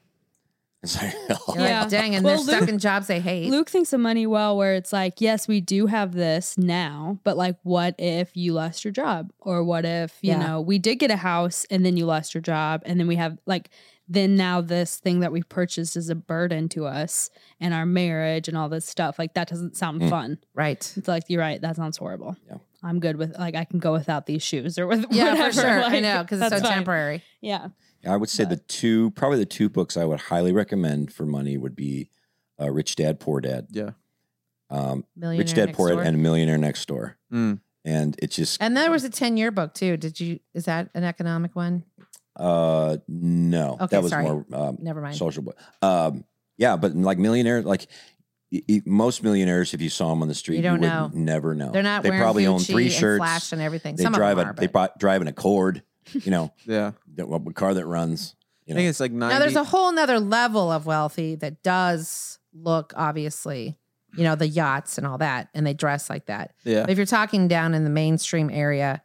Speaker 1: It's like,
Speaker 2: You're
Speaker 3: Yeah.
Speaker 2: like, dang. And
Speaker 3: Well,
Speaker 2: they're stuck
Speaker 3: Luke-
Speaker 2: in jobs they hate.
Speaker 3: Luke thinks of money well, where it's like, yes, we do have this now, but like, what if you lost your job? Or what if, you
Speaker 2: Yeah.
Speaker 3: know, we did get a house and then you lost your job? And then we have like, then now this thing that we purchased is a burden to us and our marriage and all this stuff. Like, that doesn't sound
Speaker 2: Mm.
Speaker 3: fun.
Speaker 2: Right.
Speaker 3: It's like, you're right. That sounds horrible.
Speaker 1: Yeah.
Speaker 3: I'm good with, like, I can go without these shoes or with
Speaker 2: Yeah,
Speaker 3: whatever.
Speaker 2: for sure. I
Speaker 3: like,
Speaker 2: know because it's so
Speaker 3: that's fine.
Speaker 2: temporary.
Speaker 3: Yeah.
Speaker 1: I would say the two, probably the two books I would highly recommend for money would be uh, Rich Dad Poor Dad.
Speaker 4: Yeah.
Speaker 1: Um,
Speaker 2: Millionaire
Speaker 1: Rich Dad
Speaker 2: Next
Speaker 1: Poor
Speaker 2: Door.
Speaker 1: Dad and Millionaire Next Door.
Speaker 4: Mm.
Speaker 1: And it's just
Speaker 2: And there was a 10 year book too. Did you, is that an economic one?
Speaker 1: Uh, no,
Speaker 2: Okay,
Speaker 1: that was
Speaker 2: sorry.
Speaker 1: more. Um,
Speaker 2: Never mind.
Speaker 1: Social, bo- um, yeah, but like millionaire, like y- y- most millionaires, if you saw them on the street,
Speaker 2: You don't
Speaker 1: would
Speaker 2: know.
Speaker 1: never know.
Speaker 2: They're not
Speaker 1: They
Speaker 2: wearing
Speaker 1: probably own
Speaker 2: Gucci
Speaker 1: three
Speaker 2: and
Speaker 1: shirts,
Speaker 2: Flash and everything.
Speaker 1: They
Speaker 2: Some of
Speaker 1: drive
Speaker 2: them
Speaker 1: a
Speaker 2: are,
Speaker 1: they bri- drive an Accord, you know.
Speaker 4: yeah,
Speaker 1: that, a car that runs. You
Speaker 4: I
Speaker 1: know,
Speaker 4: think it's like 90.
Speaker 2: Now there's a whole nother level of wealthy that does look obviously, you know, the yachts and all that, and they dress like that.
Speaker 4: Yeah.
Speaker 2: But if you're talking down in the mainstream area,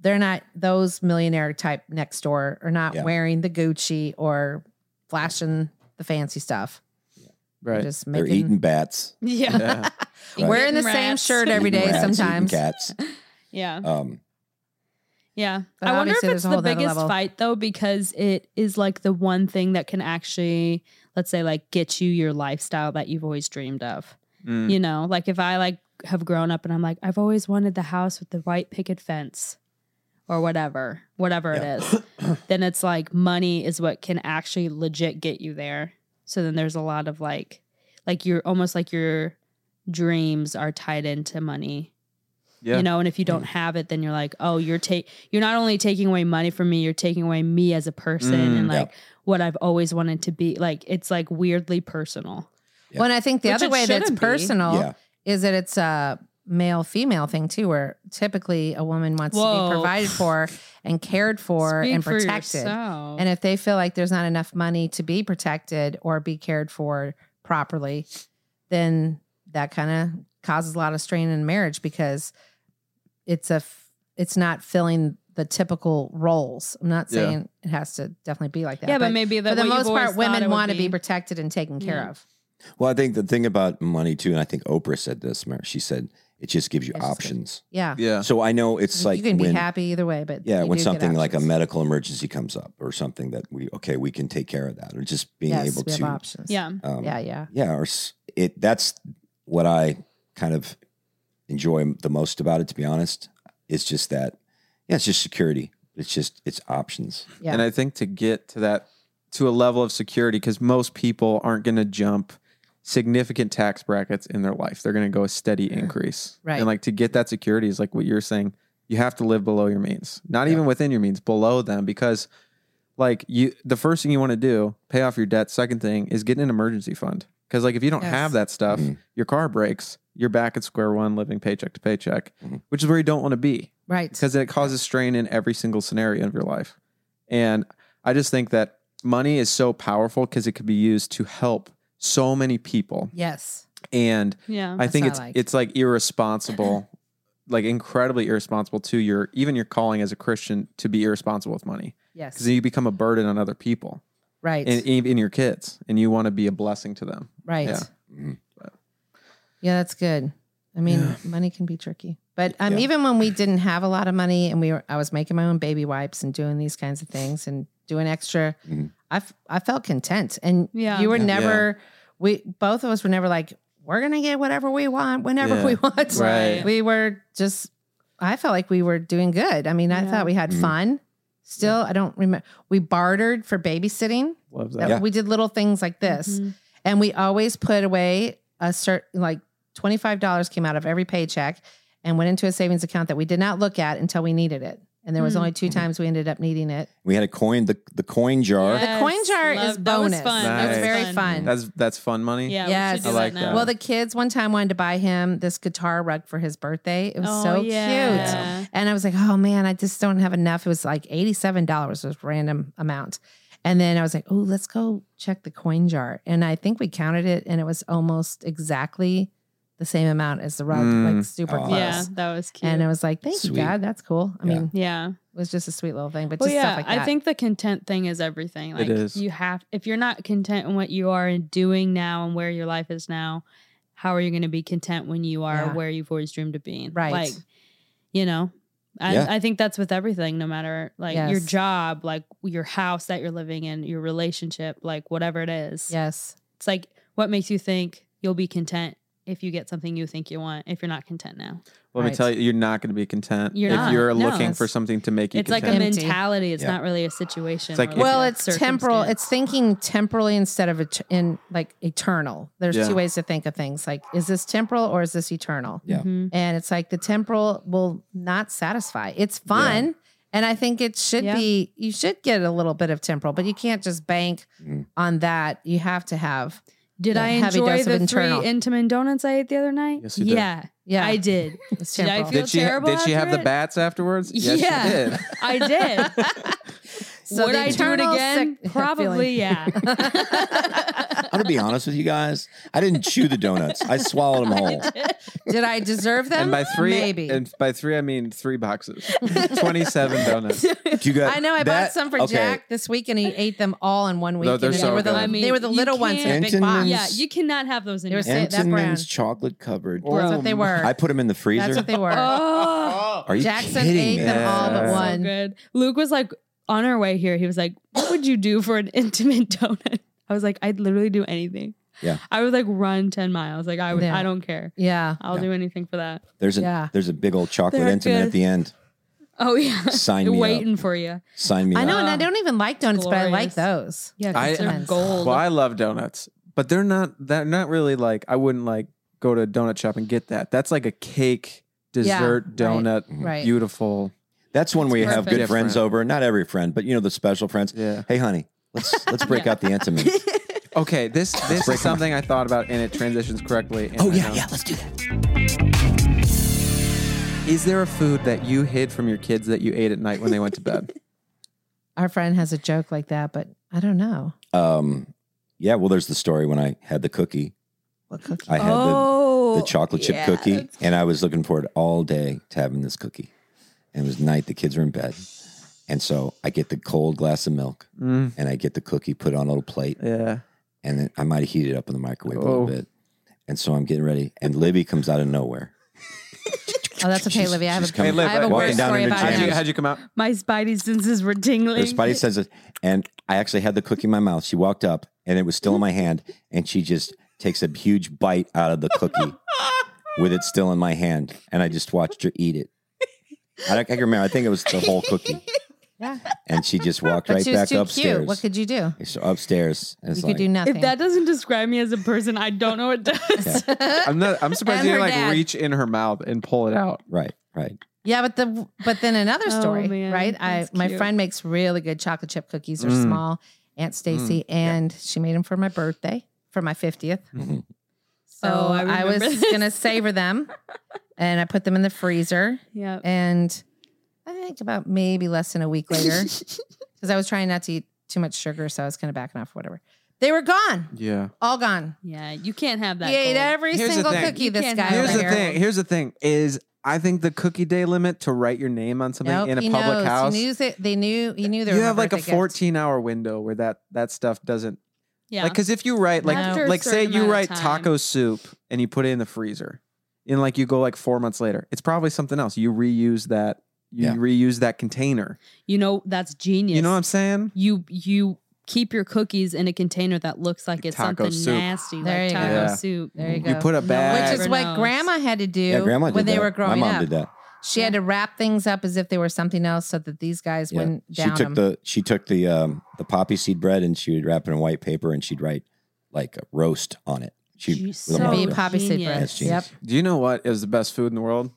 Speaker 2: they're not those millionaire type next door are not
Speaker 1: Yeah.
Speaker 2: wearing the Gucci or flashing the fancy stuff.
Speaker 4: right.
Speaker 2: just
Speaker 1: they're
Speaker 2: making-
Speaker 1: eating bats.
Speaker 3: Yeah.
Speaker 1: Right.
Speaker 2: Wearing the
Speaker 3: Eating
Speaker 2: same
Speaker 3: rats.
Speaker 2: shirt every
Speaker 1: Eating
Speaker 2: day
Speaker 1: rats, eating
Speaker 2: sometimes.
Speaker 1: cats.
Speaker 3: Yeah.
Speaker 1: Um,
Speaker 3: Yeah.
Speaker 2: But
Speaker 3: I wonder if
Speaker 2: obviously
Speaker 3: it's
Speaker 2: there's a
Speaker 3: the
Speaker 2: whole nother
Speaker 3: biggest
Speaker 2: level.
Speaker 3: fight though, because it is like the one thing that can actually, let's say, like get you your lifestyle that you've always dreamed of.
Speaker 12: Mm.
Speaker 3: You know, like if I like have grown up and I'm like, I've always wanted the house with the white picket fence or whatever, whatever it is, then it's like money is what can actually legit get you there. So then there's a lot of like, like you're almost like your dreams are tied into money.
Speaker 12: Yeah.
Speaker 3: You know, and if you don't
Speaker 2: Mm.
Speaker 3: have it, then you're like, oh, you're take you're not only taking away money from me, you're taking away me as a person
Speaker 2: Mm,
Speaker 3: and
Speaker 2: yeah.
Speaker 3: like what I've always wanted to be. Like it's like weirdly personal.
Speaker 2: Well, and I think the
Speaker 3: Which
Speaker 2: other
Speaker 3: it
Speaker 2: way that's
Speaker 3: shouldn't be.
Speaker 2: personal
Speaker 3: Yeah.
Speaker 2: is that it's a male female thing too, where typically a woman wants to
Speaker 3: Whoa.
Speaker 2: be provided for and cared for
Speaker 3: Speak
Speaker 2: and
Speaker 3: for
Speaker 2: protected.
Speaker 3: yourself.
Speaker 2: and if they feel like there's not enough money to be protected or be cared for properly, then that kind of causes a lot of strain in marriage because it's a f- it's not filling the typical roles. I'm not
Speaker 3: Yeah.
Speaker 2: saying it has to definitely be like that.
Speaker 3: Yeah, but maybe the-
Speaker 2: for the
Speaker 3: what you've
Speaker 2: most part,
Speaker 3: always thought it
Speaker 2: women
Speaker 3: would
Speaker 2: want to be
Speaker 3: be.
Speaker 2: protected and taken care
Speaker 3: Yeah.
Speaker 2: of.
Speaker 1: well, I think the thing about money too, and I think Oprah said this. Mar- She said it just gives you
Speaker 2: It just gives-
Speaker 1: options.
Speaker 2: Yeah.
Speaker 1: So I know it's like
Speaker 2: you can
Speaker 1: when,
Speaker 2: be happy either way, but
Speaker 1: Yeah,
Speaker 2: you
Speaker 1: when
Speaker 2: do get
Speaker 1: something like a
Speaker 2: options.
Speaker 1: medical emergency comes up or something that we okay, we can take care of that, or just being
Speaker 2: Yes,
Speaker 1: able
Speaker 2: we have
Speaker 1: to
Speaker 2: options.
Speaker 3: Yeah.
Speaker 1: um,
Speaker 2: yeah, yeah.
Speaker 1: yeah, or s- it. That's what I kind of enjoy the most about it. To be honest, it's just that yeah, it's just security. It's just it's options.
Speaker 2: Yeah.
Speaker 4: And I think to get to that to a level of security, because most people aren't going to jump significant tax brackets in their life. They're going to go a steady increase.
Speaker 2: Right.
Speaker 4: And like to get that security is like what you're saying. You have to live below your means, not even within your means, below them, because like you, the first thing you want to do, pay off your debt. Second thing is get an emergency fund. Because like if you don't
Speaker 2: Yes.
Speaker 4: have that stuff, your car breaks, you're back at square one, living paycheck to paycheck, which is where you don't want to be
Speaker 2: Right.
Speaker 4: because it causes strain in every single scenario of your life. And I just think that money is so powerful because it could be used to help so many people.
Speaker 2: Yes.
Speaker 4: And
Speaker 2: Yeah.
Speaker 4: I
Speaker 2: Oh, That's
Speaker 4: think
Speaker 2: what I
Speaker 4: it's
Speaker 2: like.
Speaker 4: it's like irresponsible like incredibly irresponsible to your even your calling as a Christian to be irresponsible with money.
Speaker 2: Yes.
Speaker 4: Because you become a burden on other people.
Speaker 2: Right.
Speaker 4: And in, your kids, and you want to be a blessing to them.
Speaker 2: Right.
Speaker 4: Yeah.
Speaker 2: Yeah, that's good. I mean, money can be tricky. But um, even when we didn't have a lot of money and we were, I was making my own baby wipes and doing these kinds of things and doing extra, I, f- I felt content. And
Speaker 3: Yeah.
Speaker 2: you were
Speaker 3: Yeah.
Speaker 2: never, we both of us were never like, we're going to get whatever we want whenever
Speaker 3: Yeah.
Speaker 2: we want.
Speaker 3: Right.
Speaker 2: We were just, I felt like we were doing good. I mean, I
Speaker 3: Yeah.
Speaker 2: thought we had
Speaker 4: Mm-hmm.
Speaker 2: fun.
Speaker 3: Mhm.
Speaker 2: Still, I don't remember. We bartered for babysitting.
Speaker 4: Love
Speaker 2: That- We did little things like
Speaker 3: Mm-hmm.
Speaker 2: this. And we always put away a certain, like $25 came out of every paycheck and went into a savings account that we did not look at until we needed it. And there was
Speaker 3: Hmm.
Speaker 2: only two times we ended up needing it.
Speaker 1: We had a coin, the, the coin jar.
Speaker 2: the coin jar
Speaker 3: love-
Speaker 2: is
Speaker 3: that was
Speaker 2: bonus.
Speaker 3: fun.
Speaker 2: That was
Speaker 4: Nice.
Speaker 2: very fun.
Speaker 4: That's that's fun money.
Speaker 3: Yeah. we
Speaker 2: Yes.
Speaker 3: should do
Speaker 4: I
Speaker 3: that
Speaker 4: like
Speaker 3: now.
Speaker 4: that.
Speaker 2: Well, the kids one time wanted to buy him this guitar rug for his birthday. It was
Speaker 3: Oh,
Speaker 2: so
Speaker 3: yeah.
Speaker 2: cute. And I was like, oh man, I just don't have enough. It was like $87, was random amount. And then I was like, oh, let's go check the coin jar. And I think we counted it and it was almost exactly the same amount as the rug,
Speaker 4: Mm.
Speaker 2: like super
Speaker 1: Aw.
Speaker 2: close.
Speaker 3: Yeah, that was cute.
Speaker 2: And I was like, thank
Speaker 1: Sweet.
Speaker 2: you, God. That's cool. I mean,
Speaker 3: yeah.
Speaker 2: it was just a sweet little thing, but
Speaker 3: Well,
Speaker 2: just
Speaker 3: yeah,
Speaker 2: stuff like that.
Speaker 3: I think the content thing is everything. Like
Speaker 4: is.
Speaker 3: you have if you're not content in what you are doing now and where your life is now, how are you going to be content when you are
Speaker 2: Yeah.
Speaker 3: where you've always dreamed of being?
Speaker 2: Right.
Speaker 3: Like, you know, I,
Speaker 1: Yeah.
Speaker 3: I think that's with everything, no matter like your
Speaker 2: Yes.
Speaker 3: job, like your house that you're living in, your relationship, like whatever it is.
Speaker 2: yes.
Speaker 3: It's like what makes you think you'll be content if you get something you think you want if you're not content now.
Speaker 4: Let me
Speaker 2: Right.
Speaker 4: tell you, you're not going to be content
Speaker 3: You're
Speaker 4: if
Speaker 3: not.
Speaker 4: you're
Speaker 3: No.
Speaker 4: looking for something to make you
Speaker 3: It's like
Speaker 4: content.
Speaker 3: a
Speaker 2: Empty.
Speaker 3: mentality. It's
Speaker 1: Yeah.
Speaker 3: not really a situation.
Speaker 4: like
Speaker 3: or,
Speaker 4: if you-
Speaker 2: Well,
Speaker 3: a
Speaker 2: it's temporal.
Speaker 3: circumstance.
Speaker 2: It's thinking temporally instead of et- in like eternal. There's
Speaker 4: Yeah.
Speaker 2: two ways to think of things. Like, is this temporal or is this eternal?
Speaker 1: Yeah.
Speaker 3: Mhm.
Speaker 2: And it's like the temporal will not satisfy. It's fun. And I think it should
Speaker 3: Yeah.
Speaker 2: be, you should get a little bit of temporal, but you can't just bank
Speaker 1: Mm.
Speaker 2: on that. You have to have,
Speaker 3: Did
Speaker 2: Yeah.
Speaker 3: I
Speaker 2: Heavy
Speaker 3: enjoy
Speaker 2: dose of
Speaker 3: the
Speaker 2: internal.
Speaker 3: three Intamin donuts I ate the other night?
Speaker 4: Yes, you did.
Speaker 3: yeah,
Speaker 2: yeah.
Speaker 3: I did.
Speaker 2: it's
Speaker 3: Did I
Speaker 2: temporal.
Speaker 3: feel
Speaker 4: did she
Speaker 3: terrible
Speaker 4: did she have
Speaker 3: after
Speaker 4: the
Speaker 3: it?
Speaker 4: bats afterwards? Yes,
Speaker 3: Yeah.
Speaker 4: she did.
Speaker 3: I did.
Speaker 2: So
Speaker 3: Would
Speaker 2: the
Speaker 3: I do it
Speaker 2: internal
Speaker 3: again?
Speaker 2: sick-
Speaker 3: Probably,
Speaker 2: feeling.
Speaker 3: yeah.
Speaker 1: I'm gonna be honest with you guys. I didn't chew the donuts. I swallowed them whole.
Speaker 2: Did I deserve them?
Speaker 4: And by three,
Speaker 2: Uh, Maybe.
Speaker 4: and by three, I mean three boxes, twenty-seven donuts.
Speaker 1: Do you guys,
Speaker 2: I know I
Speaker 1: that-
Speaker 2: bought some for
Speaker 1: okay.
Speaker 2: Jack this week, and he ate them all in one week.
Speaker 4: No, they're
Speaker 2: and
Speaker 4: so
Speaker 2: they were the,
Speaker 4: good. I
Speaker 3: mean,
Speaker 2: they were the
Speaker 3: you
Speaker 2: little ones in a big box.
Speaker 1: Entenmann's-
Speaker 3: yeah, you cannot have those in
Speaker 2: They
Speaker 3: your
Speaker 2: were
Speaker 3: stomach.
Speaker 2: that brown.
Speaker 1: Entenmann's chocolate covered.
Speaker 2: That's what they were.
Speaker 1: I put them in the freezer.
Speaker 2: That's what they were.
Speaker 3: Oh,
Speaker 1: Are you
Speaker 2: Jackson
Speaker 1: kidding
Speaker 2: ate
Speaker 1: me?
Speaker 2: them all but
Speaker 4: Yeah.
Speaker 3: so
Speaker 2: one.
Speaker 3: good. Luke was like on our way here. He was like, "What would you do for an intimate donut?" I was like, "I'd literally do anything."
Speaker 1: Yeah.
Speaker 3: I would like run ten miles. Like I would.
Speaker 2: Yeah.
Speaker 3: I don't care.
Speaker 2: Yeah.
Speaker 3: I'll
Speaker 1: Yeah.
Speaker 3: do anything for that.
Speaker 1: There's a
Speaker 2: Yeah.
Speaker 1: there's a big old chocolate
Speaker 3: They're
Speaker 1: intimate
Speaker 3: good.
Speaker 1: at the end.
Speaker 3: Oh yeah,
Speaker 1: Sign
Speaker 3: They're
Speaker 1: me up.
Speaker 3: waiting for you.
Speaker 1: Sign me
Speaker 2: I know,
Speaker 1: up.
Speaker 2: and I don't even like donuts, but I like
Speaker 3: Glorious.
Speaker 2: those.
Speaker 3: Yeah, 'cause
Speaker 4: I-
Speaker 3: they're
Speaker 2: Entenmann's.
Speaker 3: gold.
Speaker 4: Well, I love donuts, but they're not. They're not really like. I wouldn't like go to a donut shop and get that. That's like a cake,
Speaker 2: Yeah,
Speaker 4: dessert,
Speaker 2: right, Mm-hmm.
Speaker 4: donut,
Speaker 2: right.
Speaker 4: beautiful.
Speaker 1: That's when we have good
Speaker 4: perfect.
Speaker 1: friends
Speaker 4: Different.
Speaker 1: over. Not every friend, but you know the special friends.
Speaker 4: Yeah.
Speaker 1: Hey, honey, let's let's break
Speaker 3: Yeah.
Speaker 1: out the intimate.
Speaker 4: Okay, this this
Speaker 1: break
Speaker 4: is
Speaker 1: 'em.
Speaker 4: something I thought about, and it transitions correctly. and
Speaker 1: oh
Speaker 4: I
Speaker 1: yeah,
Speaker 4: know.
Speaker 1: yeah, let's do that.
Speaker 4: Is there a food that you hid from your kids that you ate at night when they went to bed?
Speaker 2: Our friend has a joke like that, but I don't know.
Speaker 1: Um, yeah. Well, there's the story when I had the cookie.
Speaker 2: What cookie?
Speaker 1: I had
Speaker 3: oh,
Speaker 1: the, the chocolate chip
Speaker 3: yeah,
Speaker 1: cookie,
Speaker 3: that's-
Speaker 1: and I was looking forward all day to having this cookie. And it was night; the kids were in bed, and so I get the cold glass of milk,
Speaker 4: Mm,
Speaker 1: and I get the cookie put on a little plate,
Speaker 4: yeah.
Speaker 1: and then I might have heated it up in the microwave a
Speaker 4: Oh.
Speaker 1: little bit. And so I'm getting ready, and Libby comes out of nowhere.
Speaker 2: Oh, that's okay,
Speaker 1: She's-
Speaker 2: Libby. I have
Speaker 1: she's
Speaker 2: a,
Speaker 1: coming-
Speaker 2: I have a
Speaker 1: walking
Speaker 2: weird
Speaker 1: down
Speaker 2: story
Speaker 1: in her
Speaker 2: about
Speaker 1: jeans.
Speaker 4: How'd you,
Speaker 2: him.
Speaker 4: how'd you come out?
Speaker 3: My spidey senses were tingling.
Speaker 1: Her spidey says it, and I actually had the cookie in my mouth. She walked up, and it was still in my hand, and she just takes a huge bite out of the cookie with it still in my hand, and I just watched her eat it. I, don't- I can remember. I think it was the whole cookie,
Speaker 2: Yeah.
Speaker 1: and she just walked
Speaker 2: But
Speaker 1: right
Speaker 2: she was
Speaker 1: back
Speaker 2: too
Speaker 1: upstairs.
Speaker 2: cute. What could you do?
Speaker 1: so upstairs, and
Speaker 2: You
Speaker 1: it's
Speaker 2: could do
Speaker 1: like,
Speaker 2: nothing.
Speaker 3: If that doesn't describe me as a person, I don't know what does.
Speaker 4: I'm not. I'm surprised
Speaker 2: And
Speaker 4: you didn't
Speaker 2: her
Speaker 4: like
Speaker 2: dad.
Speaker 4: reach in her mouth and pull it out.
Speaker 1: right, right.
Speaker 2: Yeah, but the but then another
Speaker 3: Oh,
Speaker 2: story,
Speaker 3: man,
Speaker 2: right? I
Speaker 3: that's
Speaker 2: my
Speaker 3: cute.
Speaker 2: friend makes really good chocolate chip cookies. They're
Speaker 4: Mm.
Speaker 2: small. Aunt Stacy and she made them for my birthday, for my 50th.
Speaker 1: Mhm.
Speaker 2: So
Speaker 3: Oh, I
Speaker 2: I, was
Speaker 3: remember this.
Speaker 2: gonna savor them, and I put them in the freezer.
Speaker 3: yeah.
Speaker 2: And I think about maybe less than a week later, because I was trying not to eat too much sugar, so I was kind of backing off, whatever. They were gone,
Speaker 4: Yeah.
Speaker 2: all gone.
Speaker 3: Yeah, you can't have that.
Speaker 2: he ate
Speaker 3: gold.
Speaker 2: every
Speaker 4: Here's the
Speaker 2: single
Speaker 4: thing.
Speaker 2: cookie.
Speaker 3: You
Speaker 2: This
Speaker 3: can't
Speaker 2: guy
Speaker 3: have
Speaker 2: over
Speaker 4: Here's the
Speaker 2: here.
Speaker 4: thing. Here's the thing. Is I think the cookie day limit to write your name on something
Speaker 2: Nope,
Speaker 4: in a
Speaker 2: he
Speaker 4: public
Speaker 2: knows.
Speaker 4: house.
Speaker 2: He knew that they knew. He knew there.
Speaker 4: you
Speaker 2: were
Speaker 4: have like a
Speaker 2: birthday gifts.
Speaker 4: 14 hour window where that that stuff doesn't
Speaker 3: Yeah.
Speaker 4: like because if you write like
Speaker 3: After a
Speaker 4: like say
Speaker 3: certain amount
Speaker 4: you
Speaker 3: of
Speaker 4: write
Speaker 3: time.
Speaker 4: taco soup and you put it in the freezer and like you go like four months later it's probably something else you reuse that you
Speaker 1: Yeah.
Speaker 4: reuse that container
Speaker 3: You know that's genius.
Speaker 4: you know what i'm saying
Speaker 3: you you keep your cookies in a container that looks like it's
Speaker 4: Taco
Speaker 3: something
Speaker 4: soup.
Speaker 3: nasty,
Speaker 2: There
Speaker 3: like
Speaker 2: you go.
Speaker 3: taco
Speaker 4: Yeah.
Speaker 3: soup.
Speaker 2: There you
Speaker 4: You
Speaker 2: go.
Speaker 4: put a bag-
Speaker 2: which is
Speaker 3: Never
Speaker 2: what
Speaker 3: knows.
Speaker 2: grandma had to do
Speaker 1: Yeah, grandma did
Speaker 2: when they
Speaker 1: that.
Speaker 2: were growing
Speaker 1: My mom
Speaker 2: up.
Speaker 1: did that.
Speaker 2: She had to wrap things up as if they were something else, so that these guys
Speaker 1: Yeah.
Speaker 2: wouldn't
Speaker 1: She
Speaker 2: down
Speaker 1: took
Speaker 2: them.
Speaker 1: the she took the um the poppy seed bread and she would wrap it in white paper and she'd write like roast on it. She
Speaker 3: She's
Speaker 1: with a
Speaker 3: so
Speaker 2: Be
Speaker 1: marker.
Speaker 2: poppy seed
Speaker 3: Genius.
Speaker 2: bread.
Speaker 1: That's
Speaker 2: Yep.
Speaker 1: genius.
Speaker 4: do you know what is the best food in the world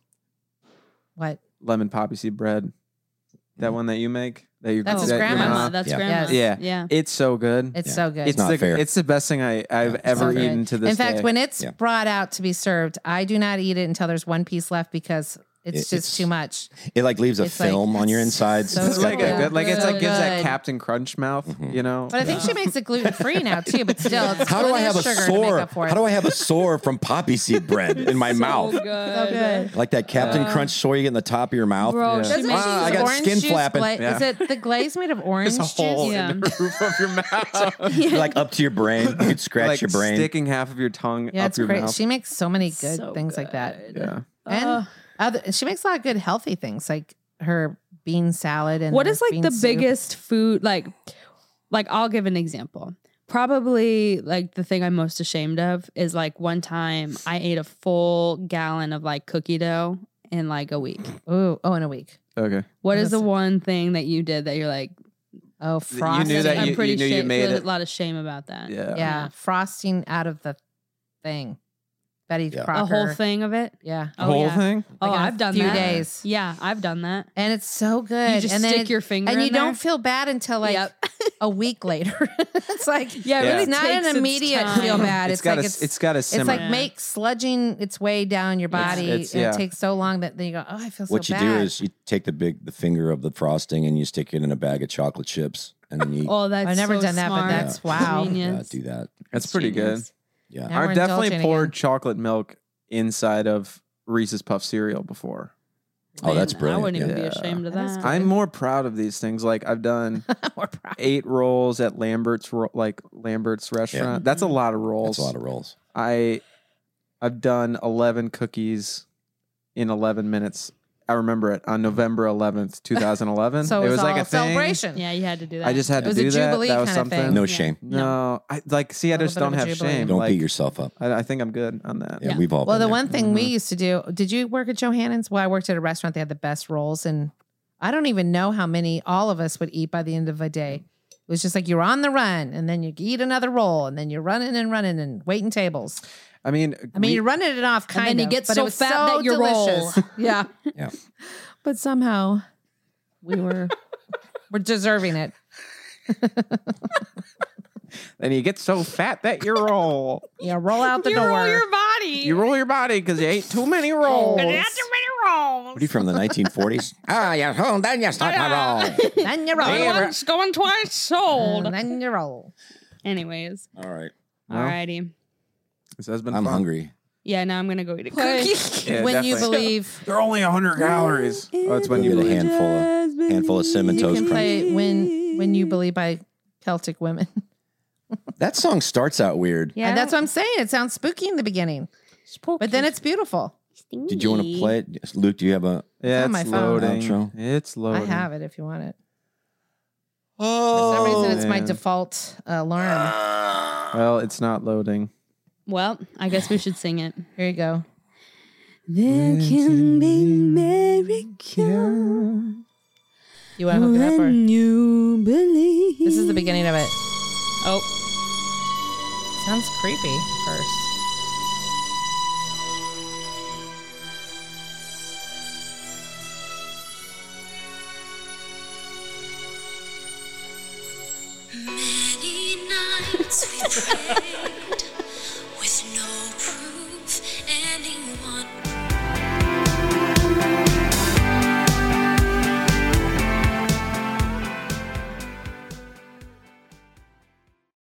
Speaker 2: What?
Speaker 4: lemon poppy seed bread
Speaker 1: Mm.
Speaker 4: that one that you make that you
Speaker 2: That's his
Speaker 4: that your
Speaker 2: grandma's.
Speaker 4: mom-
Speaker 3: Oh, That's
Speaker 1: Yeah.
Speaker 3: grandma's.
Speaker 4: Yeah.
Speaker 3: Yeah.
Speaker 4: it's so good
Speaker 2: It's
Speaker 1: Yeah.
Speaker 2: so good.
Speaker 4: it's,
Speaker 1: not
Speaker 4: the,
Speaker 1: fair.
Speaker 4: it's the best thing I, I've
Speaker 1: Yeah, it's
Speaker 4: ever
Speaker 2: not fair.
Speaker 4: eaten to this
Speaker 2: In fact,
Speaker 4: day.
Speaker 2: when it's
Speaker 1: Yeah.
Speaker 2: brought out to be served, I do not eat it until there's one piece left because it's
Speaker 1: It-
Speaker 2: just
Speaker 1: it's-
Speaker 2: too much.
Speaker 1: It like leaves a
Speaker 2: It's like-
Speaker 1: film on your
Speaker 2: it's
Speaker 1: insides.
Speaker 2: so
Speaker 4: it's like a
Speaker 2: good.
Speaker 4: good, like it's like gives that
Speaker 2: Good.
Speaker 4: Captain Crunch mouth,
Speaker 1: Mm-hmm.
Speaker 4: you know.
Speaker 2: But I think she makes it gluten free now too. But still, it's
Speaker 1: How do I
Speaker 2: plenty of
Speaker 1: have a
Speaker 2: sugar
Speaker 1: sore?
Speaker 2: To make up for it.
Speaker 1: How do I have a sore from poppy seed bread in my mouth?
Speaker 3: So
Speaker 2: good.
Speaker 1: Like that Captain Crunch sore you get in the top of your mouth.
Speaker 3: Bro,
Speaker 4: Yeah.
Speaker 3: she
Speaker 2: Doesn't
Speaker 3: makes
Speaker 2: she
Speaker 1: Ah,
Speaker 2: use
Speaker 1: I got
Speaker 2: orange
Speaker 1: skin
Speaker 2: juice
Speaker 1: flapping.
Speaker 2: gla-
Speaker 4: Yeah.
Speaker 2: Is it the glaze made of orange
Speaker 4: There's a
Speaker 2: juice?
Speaker 4: hole
Speaker 3: Yeah.
Speaker 4: in the roof of your mouth.
Speaker 1: like oh, up to your brain. You'd scratch
Speaker 4: like
Speaker 1: your brain.
Speaker 4: sticking half of your tongue
Speaker 2: Yeah,
Speaker 4: up
Speaker 2: it's
Speaker 4: your
Speaker 2: great.
Speaker 4: mouth.
Speaker 2: She makes so many good
Speaker 3: So
Speaker 2: things like that,
Speaker 3: good.
Speaker 4: yeah.
Speaker 2: and
Speaker 3: Ugh.
Speaker 2: other, she makes a lot of good healthy things like her bean salad and
Speaker 3: what
Speaker 2: her
Speaker 3: is like
Speaker 2: bean
Speaker 3: the
Speaker 2: soup.
Speaker 3: biggest food like like i'll give an example probably like the thing i'm most ashamed of is like one time i ate a full gallon of like cookie dough in like a week
Speaker 2: Ooh, oh, in a week.
Speaker 4: Okay.
Speaker 3: what
Speaker 2: Yes.
Speaker 3: is the one thing that you did that you're like
Speaker 2: Oh, frosting.
Speaker 4: knew that
Speaker 3: i'm
Speaker 4: you-
Speaker 3: pretty
Speaker 4: knew
Speaker 3: shame-
Speaker 4: made
Speaker 3: feel
Speaker 4: it.
Speaker 3: a lot of shame about that
Speaker 4: Yeah.
Speaker 2: yeah, frosting out of the thing. Betty
Speaker 1: Yeah. A
Speaker 2: Crocker.
Speaker 3: a whole thing of it
Speaker 2: Yeah.
Speaker 4: The
Speaker 3: Oh,
Speaker 4: whole
Speaker 3: yeah.
Speaker 4: thing?
Speaker 3: oh
Speaker 2: Like in a
Speaker 3: i've done
Speaker 2: few
Speaker 3: that
Speaker 2: days.
Speaker 3: yeah i've done that
Speaker 2: And it's so good.
Speaker 3: you just
Speaker 2: and then
Speaker 3: stick
Speaker 2: it-
Speaker 3: your finger
Speaker 2: and
Speaker 3: in
Speaker 2: you
Speaker 3: there.
Speaker 2: don't feel bad until like
Speaker 3: Yep.
Speaker 2: a week later. it's like
Speaker 3: yeah, it
Speaker 4: Yeah.
Speaker 3: really
Speaker 2: it's not
Speaker 3: takes
Speaker 2: an
Speaker 3: its
Speaker 2: immediate
Speaker 3: time.
Speaker 2: feel bad. It's,
Speaker 4: got
Speaker 2: like
Speaker 4: a,
Speaker 2: it's
Speaker 4: it's got a
Speaker 2: it's
Speaker 4: simmer.
Speaker 2: like make sludging its way down your
Speaker 4: It's-
Speaker 2: body.
Speaker 4: it's-
Speaker 2: and
Speaker 4: yeah.
Speaker 2: it takes so long that then you go, oh, I feel so
Speaker 1: what you
Speaker 2: bad.
Speaker 1: do is you take the big the finger of the frosting and you stick it in a bag of chocolate chips and then you eat.
Speaker 3: oh that's
Speaker 2: I've never
Speaker 3: so
Speaker 2: done that, but
Speaker 3: smart.
Speaker 2: that's wow.
Speaker 1: yeah,
Speaker 3: Genius.
Speaker 1: do that.
Speaker 4: That's pretty good.
Speaker 3: Genius.
Speaker 1: Yeah.
Speaker 2: Now we're
Speaker 4: I've definitely
Speaker 2: indulging
Speaker 4: poured
Speaker 2: again.
Speaker 4: chocolate milk inside of Reese's Puff cereal before.
Speaker 1: Oh, that's
Speaker 3: Man, I
Speaker 1: brilliant.
Speaker 3: wouldn't even
Speaker 4: Yeah.
Speaker 3: be ashamed of
Speaker 2: That is
Speaker 3: that.
Speaker 4: I'm more proud of these things. Like I've done
Speaker 2: We're proud.
Speaker 4: eight rolls at Lambert's, ro- like Lambert's restaurant. That's a
Speaker 2: Mm-hmm.
Speaker 4: lot of rolls.
Speaker 1: That's a lot of rolls.
Speaker 4: I I've done 11 cookies in 11 minutes. I remember it on November 11th, 2011.
Speaker 2: So it was,
Speaker 4: like
Speaker 2: all
Speaker 4: a thing.
Speaker 2: celebration.
Speaker 3: Yeah, you had to do that.
Speaker 4: I just had
Speaker 2: It was
Speaker 4: to
Speaker 2: a
Speaker 4: do that.
Speaker 2: Jubilee
Speaker 4: That was
Speaker 2: kind of thing.
Speaker 4: something.
Speaker 1: No
Speaker 3: Yeah.
Speaker 1: shame.
Speaker 4: no. I like see. I
Speaker 2: A little
Speaker 4: just
Speaker 2: bit of
Speaker 4: don't
Speaker 2: a
Speaker 4: have
Speaker 2: Jubilee.
Speaker 4: shame.
Speaker 1: Don't
Speaker 4: like,
Speaker 1: beat yourself up.
Speaker 4: I, I think I'm good on that.
Speaker 1: Yeah,
Speaker 3: Yeah.
Speaker 1: we've all
Speaker 2: Well,
Speaker 1: been
Speaker 2: the
Speaker 1: there.
Speaker 2: one thing we
Speaker 4: Mm-hmm.
Speaker 2: used to do, did you work at Johannon's? Well, I worked at a restaurant. They had the best rolls. And I don't even know how many all of us would eat by the end of a day. It was just like you're on the run and then you eat another roll and then you're running and running and waiting tables.
Speaker 4: I mean,
Speaker 2: I mean,
Speaker 4: we-
Speaker 2: you're running it off kind
Speaker 3: then you
Speaker 2: of,
Speaker 3: get
Speaker 2: but
Speaker 3: so
Speaker 2: it was
Speaker 3: fat
Speaker 2: so
Speaker 3: that you roll.
Speaker 2: delicious. Yeah.
Speaker 1: Yeah.
Speaker 2: But somehow we were we're deserving it.
Speaker 4: and you get so fat that you roll.
Speaker 2: Yeah, roll out the door.
Speaker 3: body.
Speaker 4: you roll your body because you ate too many rolls.
Speaker 1: What are you from the 1940s? ah, yeah, hold on, yes, not
Speaker 4: Ah.
Speaker 1: my roll.
Speaker 2: then you roll.
Speaker 3: Once going twice
Speaker 2: And
Speaker 3: sold.
Speaker 2: then you roll.
Speaker 3: Anyways,
Speaker 1: All right,
Speaker 4: Well,
Speaker 3: alrighty.
Speaker 4: This has been
Speaker 1: I'm
Speaker 4: fun.
Speaker 1: hungry.
Speaker 3: Yeah, now I'm gonna go eat a
Speaker 2: Play.
Speaker 3: cookie.
Speaker 4: Yeah,
Speaker 2: when you
Speaker 4: definitely.
Speaker 2: believe
Speaker 4: They're only 100 calories. Oh, it's when
Speaker 1: We'll
Speaker 4: you
Speaker 1: get a
Speaker 4: believe.
Speaker 1: handful of handful of cinnamon
Speaker 2: you
Speaker 1: toast
Speaker 2: can
Speaker 1: crunch.
Speaker 2: play when when you believe by Celtic women.
Speaker 1: That song starts out weird.
Speaker 2: Yeah, that's what I'm saying. It sounds spooky in the beginning, but then it's beautiful.
Speaker 1: Did you want to play it, Luke? Do you have a?
Speaker 2: on
Speaker 4: Yeah, it's
Speaker 2: my phone.
Speaker 4: loading.
Speaker 1: Outro.
Speaker 4: It's loading.
Speaker 2: I have it if you want it. For
Speaker 4: Oh,
Speaker 2: some reason, it's my
Speaker 4: man.
Speaker 2: default uh, alarm.
Speaker 4: Well, it's not loading.
Speaker 3: Well, I guess we should sing it.
Speaker 2: Here you go.
Speaker 3: There can be miracle
Speaker 2: You want to hook it up? Or?
Speaker 3: you believe.
Speaker 2: This is the beginning of it. Oh.
Speaker 3: Oh,
Speaker 2: Sounds creepy first.
Speaker 13: Many nights we prayed